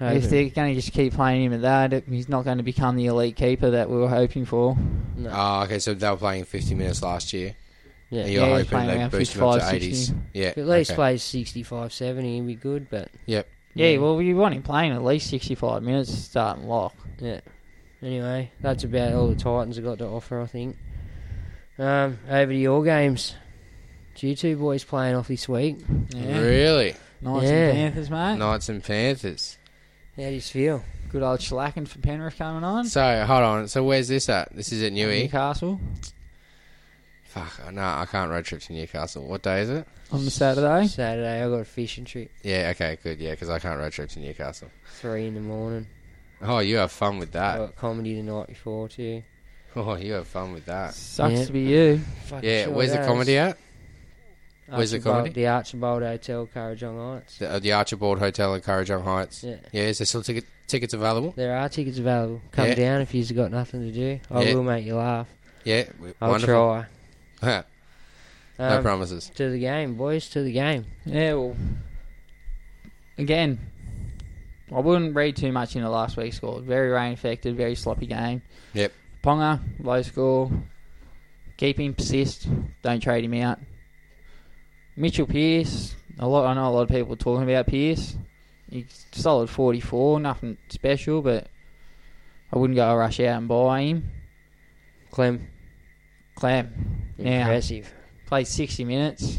if
Hoping.
they're going to just keep playing him at that, it- he's not going to become the elite keeper that we were hoping for.
Ah, okay. So they were playing 50 minutes last year.
Yeah.
And you're
Yeah, he's
hoping
playing
they
around
boost him up to
55,
80s.
60.
Yeah.
If at least
okay.
plays 65, 70, he'd be good. But
Yep.
Yeah, well, we want him playing at least 65 minutes to start and lock.
Yeah. Anyway, that's about all the Titans have got to offer, I think. Um, over to your games. You two boys playing off this week.
Really?
Knights
Yeah.
and Panthers, mate.
Knights and Panthers.
How do you feel?
Good old shellacking for Penrith coming
Um,
on.
So hold on. So where's this at? This is at Newey.
Newcastle.
Fuck. No, I can't road trip to Newcastle. What day is it?
On the Saturday.
Saturday, I got a fishing trip.
Yeah. Okay. Good. Yeah, because I can't road trip to Newcastle.
Three in the morning.
Oh, you have fun with
I
that.
got comedy the night before too.
*laughs* Oh, you have fun with that.
Sucks to be you.
Fucking
Yeah.
sure
Where's the
does.
comedy at? Where's the
Archibald-
comedy?
The Archibald Hotel, Currajong Heights.
The, uh, the Archibald Hotel in Currajong Heights.
Yeah.
Yeah. Is there still ticket, tickets available?
There are tickets available. Come
Yeah.
down if you've got nothing to do. I
Yeah.
will make you laugh.
Yeah. w-
I'll
wonderful. try. *laughs* no
Um,
promises.
To the game, boys. To the game.
Yeah, well, again, I wouldn't read too much into last week's score. Very rain affected, very sloppy game.
Yep.
Ponga, low score. Keep him, persist. Don't trade him out. Mitchell Pearce, a lot. I know a lot of people talking about Pearce. He's solid 44, nothing special, but I wouldn't go rush out and buy him.
Clem.
Clem. Now,
Impressive.
Played 60 minutes.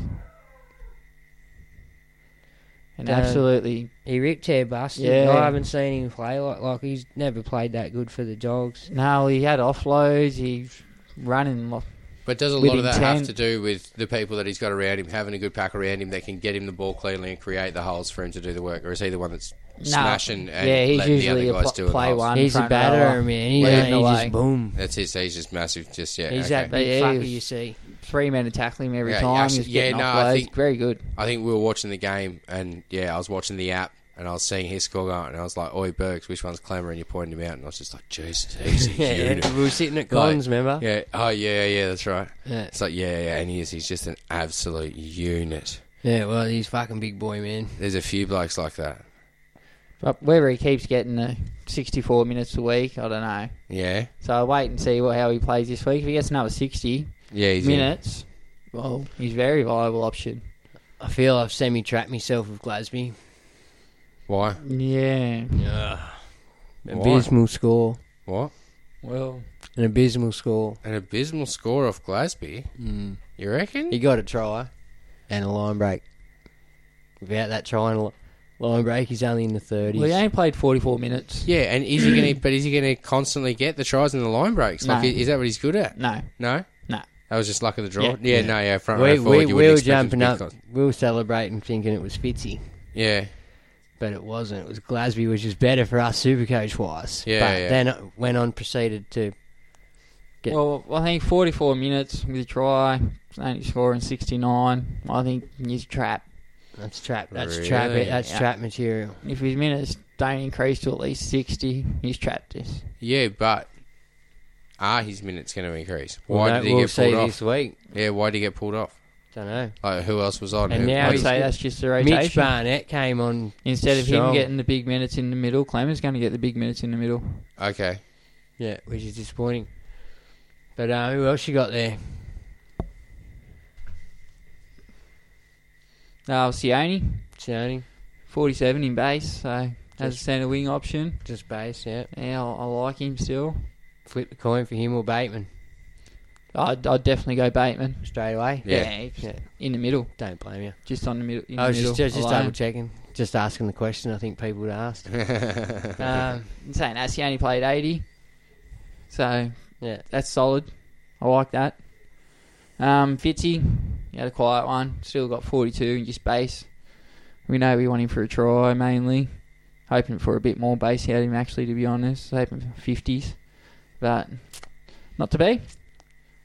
And
Damn.
absolutely
He ripped hair busted.
Yeah.
I haven't seen him play like like he's never played that good for the Dogs.
No, he had offloads. He running. lo-
But does a
with
lot of that have
intent.
to do with the people that he's got around him, having a good pack around him that can get him the ball cleanly and create the holes for him to do the work, or is he the one that's
No.
smashing and
Yeah, he's
letting the other
usually a
guys
pl-
do it?
play
the holes?
one.
He's a
front
batterer,
rower.
man. He's,
Leading
he
the
just
way.
boom.
That's his. He's just massive. Just yeah.
He's
okay.
that big
Yeah, he
fucker
was-
you see.
Three men to tackle him every
Yeah,
time.
actually-
He's getting
yeah, no, I
offloads.
think-
very good.
I think we were watching the game, and yeah, I was watching the app, and I was seeing his score going, and I was like, "Oi, Burks, which one's Clemmer?" And you pointed him out, and I was just like, "Jesus,
*laughs*
he's a unit."
yeah, we were sitting at
Like,
Collins, remember?
Yeah. Oh, yeah, yeah. That's right.
Yeah.
It's like, yeah, yeah, and he is. He's just an absolute unit.
Yeah, well, he's fucking big boy, man.
There's a few blokes like that.
But whether he keeps getting the 64 minutes a week, I don't know.
Yeah.
So I'll wait and see what, how he plays this week. If he gets another 60
Yeah. He's in.
minutes, well, he's a very viable option.
I feel I've semi-trapped myself with Glasby.
Why?
Yeah.
Abysmal score.
What?
Well,
An abysmal score.
An abysmal score off Glasby. Mm. You reckon?
He got a try and a line break. Without that try and a line break, he's only in the 30s.
well, he only played 44 minutes.
yeah, and is he
*clears throat*
going to? But is he going to constantly get the tries and the line breaks? Like,
No.
is that what he's good at?
No,
No,
no.
that was just luck of the draw. Yeah,
Yeah.
no, yeah, front
we,
row forward.
we,
you
we
wouldn't
were
expect him to
jumping
be
up.
con-
We were celebrating thinking it was Fitzy,
Yeah,
but it wasn't. It was Glasby, which is better for us supercoach wise.
Yeah,
but
yeah.
then it went on, proceeded to. Yeah.
Well, I think 44 minutes with a try, only scoring 69. I think he's a trap.
That's trap. That's trap.
Really?
That's
Yeah.
trap material.
If his minutes don't increase to at least 60, he's trapped this.
yeah, but are his minutes going to increase? Why
Well,
did he
we'll
get
see
pulled off?
this week.
Yeah, why did he get pulled off?
Don't know.
Like, who else was on?
And
Who-
now
like,
I'd
he's-
say that's just the
Mitch
rotation.
Barnett came on
Instead of
strong.
him getting the big minutes in the middle, Clemmer's going to get the big minutes in the middle.
okay,
Yeah, which is disappointing. But uh, who else you got there?
Uh, Sione,
Sione,
47 in base, so as a
Just-
centre wing option.
just base, yeah.
Yeah, I, I like him still.
Flip the coin for him or Bateman
I'd, I'd definitely go Bateman.
straight away.
Yeah.
he's
Yeah.
in the middle,
Don't blame you.
just on the middle. In
I was
the middle
Oh, just, just, just
alone.
double checking, just asking the question I think people would ask. um,
I'm saying Asiani played 80. So
yeah,
that's solid. I like that. Um, Fitzy, he had a quiet one. Still got 42 in just base. We know we want him for a try mainly. Hoping for a bit more base out of him actually, to be honest. Hoping for 50s, but not to be.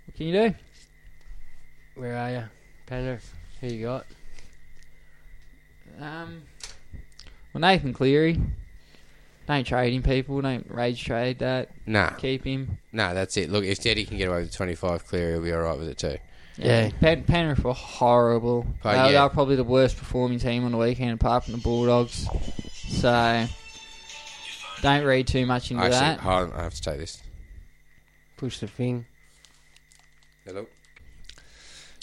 What can you do?
Where are you, Penrith? Who you got?
Um, well, Nathan Cleary. Don't trade him, people. Don't rage trade that.
Nah.
Keep him.
No, that's it. Look, if Teddy can get away with 25 clear, he'll be all right with it too.
Pen- Penrith were horrible.
Oh,
they, were- they
yeah.
were probably the worst performing team on the weekend, apart from the Bulldogs. So, don't read too much into
Actually,
that.
hold on, I have to take this.
Push the thing.
Hello.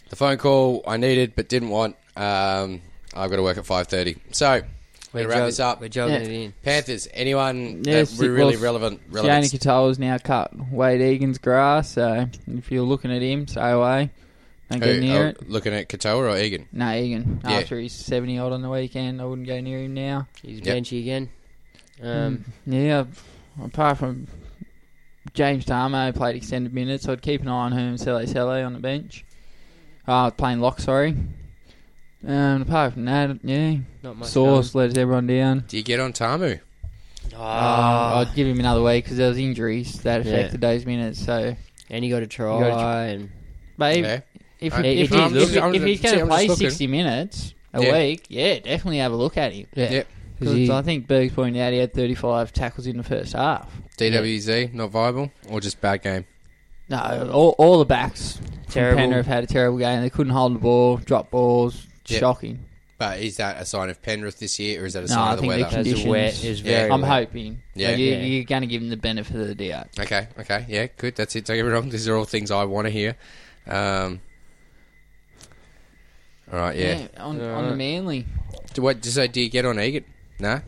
The phone call I needed but didn't want. Um, I've got to work at 5.30. So, we're going to
We're
wrap
jog-
this up.
we're jogging Yeah. it in.
Panthers, anyone
Yes,
that we're
it
really
was-
relevant?
Johnny
relevant
Katoa's now cut Wade Egan's grass, so if you're looking at him, stay away. Don't
Who-
get near
oh,
it.
Looking at Katoa or Egan?
No, Egan.
Yeah.
After he's 70 odd on the weekend, I wouldn't go near him now.
He's
Yep.
benchy again. Um,
Mm, yeah, apart from James Darmo played extended minutes, I'd keep an eye on him, Sele Sele on the bench. Uh, playing lock, sorry. Um, apart from that, yeah,
Not much
Sauce lets everyone down.
Do you get on Tamu? Ah.
Uh,
Ah.
I'd give him another week because there was injuries that
Yeah.
affected those minutes. So,
and he got a try.
You gotta
and
but if
Yeah.
if,
I-
if,
if I'm
he's-
just-
if,
I'm
if
just-
he's going
see,
to
I'm
play
just looking.
sixty minutes a
Yeah.
week, yeah, definitely have a look at him.
yeah,
Yep.
'Cause
he-
I think Berg's pointed out he had thirty-five tackles in the first half.
DWZ, not viable? Or just bad game?
No, all, all the backs
Terrible.
terrible. from Penrith had a terrible game. They couldn't hold the ball, drop balls,
Yep.
shocking.
But is that a sign of Penrith this year or is that a
No,
sign
I
of the
think
weather?
they
That's
Conditions.
a wet. It's
Yeah.
very
I'm
wet.
hoping.
Yeah.
Yeah, you,
Yeah.
you're going to give them the benefit of the doubt.
Okay, okay, yeah, good. That's it. Don't get me wrong. These are all things I want to hear. Um, all right, yeah.
on, on the Manly.
Do what? So do you get on Egan? No.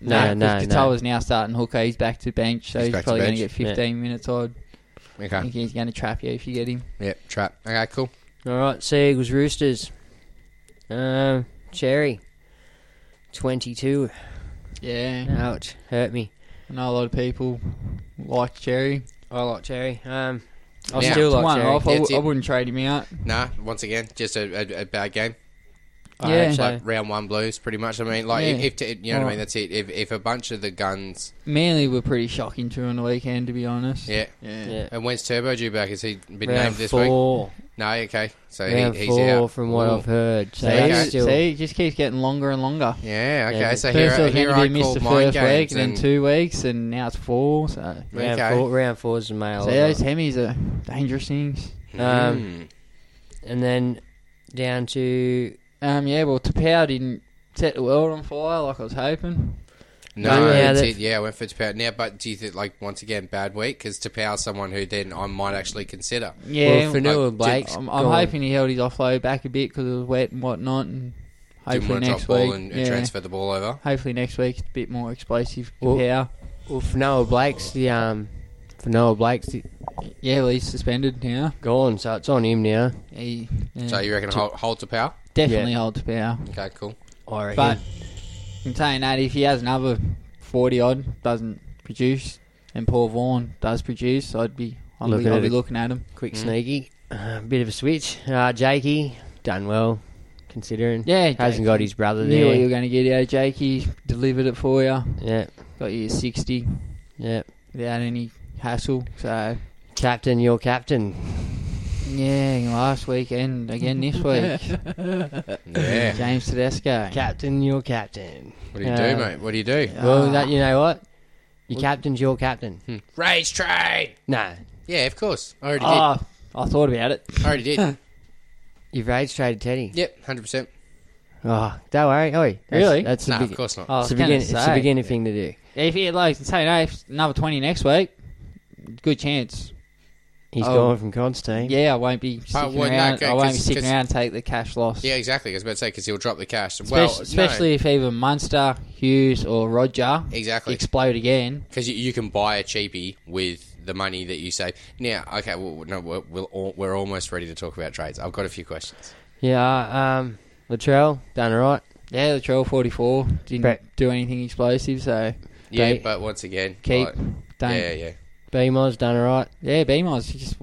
No, no,
because
no.
Katoa's now starting hooker. He's back to bench, so
He's
he's,
back to
probably going to get
bench.
15 minutes odd. I
Okay.
think he's going to trap you if you get him.
Yeah. Trap. Okay. Cool.
All right, Seagulls Roosters. Um, Cherry. Twenty-two.
Yeah.
Ouch, hurt me.
I know a lot of people like Cherry.
I like Cherry. Um, I
Now,
still
It's
like
one
Cherry.
off. I,
That's
w- I
it.
wouldn't trade him out.
Nah. Once again, just a, a, a bad game.
I
Yeah.
hope so.
Like round one blues, pretty much. I mean, like
Yeah.
if, if you know what I mean.
Alright.
That's it. If if a bunch of the guns.
Manly were pretty shocking too on the weekend, to be honest.
Yeah.
yeah.
And when's Turbo due back? Has he been
Round
named this week?
four.
No. Okay. So
Round
he, he's
four,
out.
from what
Ooh.
I've heard. So
See,
Okay.
that's still
see, it just keeps getting longer and longer.
Yeah. Okay.
Yeah.
So
First it
here,
was meant
here
to
I
be missed
call
the
mind
first week,
games
and then two weeks, and now it's four. So,
round
Okay.
four. Round four is the male.
so those hemis are dangerous things.
Um,
Mm.
and then down to
Um, yeah, well, Tapau didn't set the world on fire like I was hoping.
No,
Oh,
Yeah,
that's
that-
it. Yeah, I went for Tapau. Now, but do you think, like, once again, bad week? Because Tapau is someone who then I might actually consider.
Yeah,
well, Fanua
like,
Blake's
I'm, I'm
gone.
hoping he held his offload back a bit because it was wet and whatnot, and
Didn't
hopefully
want to drop
next
ball
week,
and, and
yeah,
transfer the ball over.
hopefully next week it's a bit more explosive.
Well-
Tapau,
Well, Fanoa Blake's the um, Fanoa Blake's the,
yeah, well, he's suspended now.
gone, so it's on him now.
He yeah,
So you reckon hold, hold Tapau?
definitely
Yeah.
hold Tapau.
Okay, cool.
*laughs*
I reckon.
But I'm saying that if he has another 40 odd, doesn't produce, and Paul Vaughan does produce, I'd be I'd
Looking
be,
at
I'd be
it.
looking at him.
quick
Mm.
sneaky, uh, bit of a switch. Uh, Jakey done well, considering.
Yeah,
hasn't
Jakey.
got his brother
Knew what you
there.
were going to get out, Jake. He delivered it for you.
Yeah,
Got you 60
yeah.
without any hassle. So
Captain, your captain.
yeah, last weekend again *laughs* this week.
Yeah.
James Tedesco.
Captain, your captain.
What do you
Uh,
do, mate? What do you do?
Well, that you know what? Your captain's your captain.
Raise trade!
No,
Yeah, of course. I already
Oh, I thought about it.
did. I already
*laughs*
did.
you've rage traded Teddy.
yep, 100%.
Oh, don't worry. Oi, that's-
Really?
That's the
No,
big.
of course not.
Oh, I
It's
was
a
gonna
beginning, it's a
say.
beginning thing to do.
If he like say no, if another 20 next week, good chance.
He's
Oh.
gone from Constantine.
Yeah, I won't be sticking
well, Mm. no,
around.
okay,
I won't
'cause-
be sticking
'cause-
around and take the cash loss.
Yeah, exactly. I was about to say, because he'll drop the cash.
Spec-
well,
especially if either Munster, Hughes, or Roger
Exactly.
explode again.
Because you, you can buy a cheapie with the money that you save. Now, okay, well, no, we're, we'll all, we're almost ready to talk about trades. I've got a few questions.
Yeah. Um, Latrell done all right.
Yeah, the trail 44 didn't
Brett.
do anything explosive, so
Yeah,
They-
but once again,
keep.
like-
don't
Yeah, yeah.
BMO's done alright.
Yeah, Beamer's just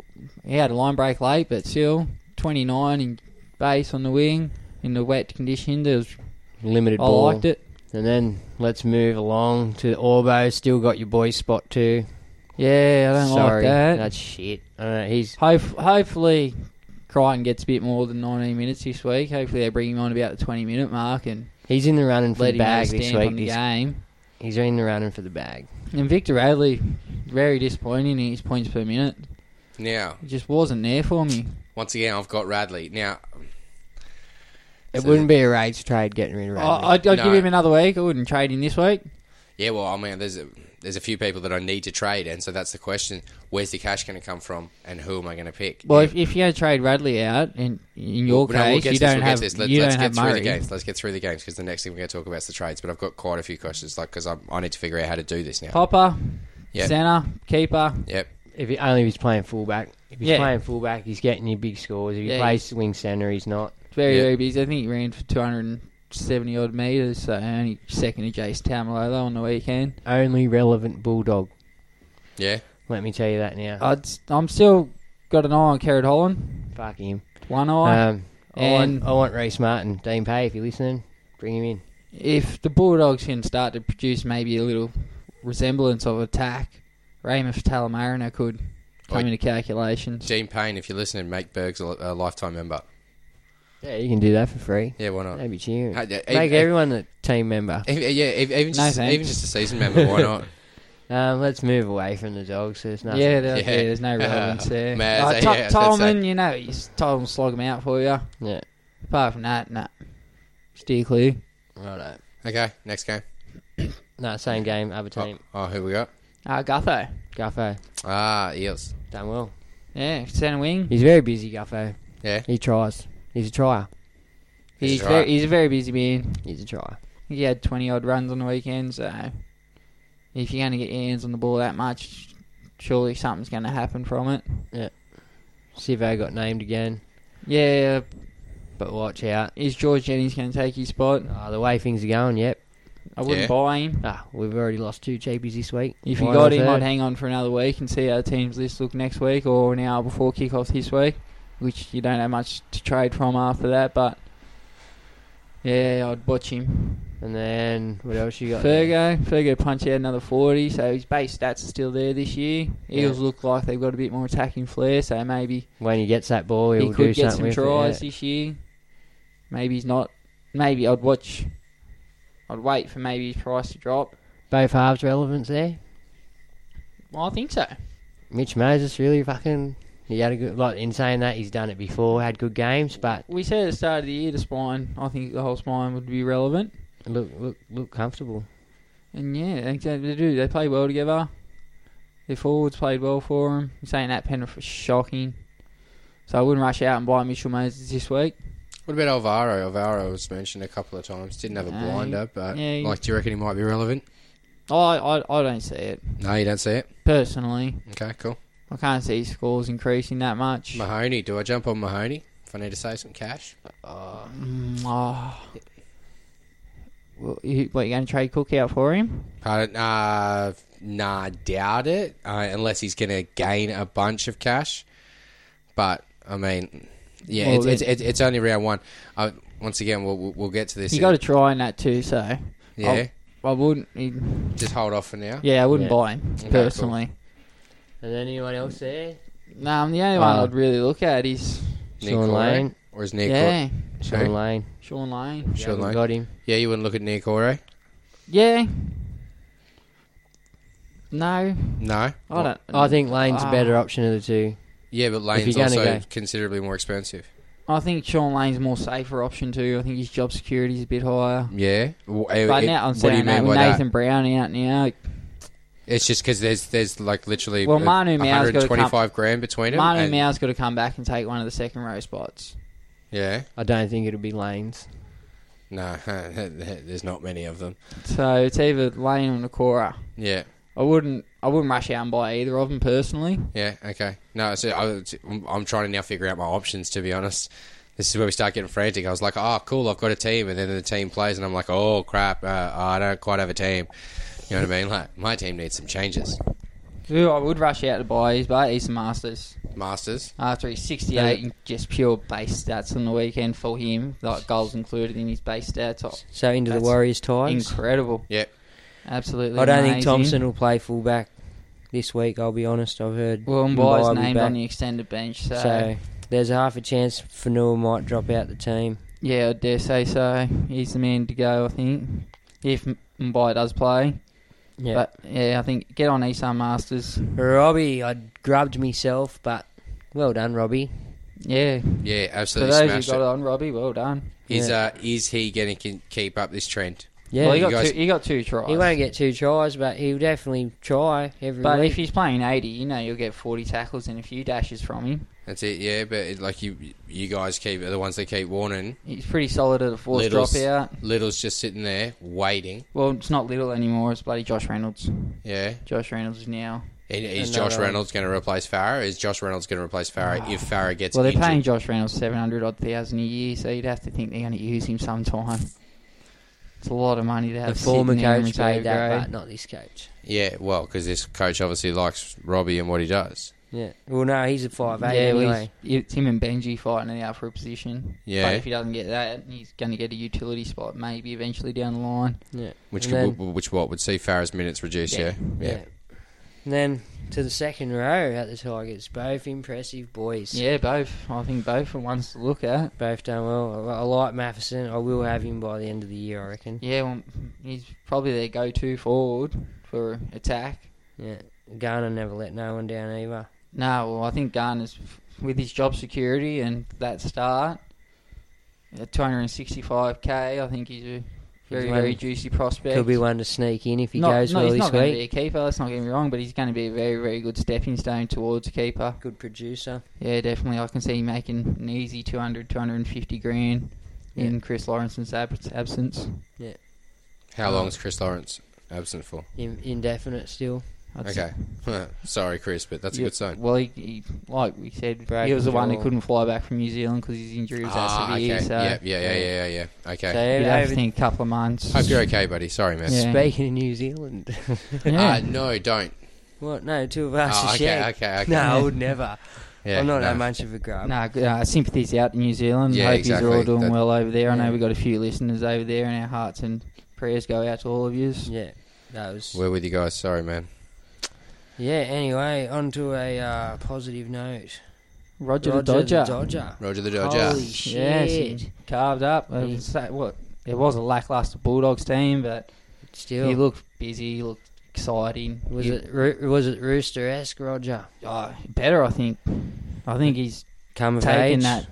he had a line break late, but still twenty nine in base on the wing in the wet condition. There was
Limited
I
ball.
liked it.
And then let's move along to the Orbo. Still got your boy spot too.
Yeah, I don't like
Sorry,
that.
That's shit. I don't know, he's
Hope, hopefully, Crichton gets a bit more than 19 minutes this week. Hopefully, they bring him on about the 20 minute mark and
he's in the running for
let
the
him
bag
have a
this
stamp
week.
on the
This-
game.
he's in the running for the bag.
And Victor Radley, very disappointing in his points per minute.
Now,
It just wasn't there for me.
once again, I've got Radley. Now,
It wouldn't be a rates trade getting rid of
I,
Radley.
I'd, I'd
No.
give him another week. I wouldn't trade him this week.
yeah, well, I mean, there's a, there's a few people that I need to trade, and so that's the question: Where's the cash going to come from, and who am I going to pick?
Well,
Yeah.
if, if you had to trade Radley out, in in your
No, we'll
case,
get to this,
you don't
we'll get
have
to this. Let,
you
us
don't
get
have
through
Murray.
the games. Let's get through the games because the next thing we're going to talk about is the trades. But I've got quite a few questions, like because I need to figure out how to do this now.
Popper,
Yeah.
center, keeper.
Yep.
if he, only if he's playing fullback. If he's
Yeah.
playing fullback, he's getting your big scores. If he
Yeah,
plays wing centre, he's not.
Very,
Yeah.
very busy. I think he ran for 270 odd metres, so only second to Jace Tamalolo on the weekend.
Only relevant bulldog.
Yeah.
Let me tell you that
Uh-huh.
now.
I'd, I'm still got an eye on Carrot Holland,
Fuck him.
one eye.
Um, I
and-
want I want Reece Martin, Dean Pay. If you're listening, bring him in.
if the Bulldogs can start to produce maybe a little resemblance of attack, Raymond Talamarina could come
Oi.
into calculations.
Gene Payne, if you're listening, make Bergs a, a lifetime member.
Yeah, you can do that for free.
Yeah, why not?
That'd be cheering.
Hey, yeah,
Make
even-
everyone a team member.
Even, yeah, even, even,
No,
just,
thanks.
even just a season member, why
*laughs*
not?
Um, let's move away from the dogs. There's nothing.
Yeah, there,
Yeah.
yeah, there's
*laughs*
no relevance there.
Man,
Uh,
so,
Tom-
yeah, that's
Tolman,
that.
you know, he's Tolman slog him out for you.
yeah.
Apart from that, nah. Steer clear.
Righto.
Okay, next game.
No, same game. Other
Oh,
team.
oh, who we got?
Uh, Gutho.
Guffo
Ah, Eels.
done well.
Yeah, centre wing.
He's very busy. Guffo.
Yeah.
He tries. He's a trier.
He's
He's,
a
very,
try.
he's a very busy man.
He's a trier.
He had 20 odd runs on the weekend, so if you're going to get your hands on the ball that much, surely something's going to happen from it.
Sivo got named again,
Yeah,
but watch out.
is George Jennings going to take his spot?
Oh, the way things are going, yep.
I wouldn't
Yeah.
buy him.
Ah, we've already lost two cheapies this week.
If you
Final
got him,
third.
I'd hang on for another week and see how the team's list look next week or an hour before kickoff this week, which you don't have much to trade from after that, but yeah, I'd watch him.
And then what else you got? there?
Fergo, Fergo punched out another 40, so his base stats are still there this year. Eagles look like they've got a bit more attacking flair, so maybe
When he gets that ball, he'll
he could
do
get
something
some
with
tries
It.
this year. Maybe he's not. Maybe I'd watch. I'd wait for maybe his price to drop.
Both halves relevance there.
Well, I think so.
Mitch Moses really fucking. He had a good. Like in saying that, he's done it before. Had good games, but
We said at the start of the year the spine. I think the whole spine would be relevant.
look, look, look comfortable.
And yeah, they, they do. They play well together. Their forwards played well for them. saying that Penrith was shocking. So I wouldn't rush out and buy Mitchell Moses this week.
What about Alvaro? Alvaro was mentioned a couple of times. Didn't have a
No.
blinder, but
Yeah, he-
like, do you reckon he might be relevant?
I, I I don't see it
No, you don't see it.
personally.
Okay, cool.
I can't see scores increasing that much.
Mahoney, do I jump on Mahoney if I need to save some cash?
Oh. Well, you, what, you going to trade Cook out for him?
Pardon? Uh, nah, doubt it. Uh, unless he's going to gain a bunch of cash. But I mean, yeah,
Well,
it's,
then-
it's, it's it's only round one. Uh, once again, we'll we'll we'll get to this.
You
in-
got to try in that too, so.
yeah,
I, I wouldn't. he-
just hold off for now.
Yeah, I wouldn't
Yeah.
buy him,
cool.
personally.
And then anyone else there?
No, I'm the only one
Uh,
I'd really look at is.
Nick
Sean
Corey?
Lane.
or is Nick?
yeah,
Sean
Okay.
Lane.
Sean Lane.
Sean
Haven't
Lane.
Got him.
Yeah, you wouldn't look at Nick Ore.
Yeah. No,
No,
I don't.
I think Lane's a better
Ah.
option of the two.
Yeah, but
you're
Lane's
gonna
also
go.
considerably more expensive.
I think Sean Lane's more safer option too. I think his job security's a bit higher.
Yeah,
But now I'm
what do you
saying that
mean by
with
that?
Nathan Brown out now,
It's just because there's there's like literally
Well,
a-
Manu Mao's gotta come-
125 grand between them.
Manu
and-
Mao's got to come back and take one of the second row spots.
Yeah,
I don't think it'll be Lane's.
no, *laughs* there's not many of them.
So it's either Lane or Nakora.
Yeah,
I wouldn't. I wouldn't rush out and buy either of them personally.
yeah, okay. No, so I, was- I'm- I'm trying to now figure out my options. To be honest, this is where we start getting frantic. I was like, oh, cool, I've got a team, and then the team plays, and I'm like, oh crap, uh, I don't quite have a team. You know what I mean? Like my team needs some changes.
Who I would rush out to buy is but he's the Masters.
Masters.
After he's 68
Yeah.
and just pure base stats on the weekend for him, like goals included in his base stats. Oh,
So into the
that's
Warriors ties.
Incredible.
Yep.
Absolutely.
I don't think
amazing.
Thompson will play fullback this week. I'll be honest. I've heard
Well,
Mbai
Mbai's
will be
named
back.
on the extended bench, so,
So there's a half a chance Fanua might drop out the team.
yeah, I dare say so. He's the man to go, I think, if M- Mbai does play.
Yeah.
But yeah, I think get on Isan Masters.
Robbie, I grubbed myself, but well done, Robbie.
Yeah.
Yeah,
For
absolutely
those who
smashed
got
it.
on, Robbie, well done.
Is uh, is he going to keep up this trend?
Yeah.
well, he
You
got
guys-
two. He got two tries.
He won't get two tries, but he'll definitely try every
But
week.
if he's playing 80, you know you'll get 40 tackles and a few dashes from him.
That's it. Yeah, but it, like you, you guys keep are the ones that keep warning.
He's pretty solid at a forced
Little's,
dropout.
Little's just sitting there waiting.
Well, it's not little anymore. It's bloody Josh Reynolds.
Yeah.
Josh Reynolds is now.
And is
Another
Josh
one.
Reynolds going to replace Farah? Is Josh Reynolds going to replace Farah if Farah gets
well, they're
injured?
paying Josh Reynolds 700 odd thousand a year, so you'd have to think they're going to use him sometime. It's a lot of money to have.
the former
sitting there in
coach paid
reserve
that,
grade.
but not this coach.
Yeah, well, because this coach obviously likes Robbie and what he does.
Yeah. Well, no, he's a five eight
yeah, well,
anyway.
he's- it's him and Benji fighting it out for a position.
Yeah.
But if he doesn't get that, he's going to get a utility spot maybe eventually down the line.
Yeah.
Which
And
could,
then-
w- which what would see Farah's minutes reduced? Yeah,
Yeah.
yeah.
And then to the second row at the Tigers, both impressive boys.
Yeah, both. I think both are ones to look at.
Both done well. I, I like Matheson. I will have him by the end of the year, I reckon.
Yeah, well, he's probably their go-to forward for attack.
Yeah. Garner never let no one down either.
No, well, I think Garner's with his job security and that start at 265k. I think he's a very
He's
very
one-
juicy prospect.
Could be one to sneak in if he
not,
goes
no,
well
he's
this
not going to be a
week.
keeper. Let's not get me wrong, but he's going to be a very very good stepping stone towards a keeper.
Good producer.
Yeah, definitely. I can see him making an easy 200 250 grand in Chris Lawrence's ab- absence.
How long is Chris Lawrence absent for?
In, indefinite still.
I'd
Okay, *laughs* sorry, Chris, but that's a
Yeah,
good sign.
Well, he, he, like we said,
Broken
he was the one who
jaw.
couldn't fly back from New Zealand because his injury was that
Ah, okay.
severe. So
yeah, yeah, yeah, yeah, yeah, yeah.
So
Okay.
you'd have
over,
to think a couple of months.
Hope you're okay, buddy. Sorry, man.
Yeah.
speaking of New Zealand. *laughs*
Yeah.
Uh, no, don't.
what? No, two of us
Oh,
a
okay,
share.
okay, okay.
No, I would
*laughs*
never.
Yeah,
I'm not
no.
that much of a grub.
Nah, g- uh, sympathies out to New Zealand.
Yeah,
Hope
exactly.
you're all doing
That-
well over there. I
Yeah.
know we've got a few listeners over there, and our hearts and prayers go out to all of you.
Yeah, that was.
We're with you guys. Sorry, man.
yeah, anyway, on to a uh, positive note.
Roger,
Roger
the Dodger.
The Dodger.
Roger the Dodger.
Holy
Yes,
shit.
he carved up. It
He-
was, that- what, it was a lackluster Bulldogs team, but
Still.
he looked busy, he looked exciting.
was
He-
it Roo- was it Rooster esque Roger?
Oh, better, I think. I think he's
Come of
taking
age.
that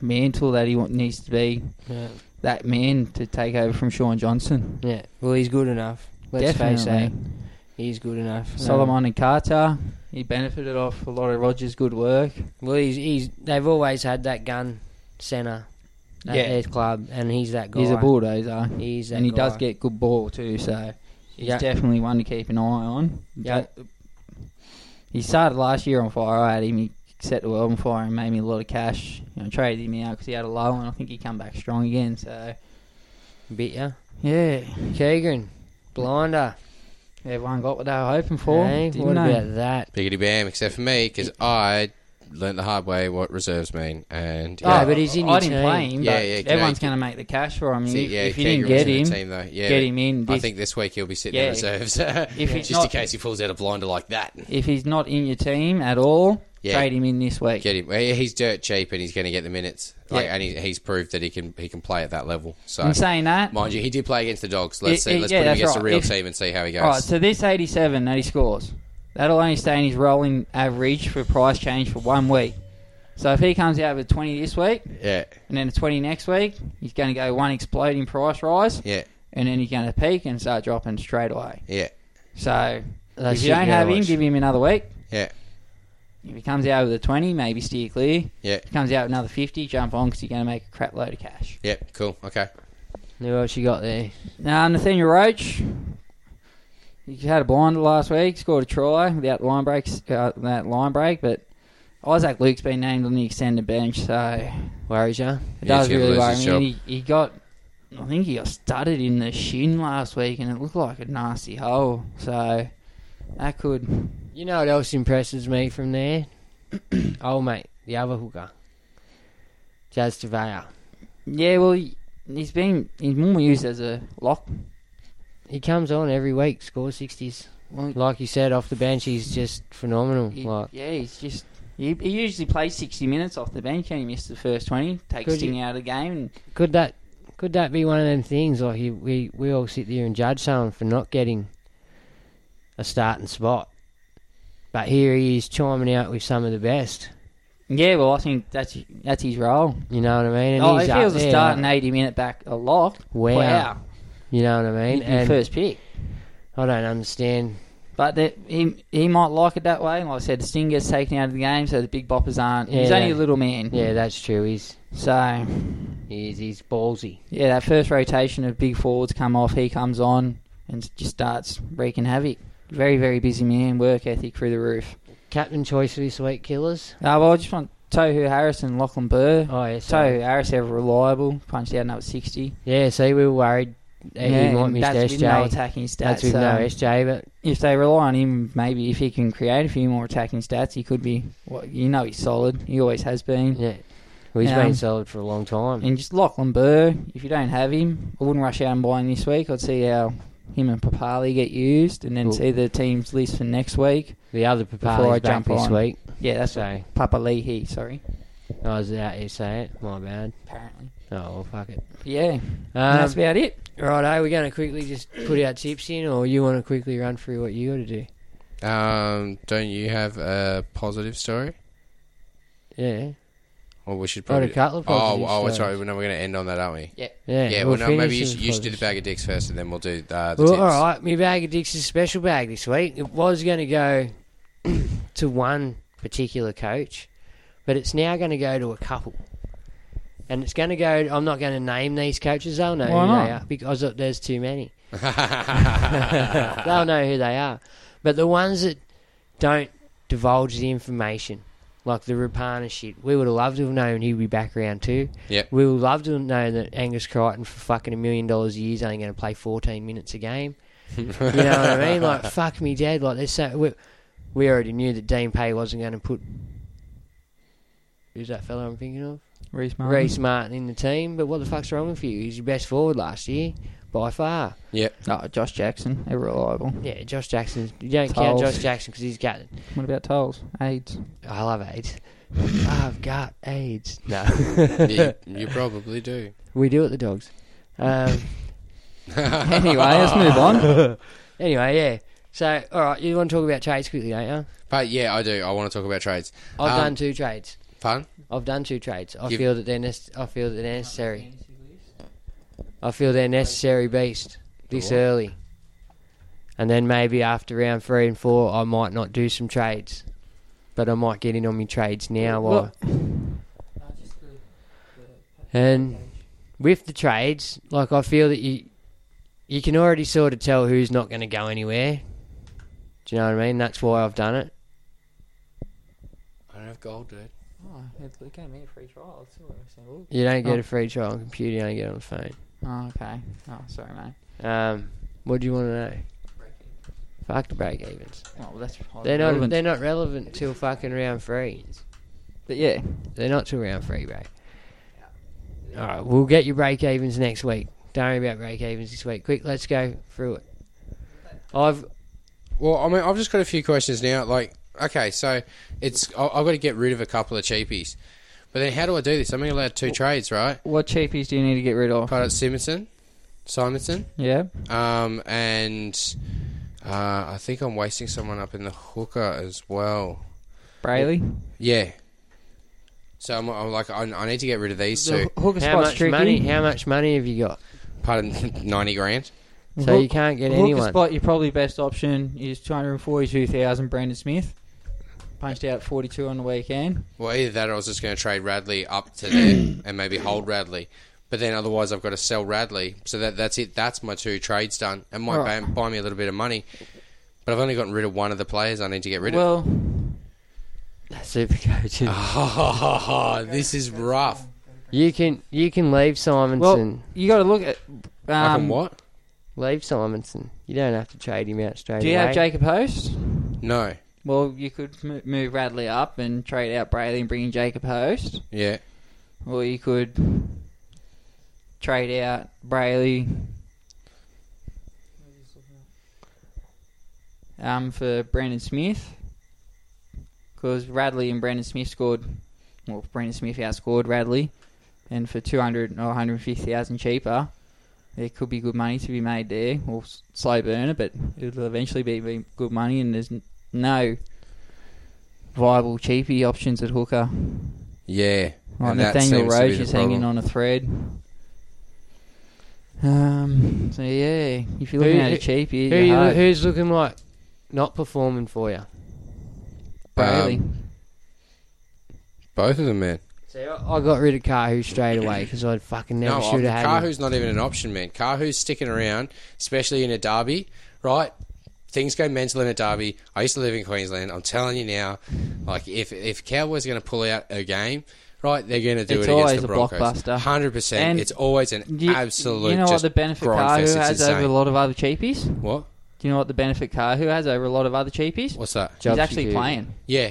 mantle that he wa- needs to be
Yeah.
that man to take over from Sean Johnson.
yeah. Well, he's good enough. Let's face that.
Definitely.
He's good enough. Um,
Solomon and Carter, he benefited off a lot of Rogers' good work.
well, he's, he's they've always had that gun center at
Yeah.
their club, and he's that guy.
He's a bulldozer,
He's that
and he
guy.
does get good ball too. So he's
Yeah.
definitely one to keep an eye on.
Yeah.
But he started last year on fire. I had him. He set the world on fire and made me a lot of cash. You know, traded him out because he had a low, and I think he come back strong again. So
bit ya.
yeah,
Keegan, blinder.
everyone got what they were hoping for.
eh?
didn't
what
they?
about that?
Biggity bam, except for me, because I learnt the hard way what reserves mean. And
Yeah,
Oh,
but he's in
I
your
didn't
team.
play him.
Yeah,
but
yeah,
Everyone's
Keegan-
going to make the cash for him.
See,
if,
yeah,
if you
Keegan
didn't get
was in
him,
the team, though. Yeah,
get
but
him in.
I
This-
think this week he'll be sitting in
Yeah.
reserves,
he's
*laughs* just in
not-
case he falls out of blinder like that.
if he's not in your team at all,
Yeah.
trade him in this week.
Get him. Well, yeah, He's dirt cheap, and he's going to get the minutes. Like,
Yeah.
and he, he's proved that he can he can play at that level. So,
In saying that,
mind you, he did play against the Dogs. Let's
Yeah,
see.
yeah,
Let's
yeah,
put him
that's
against a
right.
real
If- Oh,
team and see how he goes.
all right. So this eighty-seven that he scores, that'll only stay in his rolling average for price change for one week. So if he comes out with twenty this week
yeah,
and then a twenty next week, he's going to go one exploding price rise,
yeah,
and then he's going to peak and start dropping straight away.
yeah,
So
That's
if you
it,
don't
yeah,
have him,
watch.
give him another week.
yeah,
If he comes out with a 20, maybe steer clear.
yeah,
If he comes out with another 50, jump on because you're going to make a crap load of cash.
yeah. Cool. Okay.
Who else you got there?
Now, Nathaniel Roach, he had a blinder last week, scored a try without line breaks, uh, that line break, but Isaac Luke's been named on the extended bench, so
Worries ya?
it
Yeah, he's
does
gonna
really
lose
worry
his
me. And He, he got, I think he got studded in the shin last week, and it looked like a nasty hole. So That could.
You know what else impresses me
*coughs*
from there? oh, mate, the other hooker, Jazz Tavea.
Yeah, well, he- he's been he's more used as a lock.
He comes on every week, scores sixties. Like you said, off the bench, he's just phenomenal.
He-
Like
yeah, he's just. He, he usually plays 60 minutes off the bench and he missed the first 20, takes
Could
Sting
you-
out of the game. And,
could that could that be one of them things like you, we we all sit there and judge someone for not getting a starting spot but here he is chiming out with some of the best
yeah, well, I think that's that's his role.
you know what i mean
oh,
he's
if he
up
was a
there,
starting 80 minute back a lock,
wow.
wow.
you know what i mean
He'd be first pick.
i don't understand
But that he he might like it that way. And like I said, Sting gets taken out of the game, so the big boppers aren't. he's
Yeah.
only a little man.
yeah that's true he's
So
he's, he's ballsy
yeah, that first rotation of big forwards come off. He comes on and just starts wreaking havoc. Very very busy man. Work ethic through the roof.
captain choice for this week killers
Uh, well, I just want Tohu Harris and Lachlan Burr.
oh yeah sorry.
Tohu Harris ever reliable. Punched out another sixty.
yeah see we were worried that he might
and
miss
that's
sj
with no attacking stats.
that's um, with
so
no sj but
if they rely on him, maybe if he can create a few more attacking stats, he could be. Well, you know, he's solid. He always has been.
yeah well, he's
Um,
been solid for a long time
And just Lachlan Burr, if you don't have him, I wouldn't rush out and buy him this week. I'd see how him and Papali get used, and then
Cool.
see the team's list for next week.
The other
Before I
Papali's back
jump
this
on.
week.
Yeah, that's
So
right. Papa Lee he, sorry,
I was out here saying it. My bad.
apparently.
Oh well, fuck it.
Yeah, and
Um,
that's about it.
Righto, eh? we're going to quickly just put our tips in, or you want to quickly run through what you got to do?
Um, don't you have a positive story?
Yeah,
Or we should
I had
probably
a couple of positive
oh, oh, that's
stories.
right. No, we're going to end on that, aren't we?
Yeah.
yeah.
Yeah.
we'll
well, no, maybe
finish
you
with
should, you should do the
positives.
bag of dicks first, and then we'll do uh, the
Well,
tips.
all right. My bag of dicks is a special bag this week. It was going to go *clears throat* to one particular coach, but it's now going to go to a couple. And it's going to go. I'm not going to name these coaches. They'll know
Why
who
not?
they are because there's too many. *laughs* They'll know who they are. But the ones that don't divulge the information, like the Rapana shit, we would have loved to have known he'd be back round two.
Yep.
We would love to know that Angus Crichton for fucking a million dollars a year is only going to play 14 minutes a game. you know what I mean? Like, fuck me, Dad. Like, there's so. We, we already knew that Dean Pay wasn't going to put. Who's that fella I'm thinking of?
Reese Martin.
Reece Martin in the team, but what the fuck's wrong with you? He's your best forward last year, by far.
Yep.
Oh, Josh Jackson, ever reliable.
Yeah, Josh Jackson. You don't
Toles.
count Josh Jackson because he's got.
What about Tolls? AIDS.
I love AIDS. I've got AIDS. No,
Yeah, you, you probably do.
*laughs* we do it, the dogs. Um,
Anyway, let's move *laughs* on.
anyway, yeah. So, all right, you want to talk about trades quickly, don't you?
But yeah, I do. I want to talk about trades.
I've
Um,
done two trades.
Pardon?
I've done two trades. I
You've-
feel that they're. nec- I feel that they're necessary. I feel they're necessary beast this
what?
early, and then maybe after round three and four, I might not do some trades, but I might get in on my trades now. While
Well-
And with the trades, like I feel that you you can already sort of tell who's not going to go anywhere. Do you know what I mean? That's why I've done it.
I don't have gold, dude.
Oh, it gave me a free trial. It's all single.
You don't get
Oh.
a free trial on computer. You only get it on the phone.
Oh, okay. Oh, sorry, mate.
Um, what do you want to know? Fuck the break evens.
Oh, well, that's
They're not.
relevant.
They're not relevant till fucking round three.
But yeah,
They're not till round three, bro. All right, we'll get your break evens next week. Don't worry about break evens this week. Quick, let's go through it. I've
Well, I mean, I've just got a few questions now. Like, okay, so it's I- I've got to get rid of a couple of cheapies, but then how do I do this? I'm only allowed two trades, right?
what cheapies do you need to get rid of?
But it's Simonson, Simonson,
Yeah,
um, and uh, I think I'm wasting someone up in the hooker as well.
Brayley.
Yeah. So I'm, I'm like, I, I need to get rid of these
The
two.
hoo- hooker
how
spot's
much
tricky.
money? How much money have you got?
Pardon, *laughs* ninety grand.
So
Hook-
you can't get
hooker
anyone.
spot, your probably best option is two hundred forty-two thousand. Brandon Smith punched out forty-two on the weekend.
Well, either that, or I was just going to trade Radley up to
*clears throat*
there and maybe hold Radley. But then otherwise, I've got to sell Radley. So that that's it. That's my two trades done. It might
Right.
buy, buy me a little bit of money. But I've only gotten rid of one of the players I need to get rid of.
Well,
*laughs* Super coaching.
*laughs* this is rough.
You can you can leave Simonson.
well, you got to look at.
I can
Um,
what?
Leave Simonson. You don't have to trade him out straight
Do you
away.
have Jacob Host?
No.
Well, you could mo- move Radley up and trade out Brayley and bring in Jacob Host.
Yeah.
Or you could trade out Brayley um, for Brandon Smith. Because Radley and Brandon Smith scored, well, Brandon Smith outscored Radley. And for 200 or 150,000 cheaper, there could be good money to be made there. Or s- slow burner, but it'll eventually be, be good money. And there's n- no viable cheapie options at hooker.
Yeah.
Like
And that
Oh, Nathaniel
seems to be
Roach
the
is hanging
problem.
on a thread. Um. So yeah, if you're
Who-
looking at a
who-
cheapie,
who
you're
you-
Um,
hard.
who's looking like not performing for you?
Brayley.
Both of them, man.
See, I I got rid of Kahu straight away because I'd fucking never
no,
should have had him.
Carhu's not even an option, man. Carhu's sticking around, especially in a derby, right? Things go mental in a derby. I used to live in Queensland. I'm telling you now, like if if Cowboys are going to pull out a game, right, they're going to do
It's
it against
always
the
a
Broncos.
blockbuster.
Hundred percent.
And
It's always an
You-
absolute.
You know what
just
the benefit
grind
Carhu
fest. It's
has over a
insane.
lot of other cheapies?
What?
Do you know what the benefit Carhu has over a lot of other cheapies?
What's that?
He's actually playing.
Yeah,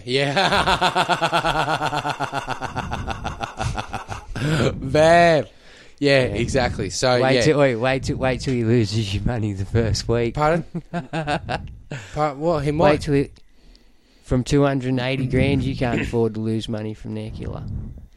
yeah. Bam. Yeah, exactly. So
Wait
yeah.
till wait, wait till wait till he loses your money the first week. *laughs*
Pardon? Part, well, he might.
Wait till he, from two hundred and eighty grand, you can't afford to lose money from there, killer.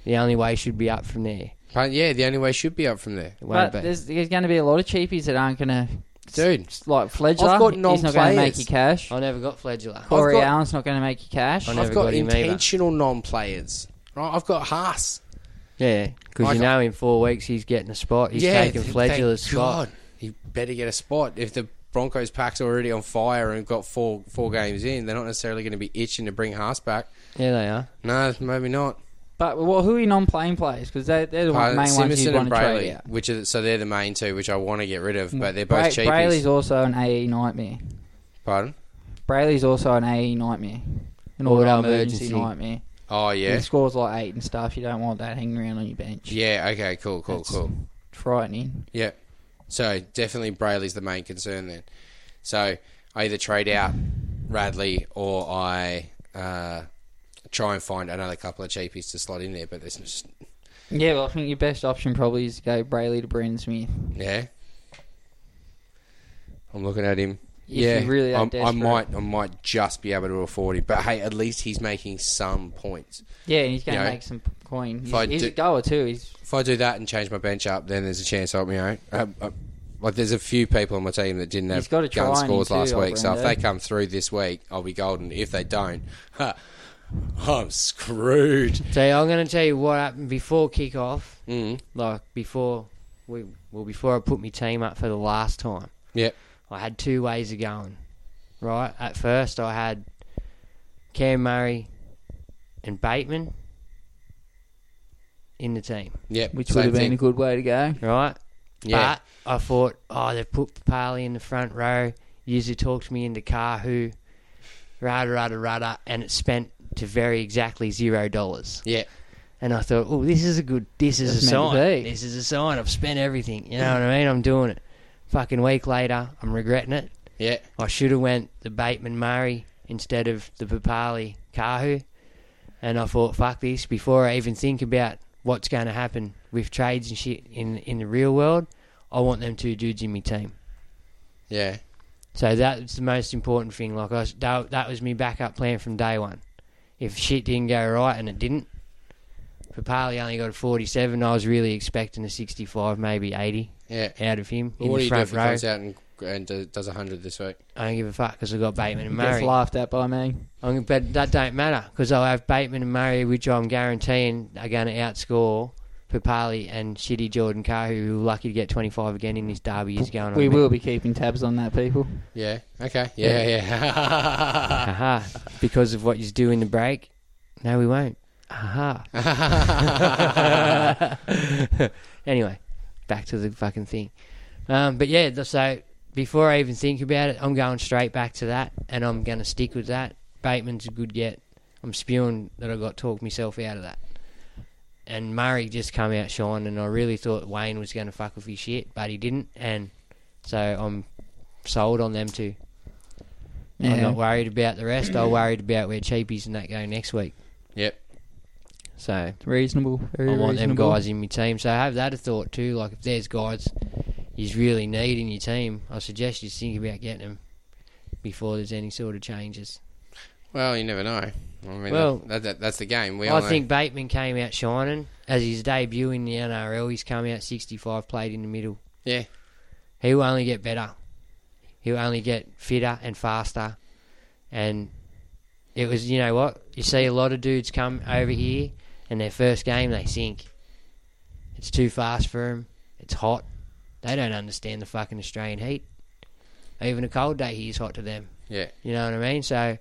The only way should be up from there.
Pardon? Yeah, the only way should be up from there.
It
But
won't be.
there's, there's going to be a lot of cheapies that aren't going to
Dude,
like Fledger.
I've got
He's not going to make
non-players.
you cash.
I never got flagellar.
Corey
got-
Allen's not going to make you cash.
I never
I've got
got him either.
intentional non-players. Right, I've got Haas.
Yeah, because
Like-
you know in four weeks he's getting a spot. He's
yeah,
taking
th-
flagellar's
thank
spot.
God. He better get a spot. If the Broncos pack's already on fire and got four four games in, they're not necessarily going to be itching to bring Haas back.
Yeah, they are.
No, maybe not.
But well, who are your non-playing players? Because they, they're the
Uh,
main ones you
Simonson
want
and
to trade
Brayley,
out.
which is so they're the main two, which I want to get rid of, but they're
Mm. Bra-
both cheapies.
Brayley's also an AE nightmare.
Pardon?
Brayley's also an AE nightmare. An
Or an
all emergency
emergency.
nightmare.
Oh
Yeah.
yeah,
He scores like eight and stuff. You don't want that hanging around on your bench.
yeah. Okay, cool, cool,
That's-
cool.
Frightening.
Yeah. So definitely Brayley's the main concern then. So I either trade out Radley or I uh, try and find another couple of cheapies to slot in there. But there's just
Yeah, well, I think your best option probably is to go Brayley to Brandon Smith.
yeah. I'm looking at him.
If
yeah,
you really are
I'm- I
desperate.
might, I might just be able to afford him. But hey, at least he's making some points.
Yeah, and he's going to
Yeah.
make some coin. He's,
I
he's
do-
a goer too. He's
If I do that and change my bench up, then there's a chance I'll be alright. Uh, uh, like there's a few people on my team that didn't
He's
have
gotta
gun
try and
scores
too,
last
old
week, so if
Brando.
they come through this week, I'll be golden. If they don't, *laughs* I'm screwed.
So I'm going to tell you what happened before kick-off. Mm. Like before we well before I put my team up for the last time.
Yep.
I had two ways of going. Right? At first I had Cam Murray and Bateman in the team,
Yep.
which
same
would have been
thing.
a good way to go.
right?
Yeah.
But I thought, oh, they've put Papali in the front row. Usually talked me into Kahu, rada, rada, rada, and it spent to very exactly zero dollars.
Yeah.
And I thought, oh, this is a good, this is
That's
a
meant to
sign.
be.
This is a sign. I've spent everything. You know what I mean? I'm doing it. Fucking week later, I'm regretting it.
Yeah.
I should have went the Bateman Murray instead of the Papali Kahu. And I thought, fuck this. Before I even think about what's going to happen with trades and shit in in the real world, I want them two dudes in my team.
Yeah.
So that's the most important thing. Like I, s- that, that was my backup plan from day one. If shit didn't go right, and it didn't, Papali only got a 47. I was really expecting a 65, maybe 80
Yeah.
out of him
Well,
in
what do
the
you do
front
if he
row.
comes out and, and do- does hundred this week?
I don't give a fuck because I got Bateman and
He gets
Murray.
laughed at by me.
I'm, but that don't matter because I'll have Bateman and Murray, which I'm guaranteeing are going to outscore Papali and shitty Jordan Carr, who are lucky to get 25 again in this derby is going on.
We will be keeping tabs on that, people.
Yeah. Okay. Yeah.
*laughs*
Yeah. *laughs*
Haha. because of what you do in the break? No, we won't. Haha. *laughs* anyway, back to the fucking thing. Um, but yeah, th- so before I even think about it, I'm going straight back to that, and I'm going to stick with that. Bateman's a good get. I'm spewing that I got talked myself out of that. And Murray just come out shining, and I really thought Wayne was going to fuck with his shit, but he didn't, and So I'm sold on them too.
Yeah.
I'm not worried about the rest. I'm worried about where cheapies and that go next week.
Yep.
So
reasonable. Very
I want
reasonable.
them guys in my team. So have that a thought too. Like if there's guys you really need in your team, I suggest you think about getting them before there's any sort of changes.
Well, you never know. I mean,
Well,
that, that, that's the game. We all
I
know.
think Bateman came out shining as his debut in the NRL. He's come out 65, played in the middle.
Yeah.
He will only get better. He'll only get fitter and faster. And it was, you know what? You see a lot of dudes come over here and their first game they sink. It's too fast for them. It's hot. They don't understand the fucking Australian heat. Even a cold day here's hot to them.
Yeah.
You know what I mean? So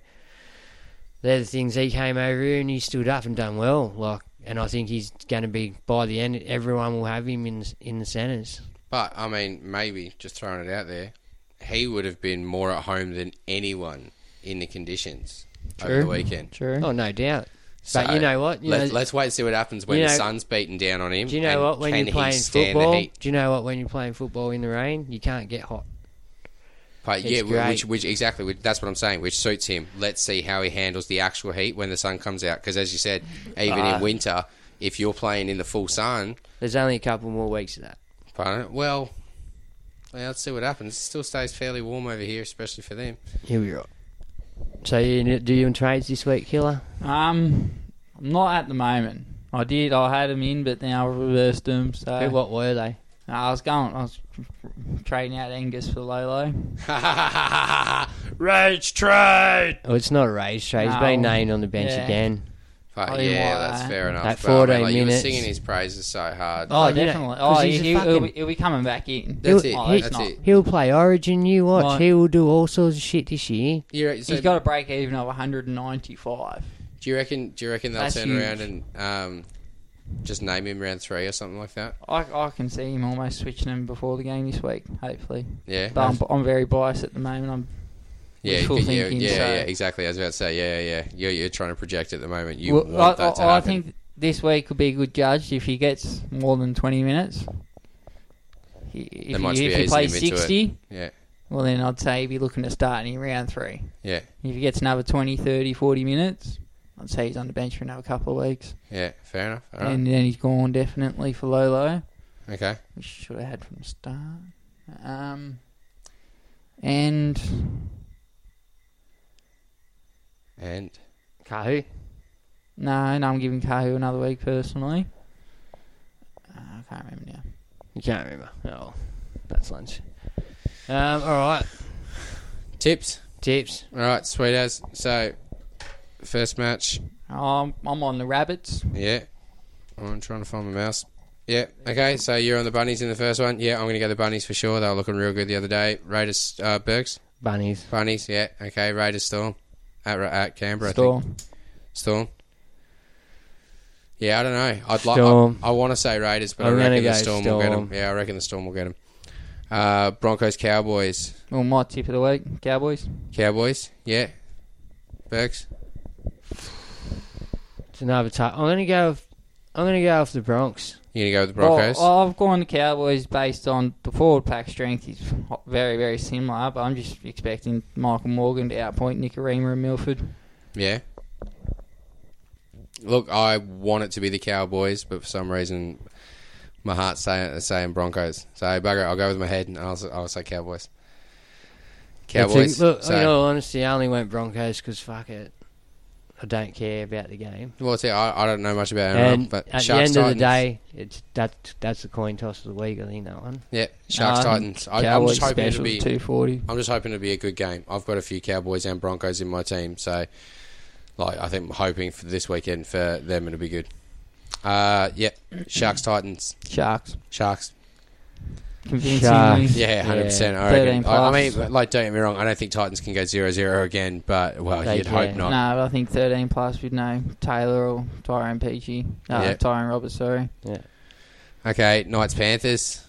they're the things he came over here and he stood up and done well. Like, and I think he's going to be by the end. Everyone will have him in in the centres.
But I mean, maybe just throwing it out there, he would have been more at home than anyone in the conditions over the weekend.
True.
Oh, no doubt.
So
But you know what? You
let,
know-
us wait and see what happens when
You
the
know-
sun's beating down on him.
Do you know
and
what? When
can
you're
he
playing
stand the
football,
heat?
do you know what? When you're playing football in the rain, you can't get hot.
But
It's
yeah,
great.
which, which exactly which, that's what I'm saying. Which suits him. Let's see how he handles the actual heat when the sun comes out. Because as you said, even
Ah.
in winter, if you're playing in the full sun,
There's only a couple more weeks of that.
pardon, well, yeah, let's see what happens. It still stays fairly warm over here, especially for them.
Here we are. So, you, do you in trades this week, Killer?
Um, not at the moment. I did. I had them in, but then I reversed them. So
Who, what were they?
I was going. I was trading out Angus for Lolo.
Rage trade.
Oh, it's not a rage trade. He's
No.
been named on the bench
Yeah.
again.
I
But
didn't
yeah,
like
that's
Oh, that.
fair enough.
That
bro. I mean,
40
like, You were
minutes.
singing his praises so hard.
Oh,
Oh, yeah.
definitely. Oh,
'Cause
he,
he's a
he'll, he'll be,
fucking-
he'll be coming back in.
That's it.
Oh, that's
That's
not.
it.
He'll play Origin. You watch.
Right.
He will do all sorts of shit this year.
You're, so
He's got a break even of 195.
do you reckon? Do you reckon they'll
That's
turn
huge.
around and um, just name him round three or something like that?
I, I can see him almost switching him before the game this week, hopefully.
Yeah.
But I'm, I'm very biased at the moment. I'm
Yeah,
wishful
yeah,
thinking,
yeah,
so-
yeah, exactly. I was about to say, yeah, yeah, yeah. You're, you're trying to project at the moment. You
Well,
want
I,
that to
I, I
happen.
think this week could be good judged if he gets more than 20 minutes. He, if
They might
he,
be
if he
easing
plays
him into it.
60,
yeah,
well, then I'd say he'd be looking to start in round three.
yeah,
If he gets another 20, 30, 40 minutes, I'd say he's on the bench for another couple of weeks.
yeah. Fair enough. All right.
And then he's gone definitely for Lolo,
okay.
which should have had from the start. Um, and
And
Kahu.
no, no, I'm giving Kahu another week personally. Uh, I can't remember now.
You can't remember. Oh, that's lunch. Um, all right.
tips.
Tips.
All right, sweet as. So, first match.
Um, I'm on the Rabbits.
Yeah. I'm trying to find my mouse. Yeah. Okay. So you're on the bunnies in the first one. Yeah, I'm going to go the bunnies for sure. They were looking real good the other day. Raiders, uh, Burks,
Bunnies.
bunnies. Yeah. Okay. Raiders Storm at at Canberra. I think.
Storm.
Storm. Yeah, I don't know. I'd like.
Storm.
I, want to say Raiders, but i
I'm gonna
reckon the
go
Storm, will get them.
Storm.
Yeah, I reckon the Storm will get them. Uh, Broncos, Cowboys,
Well, my tip of the week, Cowboys.
Cowboys. Yeah. Burks.
It's another time. I'm gonna go. With, I'm gonna go off the Bronx.
You gonna go with the Broncos?
Well, I've gone Cowboys based on the forward pack strength is very, very similar, but I'm just expecting Michael Morgan to outpoint Nicarima and Milford.
Yeah. Look, I want it to be the Cowboys, but for some reason, my heart's saying, saying Broncos. So bugger, it, I'll go with my head and I'll, s- I'll say Cowboys. Cowboys.
It's a- look,
so,
in all honesty, I only went Broncos because fuck it, I don't care about the game.
well, see, I, I don't know much about NRL,
and
but
at
Sharks
the end
Titans.
of the day, it's that that's the coin toss of the week. I think that one.
yeah, Sharks
Um,
Titans. I, I'm
Cowboys
just hoping it'll
special
be.
240.
I'm just hoping it'll be a good game. I've got a few Cowboys and Broncos in my team, so like I think I'm hoping for this weekend for them it'll be good. Uh, yeah, Sharks Titans.
Sharks.
Sharks.
Convincingly.
Yeah, hundred percent. I
13
reckon. I, I
plus.
mean, like, don't get me wrong. I don't think Titans can go 0-0 again, but well,
They
you'd
can.
hope not.
No, I think 13 plus we'd know Taylor or Tyrone Peachy. Uh,
Yeah.
Tyrone Roberts, sorry.
Okay, Knights Panthers.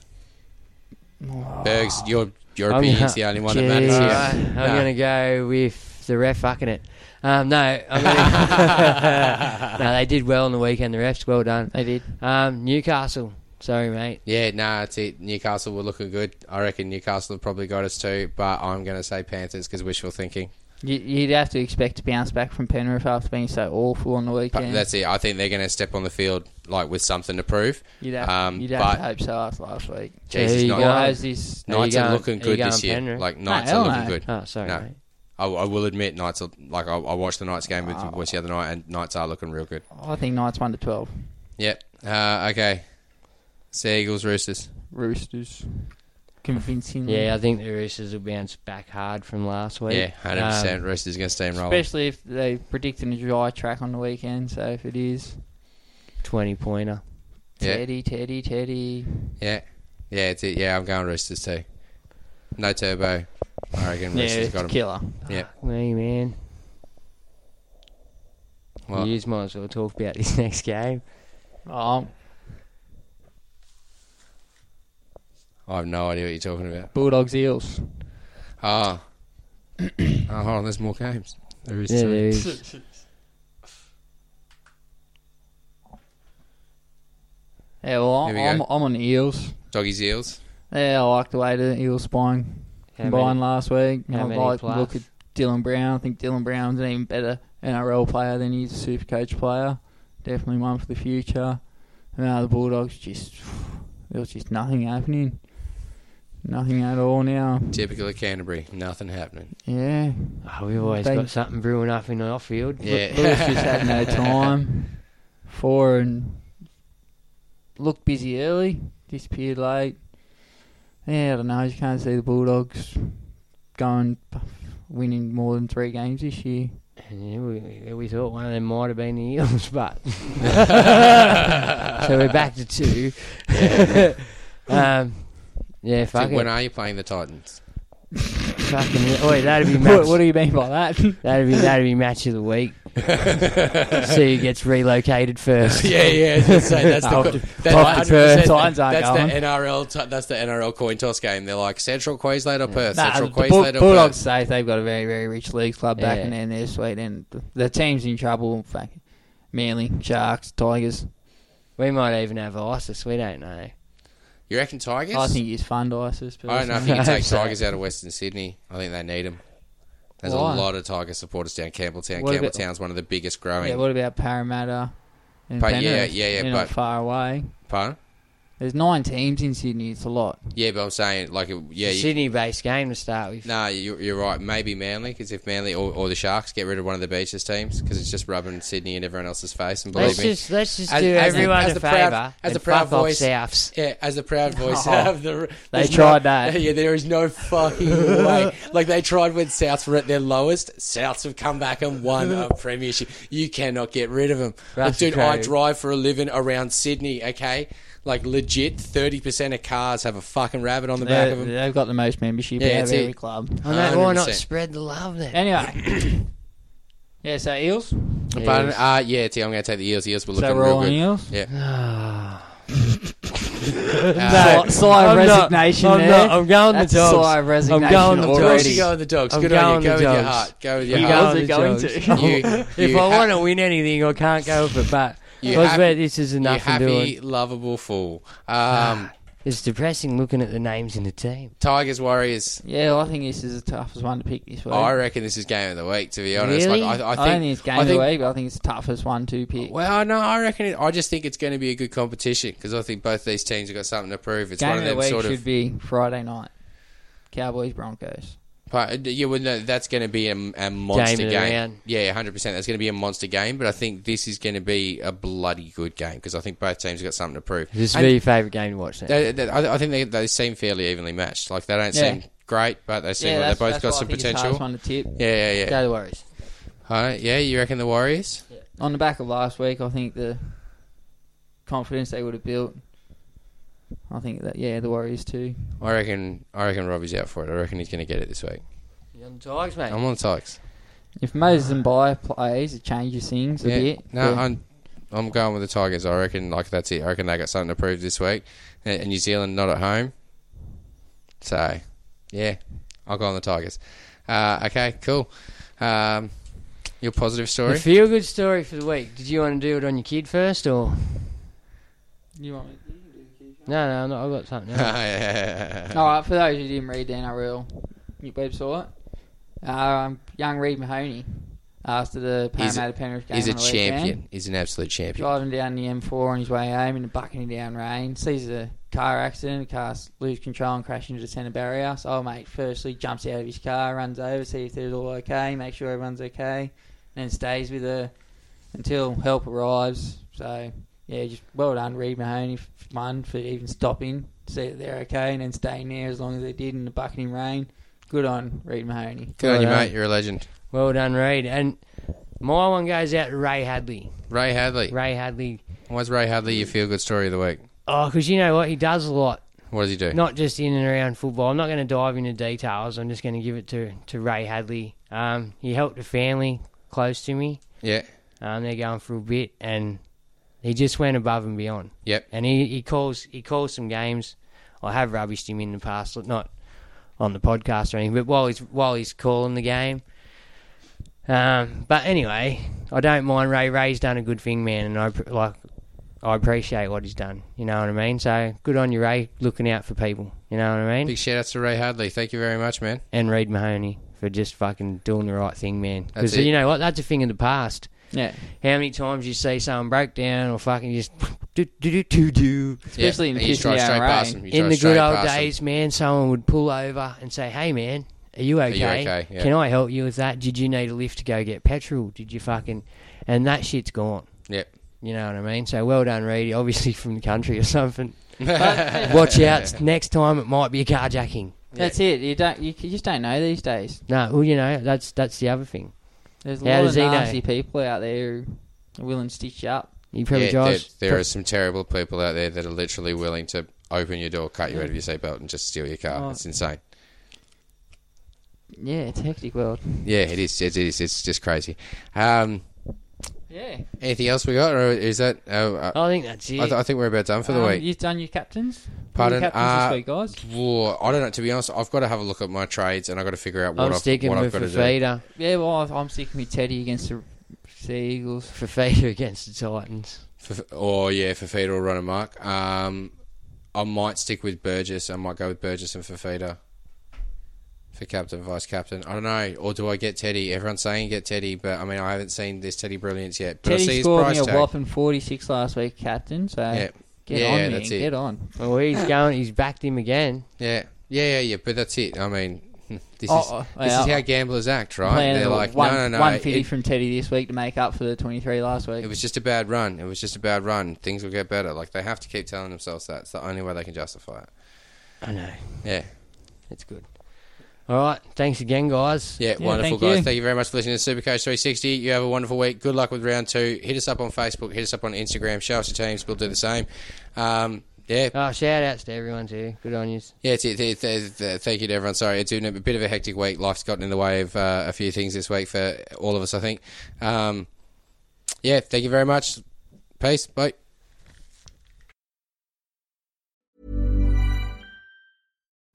Bergs, your your
I'm
opinion's
gonna-
the only one that
Jeez.
matters
Alright,
here.
I'm
Uh, Nah.
gonna go with the ref fucking it. Um, no, I'm *laughs* gonna no, they did well on the weekend. The refs, well done.
They did.
Um, Newcastle Sorry, mate.
Yeah, nah, it's it. Newcastle were looking good. I reckon Newcastle have probably got us too, but I'm going to say Panthers because wishful thinking.
You, you'd have to expect to bounce back from Penrith after being so awful on the
But
weekend.
that's it. I think they're going to step on the field like with something to prove.
You'd have,
um,
you'd
but
have to hope so after last week.
Jeez, it's not-
Why is this?
Knights are looking good this year. Like Knights
hell
are looking
no.
good.
Oh,
No. I, I will admit, Knights are like I, I watched the Knights game
Ah.
with you boys the other night, and Knights are looking real good.
I think Knights one to twelve.
Yep. Uh, okay. Sea Eagles, Roosters.
Roosters. Convincingly.
Yeah, I think the Roosters will bounce back hard from last week.
Yeah, hundred percent.
Um,
Roosters going to steamroll. them.
Especially if they predicted a dry track on the weekend, so if it is
Twenty pointer.
Yeah.
Teddy, Teddy, Teddy.
Yeah, yeah, it's it. Yeah, I'm going Roosters too. No turbo. I reckon
Yeah,
Roosters
it's
got him.
killer.
Yeah.
Me man.
What?
You might as well talk about *laughs* this next game.
Oh,
I have no idea what you're talking about.
Bulldogs, Eels.
Ah. *coughs* oh, hold on. There's more games. There is
Yeah,
three.
there is.
Yeah, well,
Here
I'm,
we
I'm
go.
on the Eels.
Doggies eels.
Yeah, I like the way the Eels spine
How
combined
many-
last week.
how
I
many
like the
plus?
look at Dylan Brown. I think Dylan Brown's an even better NRL player than he's a super coach player. Definitely one for the future. And now the Bulldogs just *sighs* there was just nothing happening. Nothing at all now.
Typical of Canterbury. Nothing happening.
Yeah.
Oh, we've always
They-
got something brewing up in the off field.
Yeah. *laughs*
Lewis just had no time. Four and looked busy early, disappeared late. Yeah, I don't know. You can't see the Bulldogs going winning more than three games
*laughs*
this year.
And yeah, we, we thought one of them might have been the Eels, *laughs* but so we're back to two. *laughs* um,
So
yeah, fuck it.
when are you playing the Titans?
Fucking, wait, that'd *laughs* be match.
What, what do you mean by that?
*laughs*
that'd be that'd be match of the week. See who gets relocated
*laughs*
first.
yeah, yeah. I was gonna say, that's
Off
the
to-
that's
off to
100%,
Perth.
Titans aren't
that's
going.
the NRL. T- that's the NRL coin toss game. They're like Central Queensland or Perth.
Nah,
Central
the Bull-
Queensland or
Bulldogs
Perth.
safe. They've got a very, very rich leagues club back
Yeah.
in there this week, and the, the team's in trouble. Fuck, Manly, Sharks, Tigers.
We might even have ISIS. We don't know.
You reckon Tigers?
I think it's fun, Isis.
I don't know if you can take
So-
Tigers out of Western Sydney. I think they need them. There's
Why?
a lot of Tiger supporters down Campbelltown.
What about-
Campbelltown's one of the biggest growing.
Yeah, what about Parramatta? And
But yeah,
Penrith?
yeah, yeah,
They're not
but-
far away.
Pardon?
There's nine teams in Sydney. It's a lot.
Yeah, but I'm saying, like, it- yeah, you,
Sydney-based game to start with.
nah, you, you're right. Maybe Manly, because if Manly or, or the Sharks get rid of one of the Beaches teams, because it's just rubbing Sydney in everyone else's face. And believe
Let's
me,
just let's just
As-
do
as the-
everyone
as
a
the
favour
proud- as
and
the proud
fuck off
voice-
Souths.
Yeah, eh, as the proud voice *laughs* of the.
Oh, They
there's
tried
no-
that.
*laughs* Yeah, there is no
*laughs*
fucking way. Like, they tried when Souths were at their lowest. Souths have come back and won
*laughs*
a premiership. You cannot get rid of them. Like,
That's
dude, I
true.
drive for a living around Sydney, okay? Like, legit, 30% of cars have a fucking rabbit on the back
They,
of them.
they've got the most membership
Yeah,
out of
that's
every
it.
club.
I mean, why not
100%.
spread the love then?
Anyway, *coughs* yeah. So eels.
But,
Ah.
uh, yeah, T, I'm going to take the Eels. Eels were
So
looking
we're
real
all on
good. Uh,
eels.
Yeah. Uh,
Sigh- sigh of
Ah. I'm not-
resignation
I'm
there.
not- I'm going the
That's
dogs.
sigh of
I'm
resignation
going the
Of course
already.
you go with the dogs.
I'm
Good on
going
you. Go
the
with your
dogs.
heart. Go with your
You
heart.
go with the
going
dogs.
to?
You-
if
you
I
ha-
want to win anything, I can't go for but.
You
Because
hap-
where this is
you
enough
happy,
doing. Ah,
lovable fool.
*laughs*
Um,
It's depressing looking at the names in the team.
Tigers, Warriors.
Yeah, I think this is the toughest one to pick this week.
I reckon this is game of the week. To be honest,
Really?
like, I, I
I
think
don't think it's game
I think-
of the week, but I think it's the toughest one to pick.
Well, no, I reckon. It, I just think it's going to be a good competition because I think both these teams have got something to prove. It's
game
one
of
of
the
them
week
sort
should
of.
be Friday night. Cowboys Broncos.
But, yeah, well, no, that's going to be a, a monster
Game
game.
of the round.
Yeah, hundred percent. That's going to be a monster game. But I think this is going to be a bloody good game because I think both teams have got something to prove.
This would
And
be your favourite game to watch then.
they, they, I I think they, they seem fairly evenly matched. Like they don't
Yeah.
seem great, but they seem like
that's-
they both
that's
got
why I
some
think it's the hardest
potential.
one to tip.
Yeah, yeah, yeah.
Go the Warriors.
Huh? yeah, you reckon the Warriors?
on the back of last week, I think the confidence they would have built. I think that yeah, the Warriors too.
I reckon. I reckon Robbie's out for it. I reckon he's going to get it this week.
You on the Tigers, mate?
I'm on the Tigers.
If Moses and Bayer plays, it changes things a
Yeah.
bit.
No,
but
I'm. I'm going with the Tigers. I reckon. Like that's it. I reckon they got something to prove this week. And and New Zealand not at home. So, yeah, I'll go on the Tigers. Uh, okay, cool. Um, your positive *laughs*
The
story.
feel good story for the week. Did you want to do it on your kid first or?
you want me
No, no, no, I've got something
Oh,
else.
All right, for those who didn't read the NRL website, um, young Reid Mahoney after the
He's
Parramatta Penrith game.
he's a
on the weekend,
champion. He's an absolute champion.
Driving down the M4 on his way home in the bucketing down rain, sees a car accident, the car s- lose control and crash into the centre barrier. So, old mate firstly jumps out of his car, runs over, see if they're all okay, make sure everyone's okay, and then stays with her until help arrives. So, yeah, just well done, Reed Mahoney, f- one, for even stopping, see that they're okay, and then staying there as long as they did in the bucketing rain. Good on Reed Mahoney.
Good on you,
Well done.
mate. You're a legend.
Well done, Reid. And my one goes out to Ray Hadley.
Ray Hadley.
Ray Hadley.
Why's Ray Hadley your feel good story of the week?
Oh, because you know what? He does a lot,
What does he do?
not just in and around football. I'm not going to dive into details. I'm just going to give it to, to Ray Hadley. Um, he helped a family close to me.
Yeah.
Um, they're going for a bit, and he just went above and beyond.
Yep.
And he, he calls he calls some games. I have rubbished him in the past, not on the podcast or anything, but while he's while he's calling the game. Um, but anyway, I don't mind Ray. Ray's done a good thing, man, and I pr- like I appreciate what he's done. You know what I mean? So good on you, Ray, looking out for people. You know what I mean?
Big shout outs to Ray Hadley. Thank you very much, man.
and Reid Mahoney for just fucking doing the right thing, man.
That's
Because
it.
you know what? That's a thing of the past.
Yeah.
How many times you see someone broke down or fucking just *laughs* do do do do do.
Especially in
and
the
you
pissing
drive
down
straight
rain.
past him. You
In
drive
the good
straight
old
past him.
days, man, someone would pull over and say, "Hey, man, are you okay?
you okay? Yeah.
Can I help you with that? Did you need a lift to go get petrol? Did you fucking?" And that shit's gone.
Yep.
You know what I mean? So well done, Reedy. Obviously from the country
*laughs*
or something. But watch out. Next time it might be a carjacking.
That's it. You don't. You, you just don't know these days.
No, well, you know that's that's the other thing.
There's a
How
lot
does
of
he know?
nasty people out there who are willing to stitch you up.
You probably
yeah, there,
drives.
there are some terrible people out there that are literally willing to open your door, cut you out of your seatbelt, and just steal your car.
Oh.
It's insane.
Yeah, it's hectic world.
Yeah, it is. It is. It's just crazy. Um,
Yeah.
anything else we got, or is that? Uh, uh,
I think that's it.
I, th- I think we're about done for the
Oh, Um,
week.
You've done your captains.
Pardon?
Your captains
Uh,
this week, guys.
Whoa, I don't know. To be honest, I've got to have a look at my trades, and I've got to figure out what
I'm
I've,
sticking
what I've
with
got to do.
Fafita.
Yeah, well, I- I'm sticking with Teddy against the Sea Eagles.
Fafita *laughs* against the Titans.
F- oh yeah, Fafita or Run Mark. Um, I might stick with Burgess. I might go with Burgess and Fafita for captain, vice captain. I don't know, or do I get Teddy? Everyone's saying get Teddy, but I mean, I haven't seen this Teddy brilliance yet. But I see
Teddy
his
scored me
price
a
tag.
whopping 46 last week, captain. So
Yeah.
get
Yeah,
on, man.
that's it.
Get on.
*laughs*
Oh, he's going. He's backed him again.
Yeah, yeah, yeah, yeah. But that's it. I mean, *laughs* this
Oh,
is
oh,
this is
yeah.
how gamblers act, right?
Playing
They're
a
like,
one,
no, no, no.
150
It,
from Teddy this week to make up for the 23 last week.
it was just a bad run. It was just a bad run. Things will get better. Like they have to keep telling themselves that. It's the only way they can justify it.
I know.
Yeah.
It's good. All right. Thanks again, guys.
Yeah,
Yeah,
wonderful,
thank
guys.
you.
Thank you very much for listening to Supercoach 360. You have a wonderful week. Good luck with round two. Hit us up on Facebook. Hit us up on Instagram. Show us your teams. We'll do the same. Um, yeah,
Oh, shout outs to everyone too. Good on you.
yeah. It's, it, it, it- it- thank you to everyone. Sorry, it's been a bit of a hectic week. Life's gotten in the way of uh, a few things this week for all of us, I think. Um, yeah, thank you very much. Peace. Bye.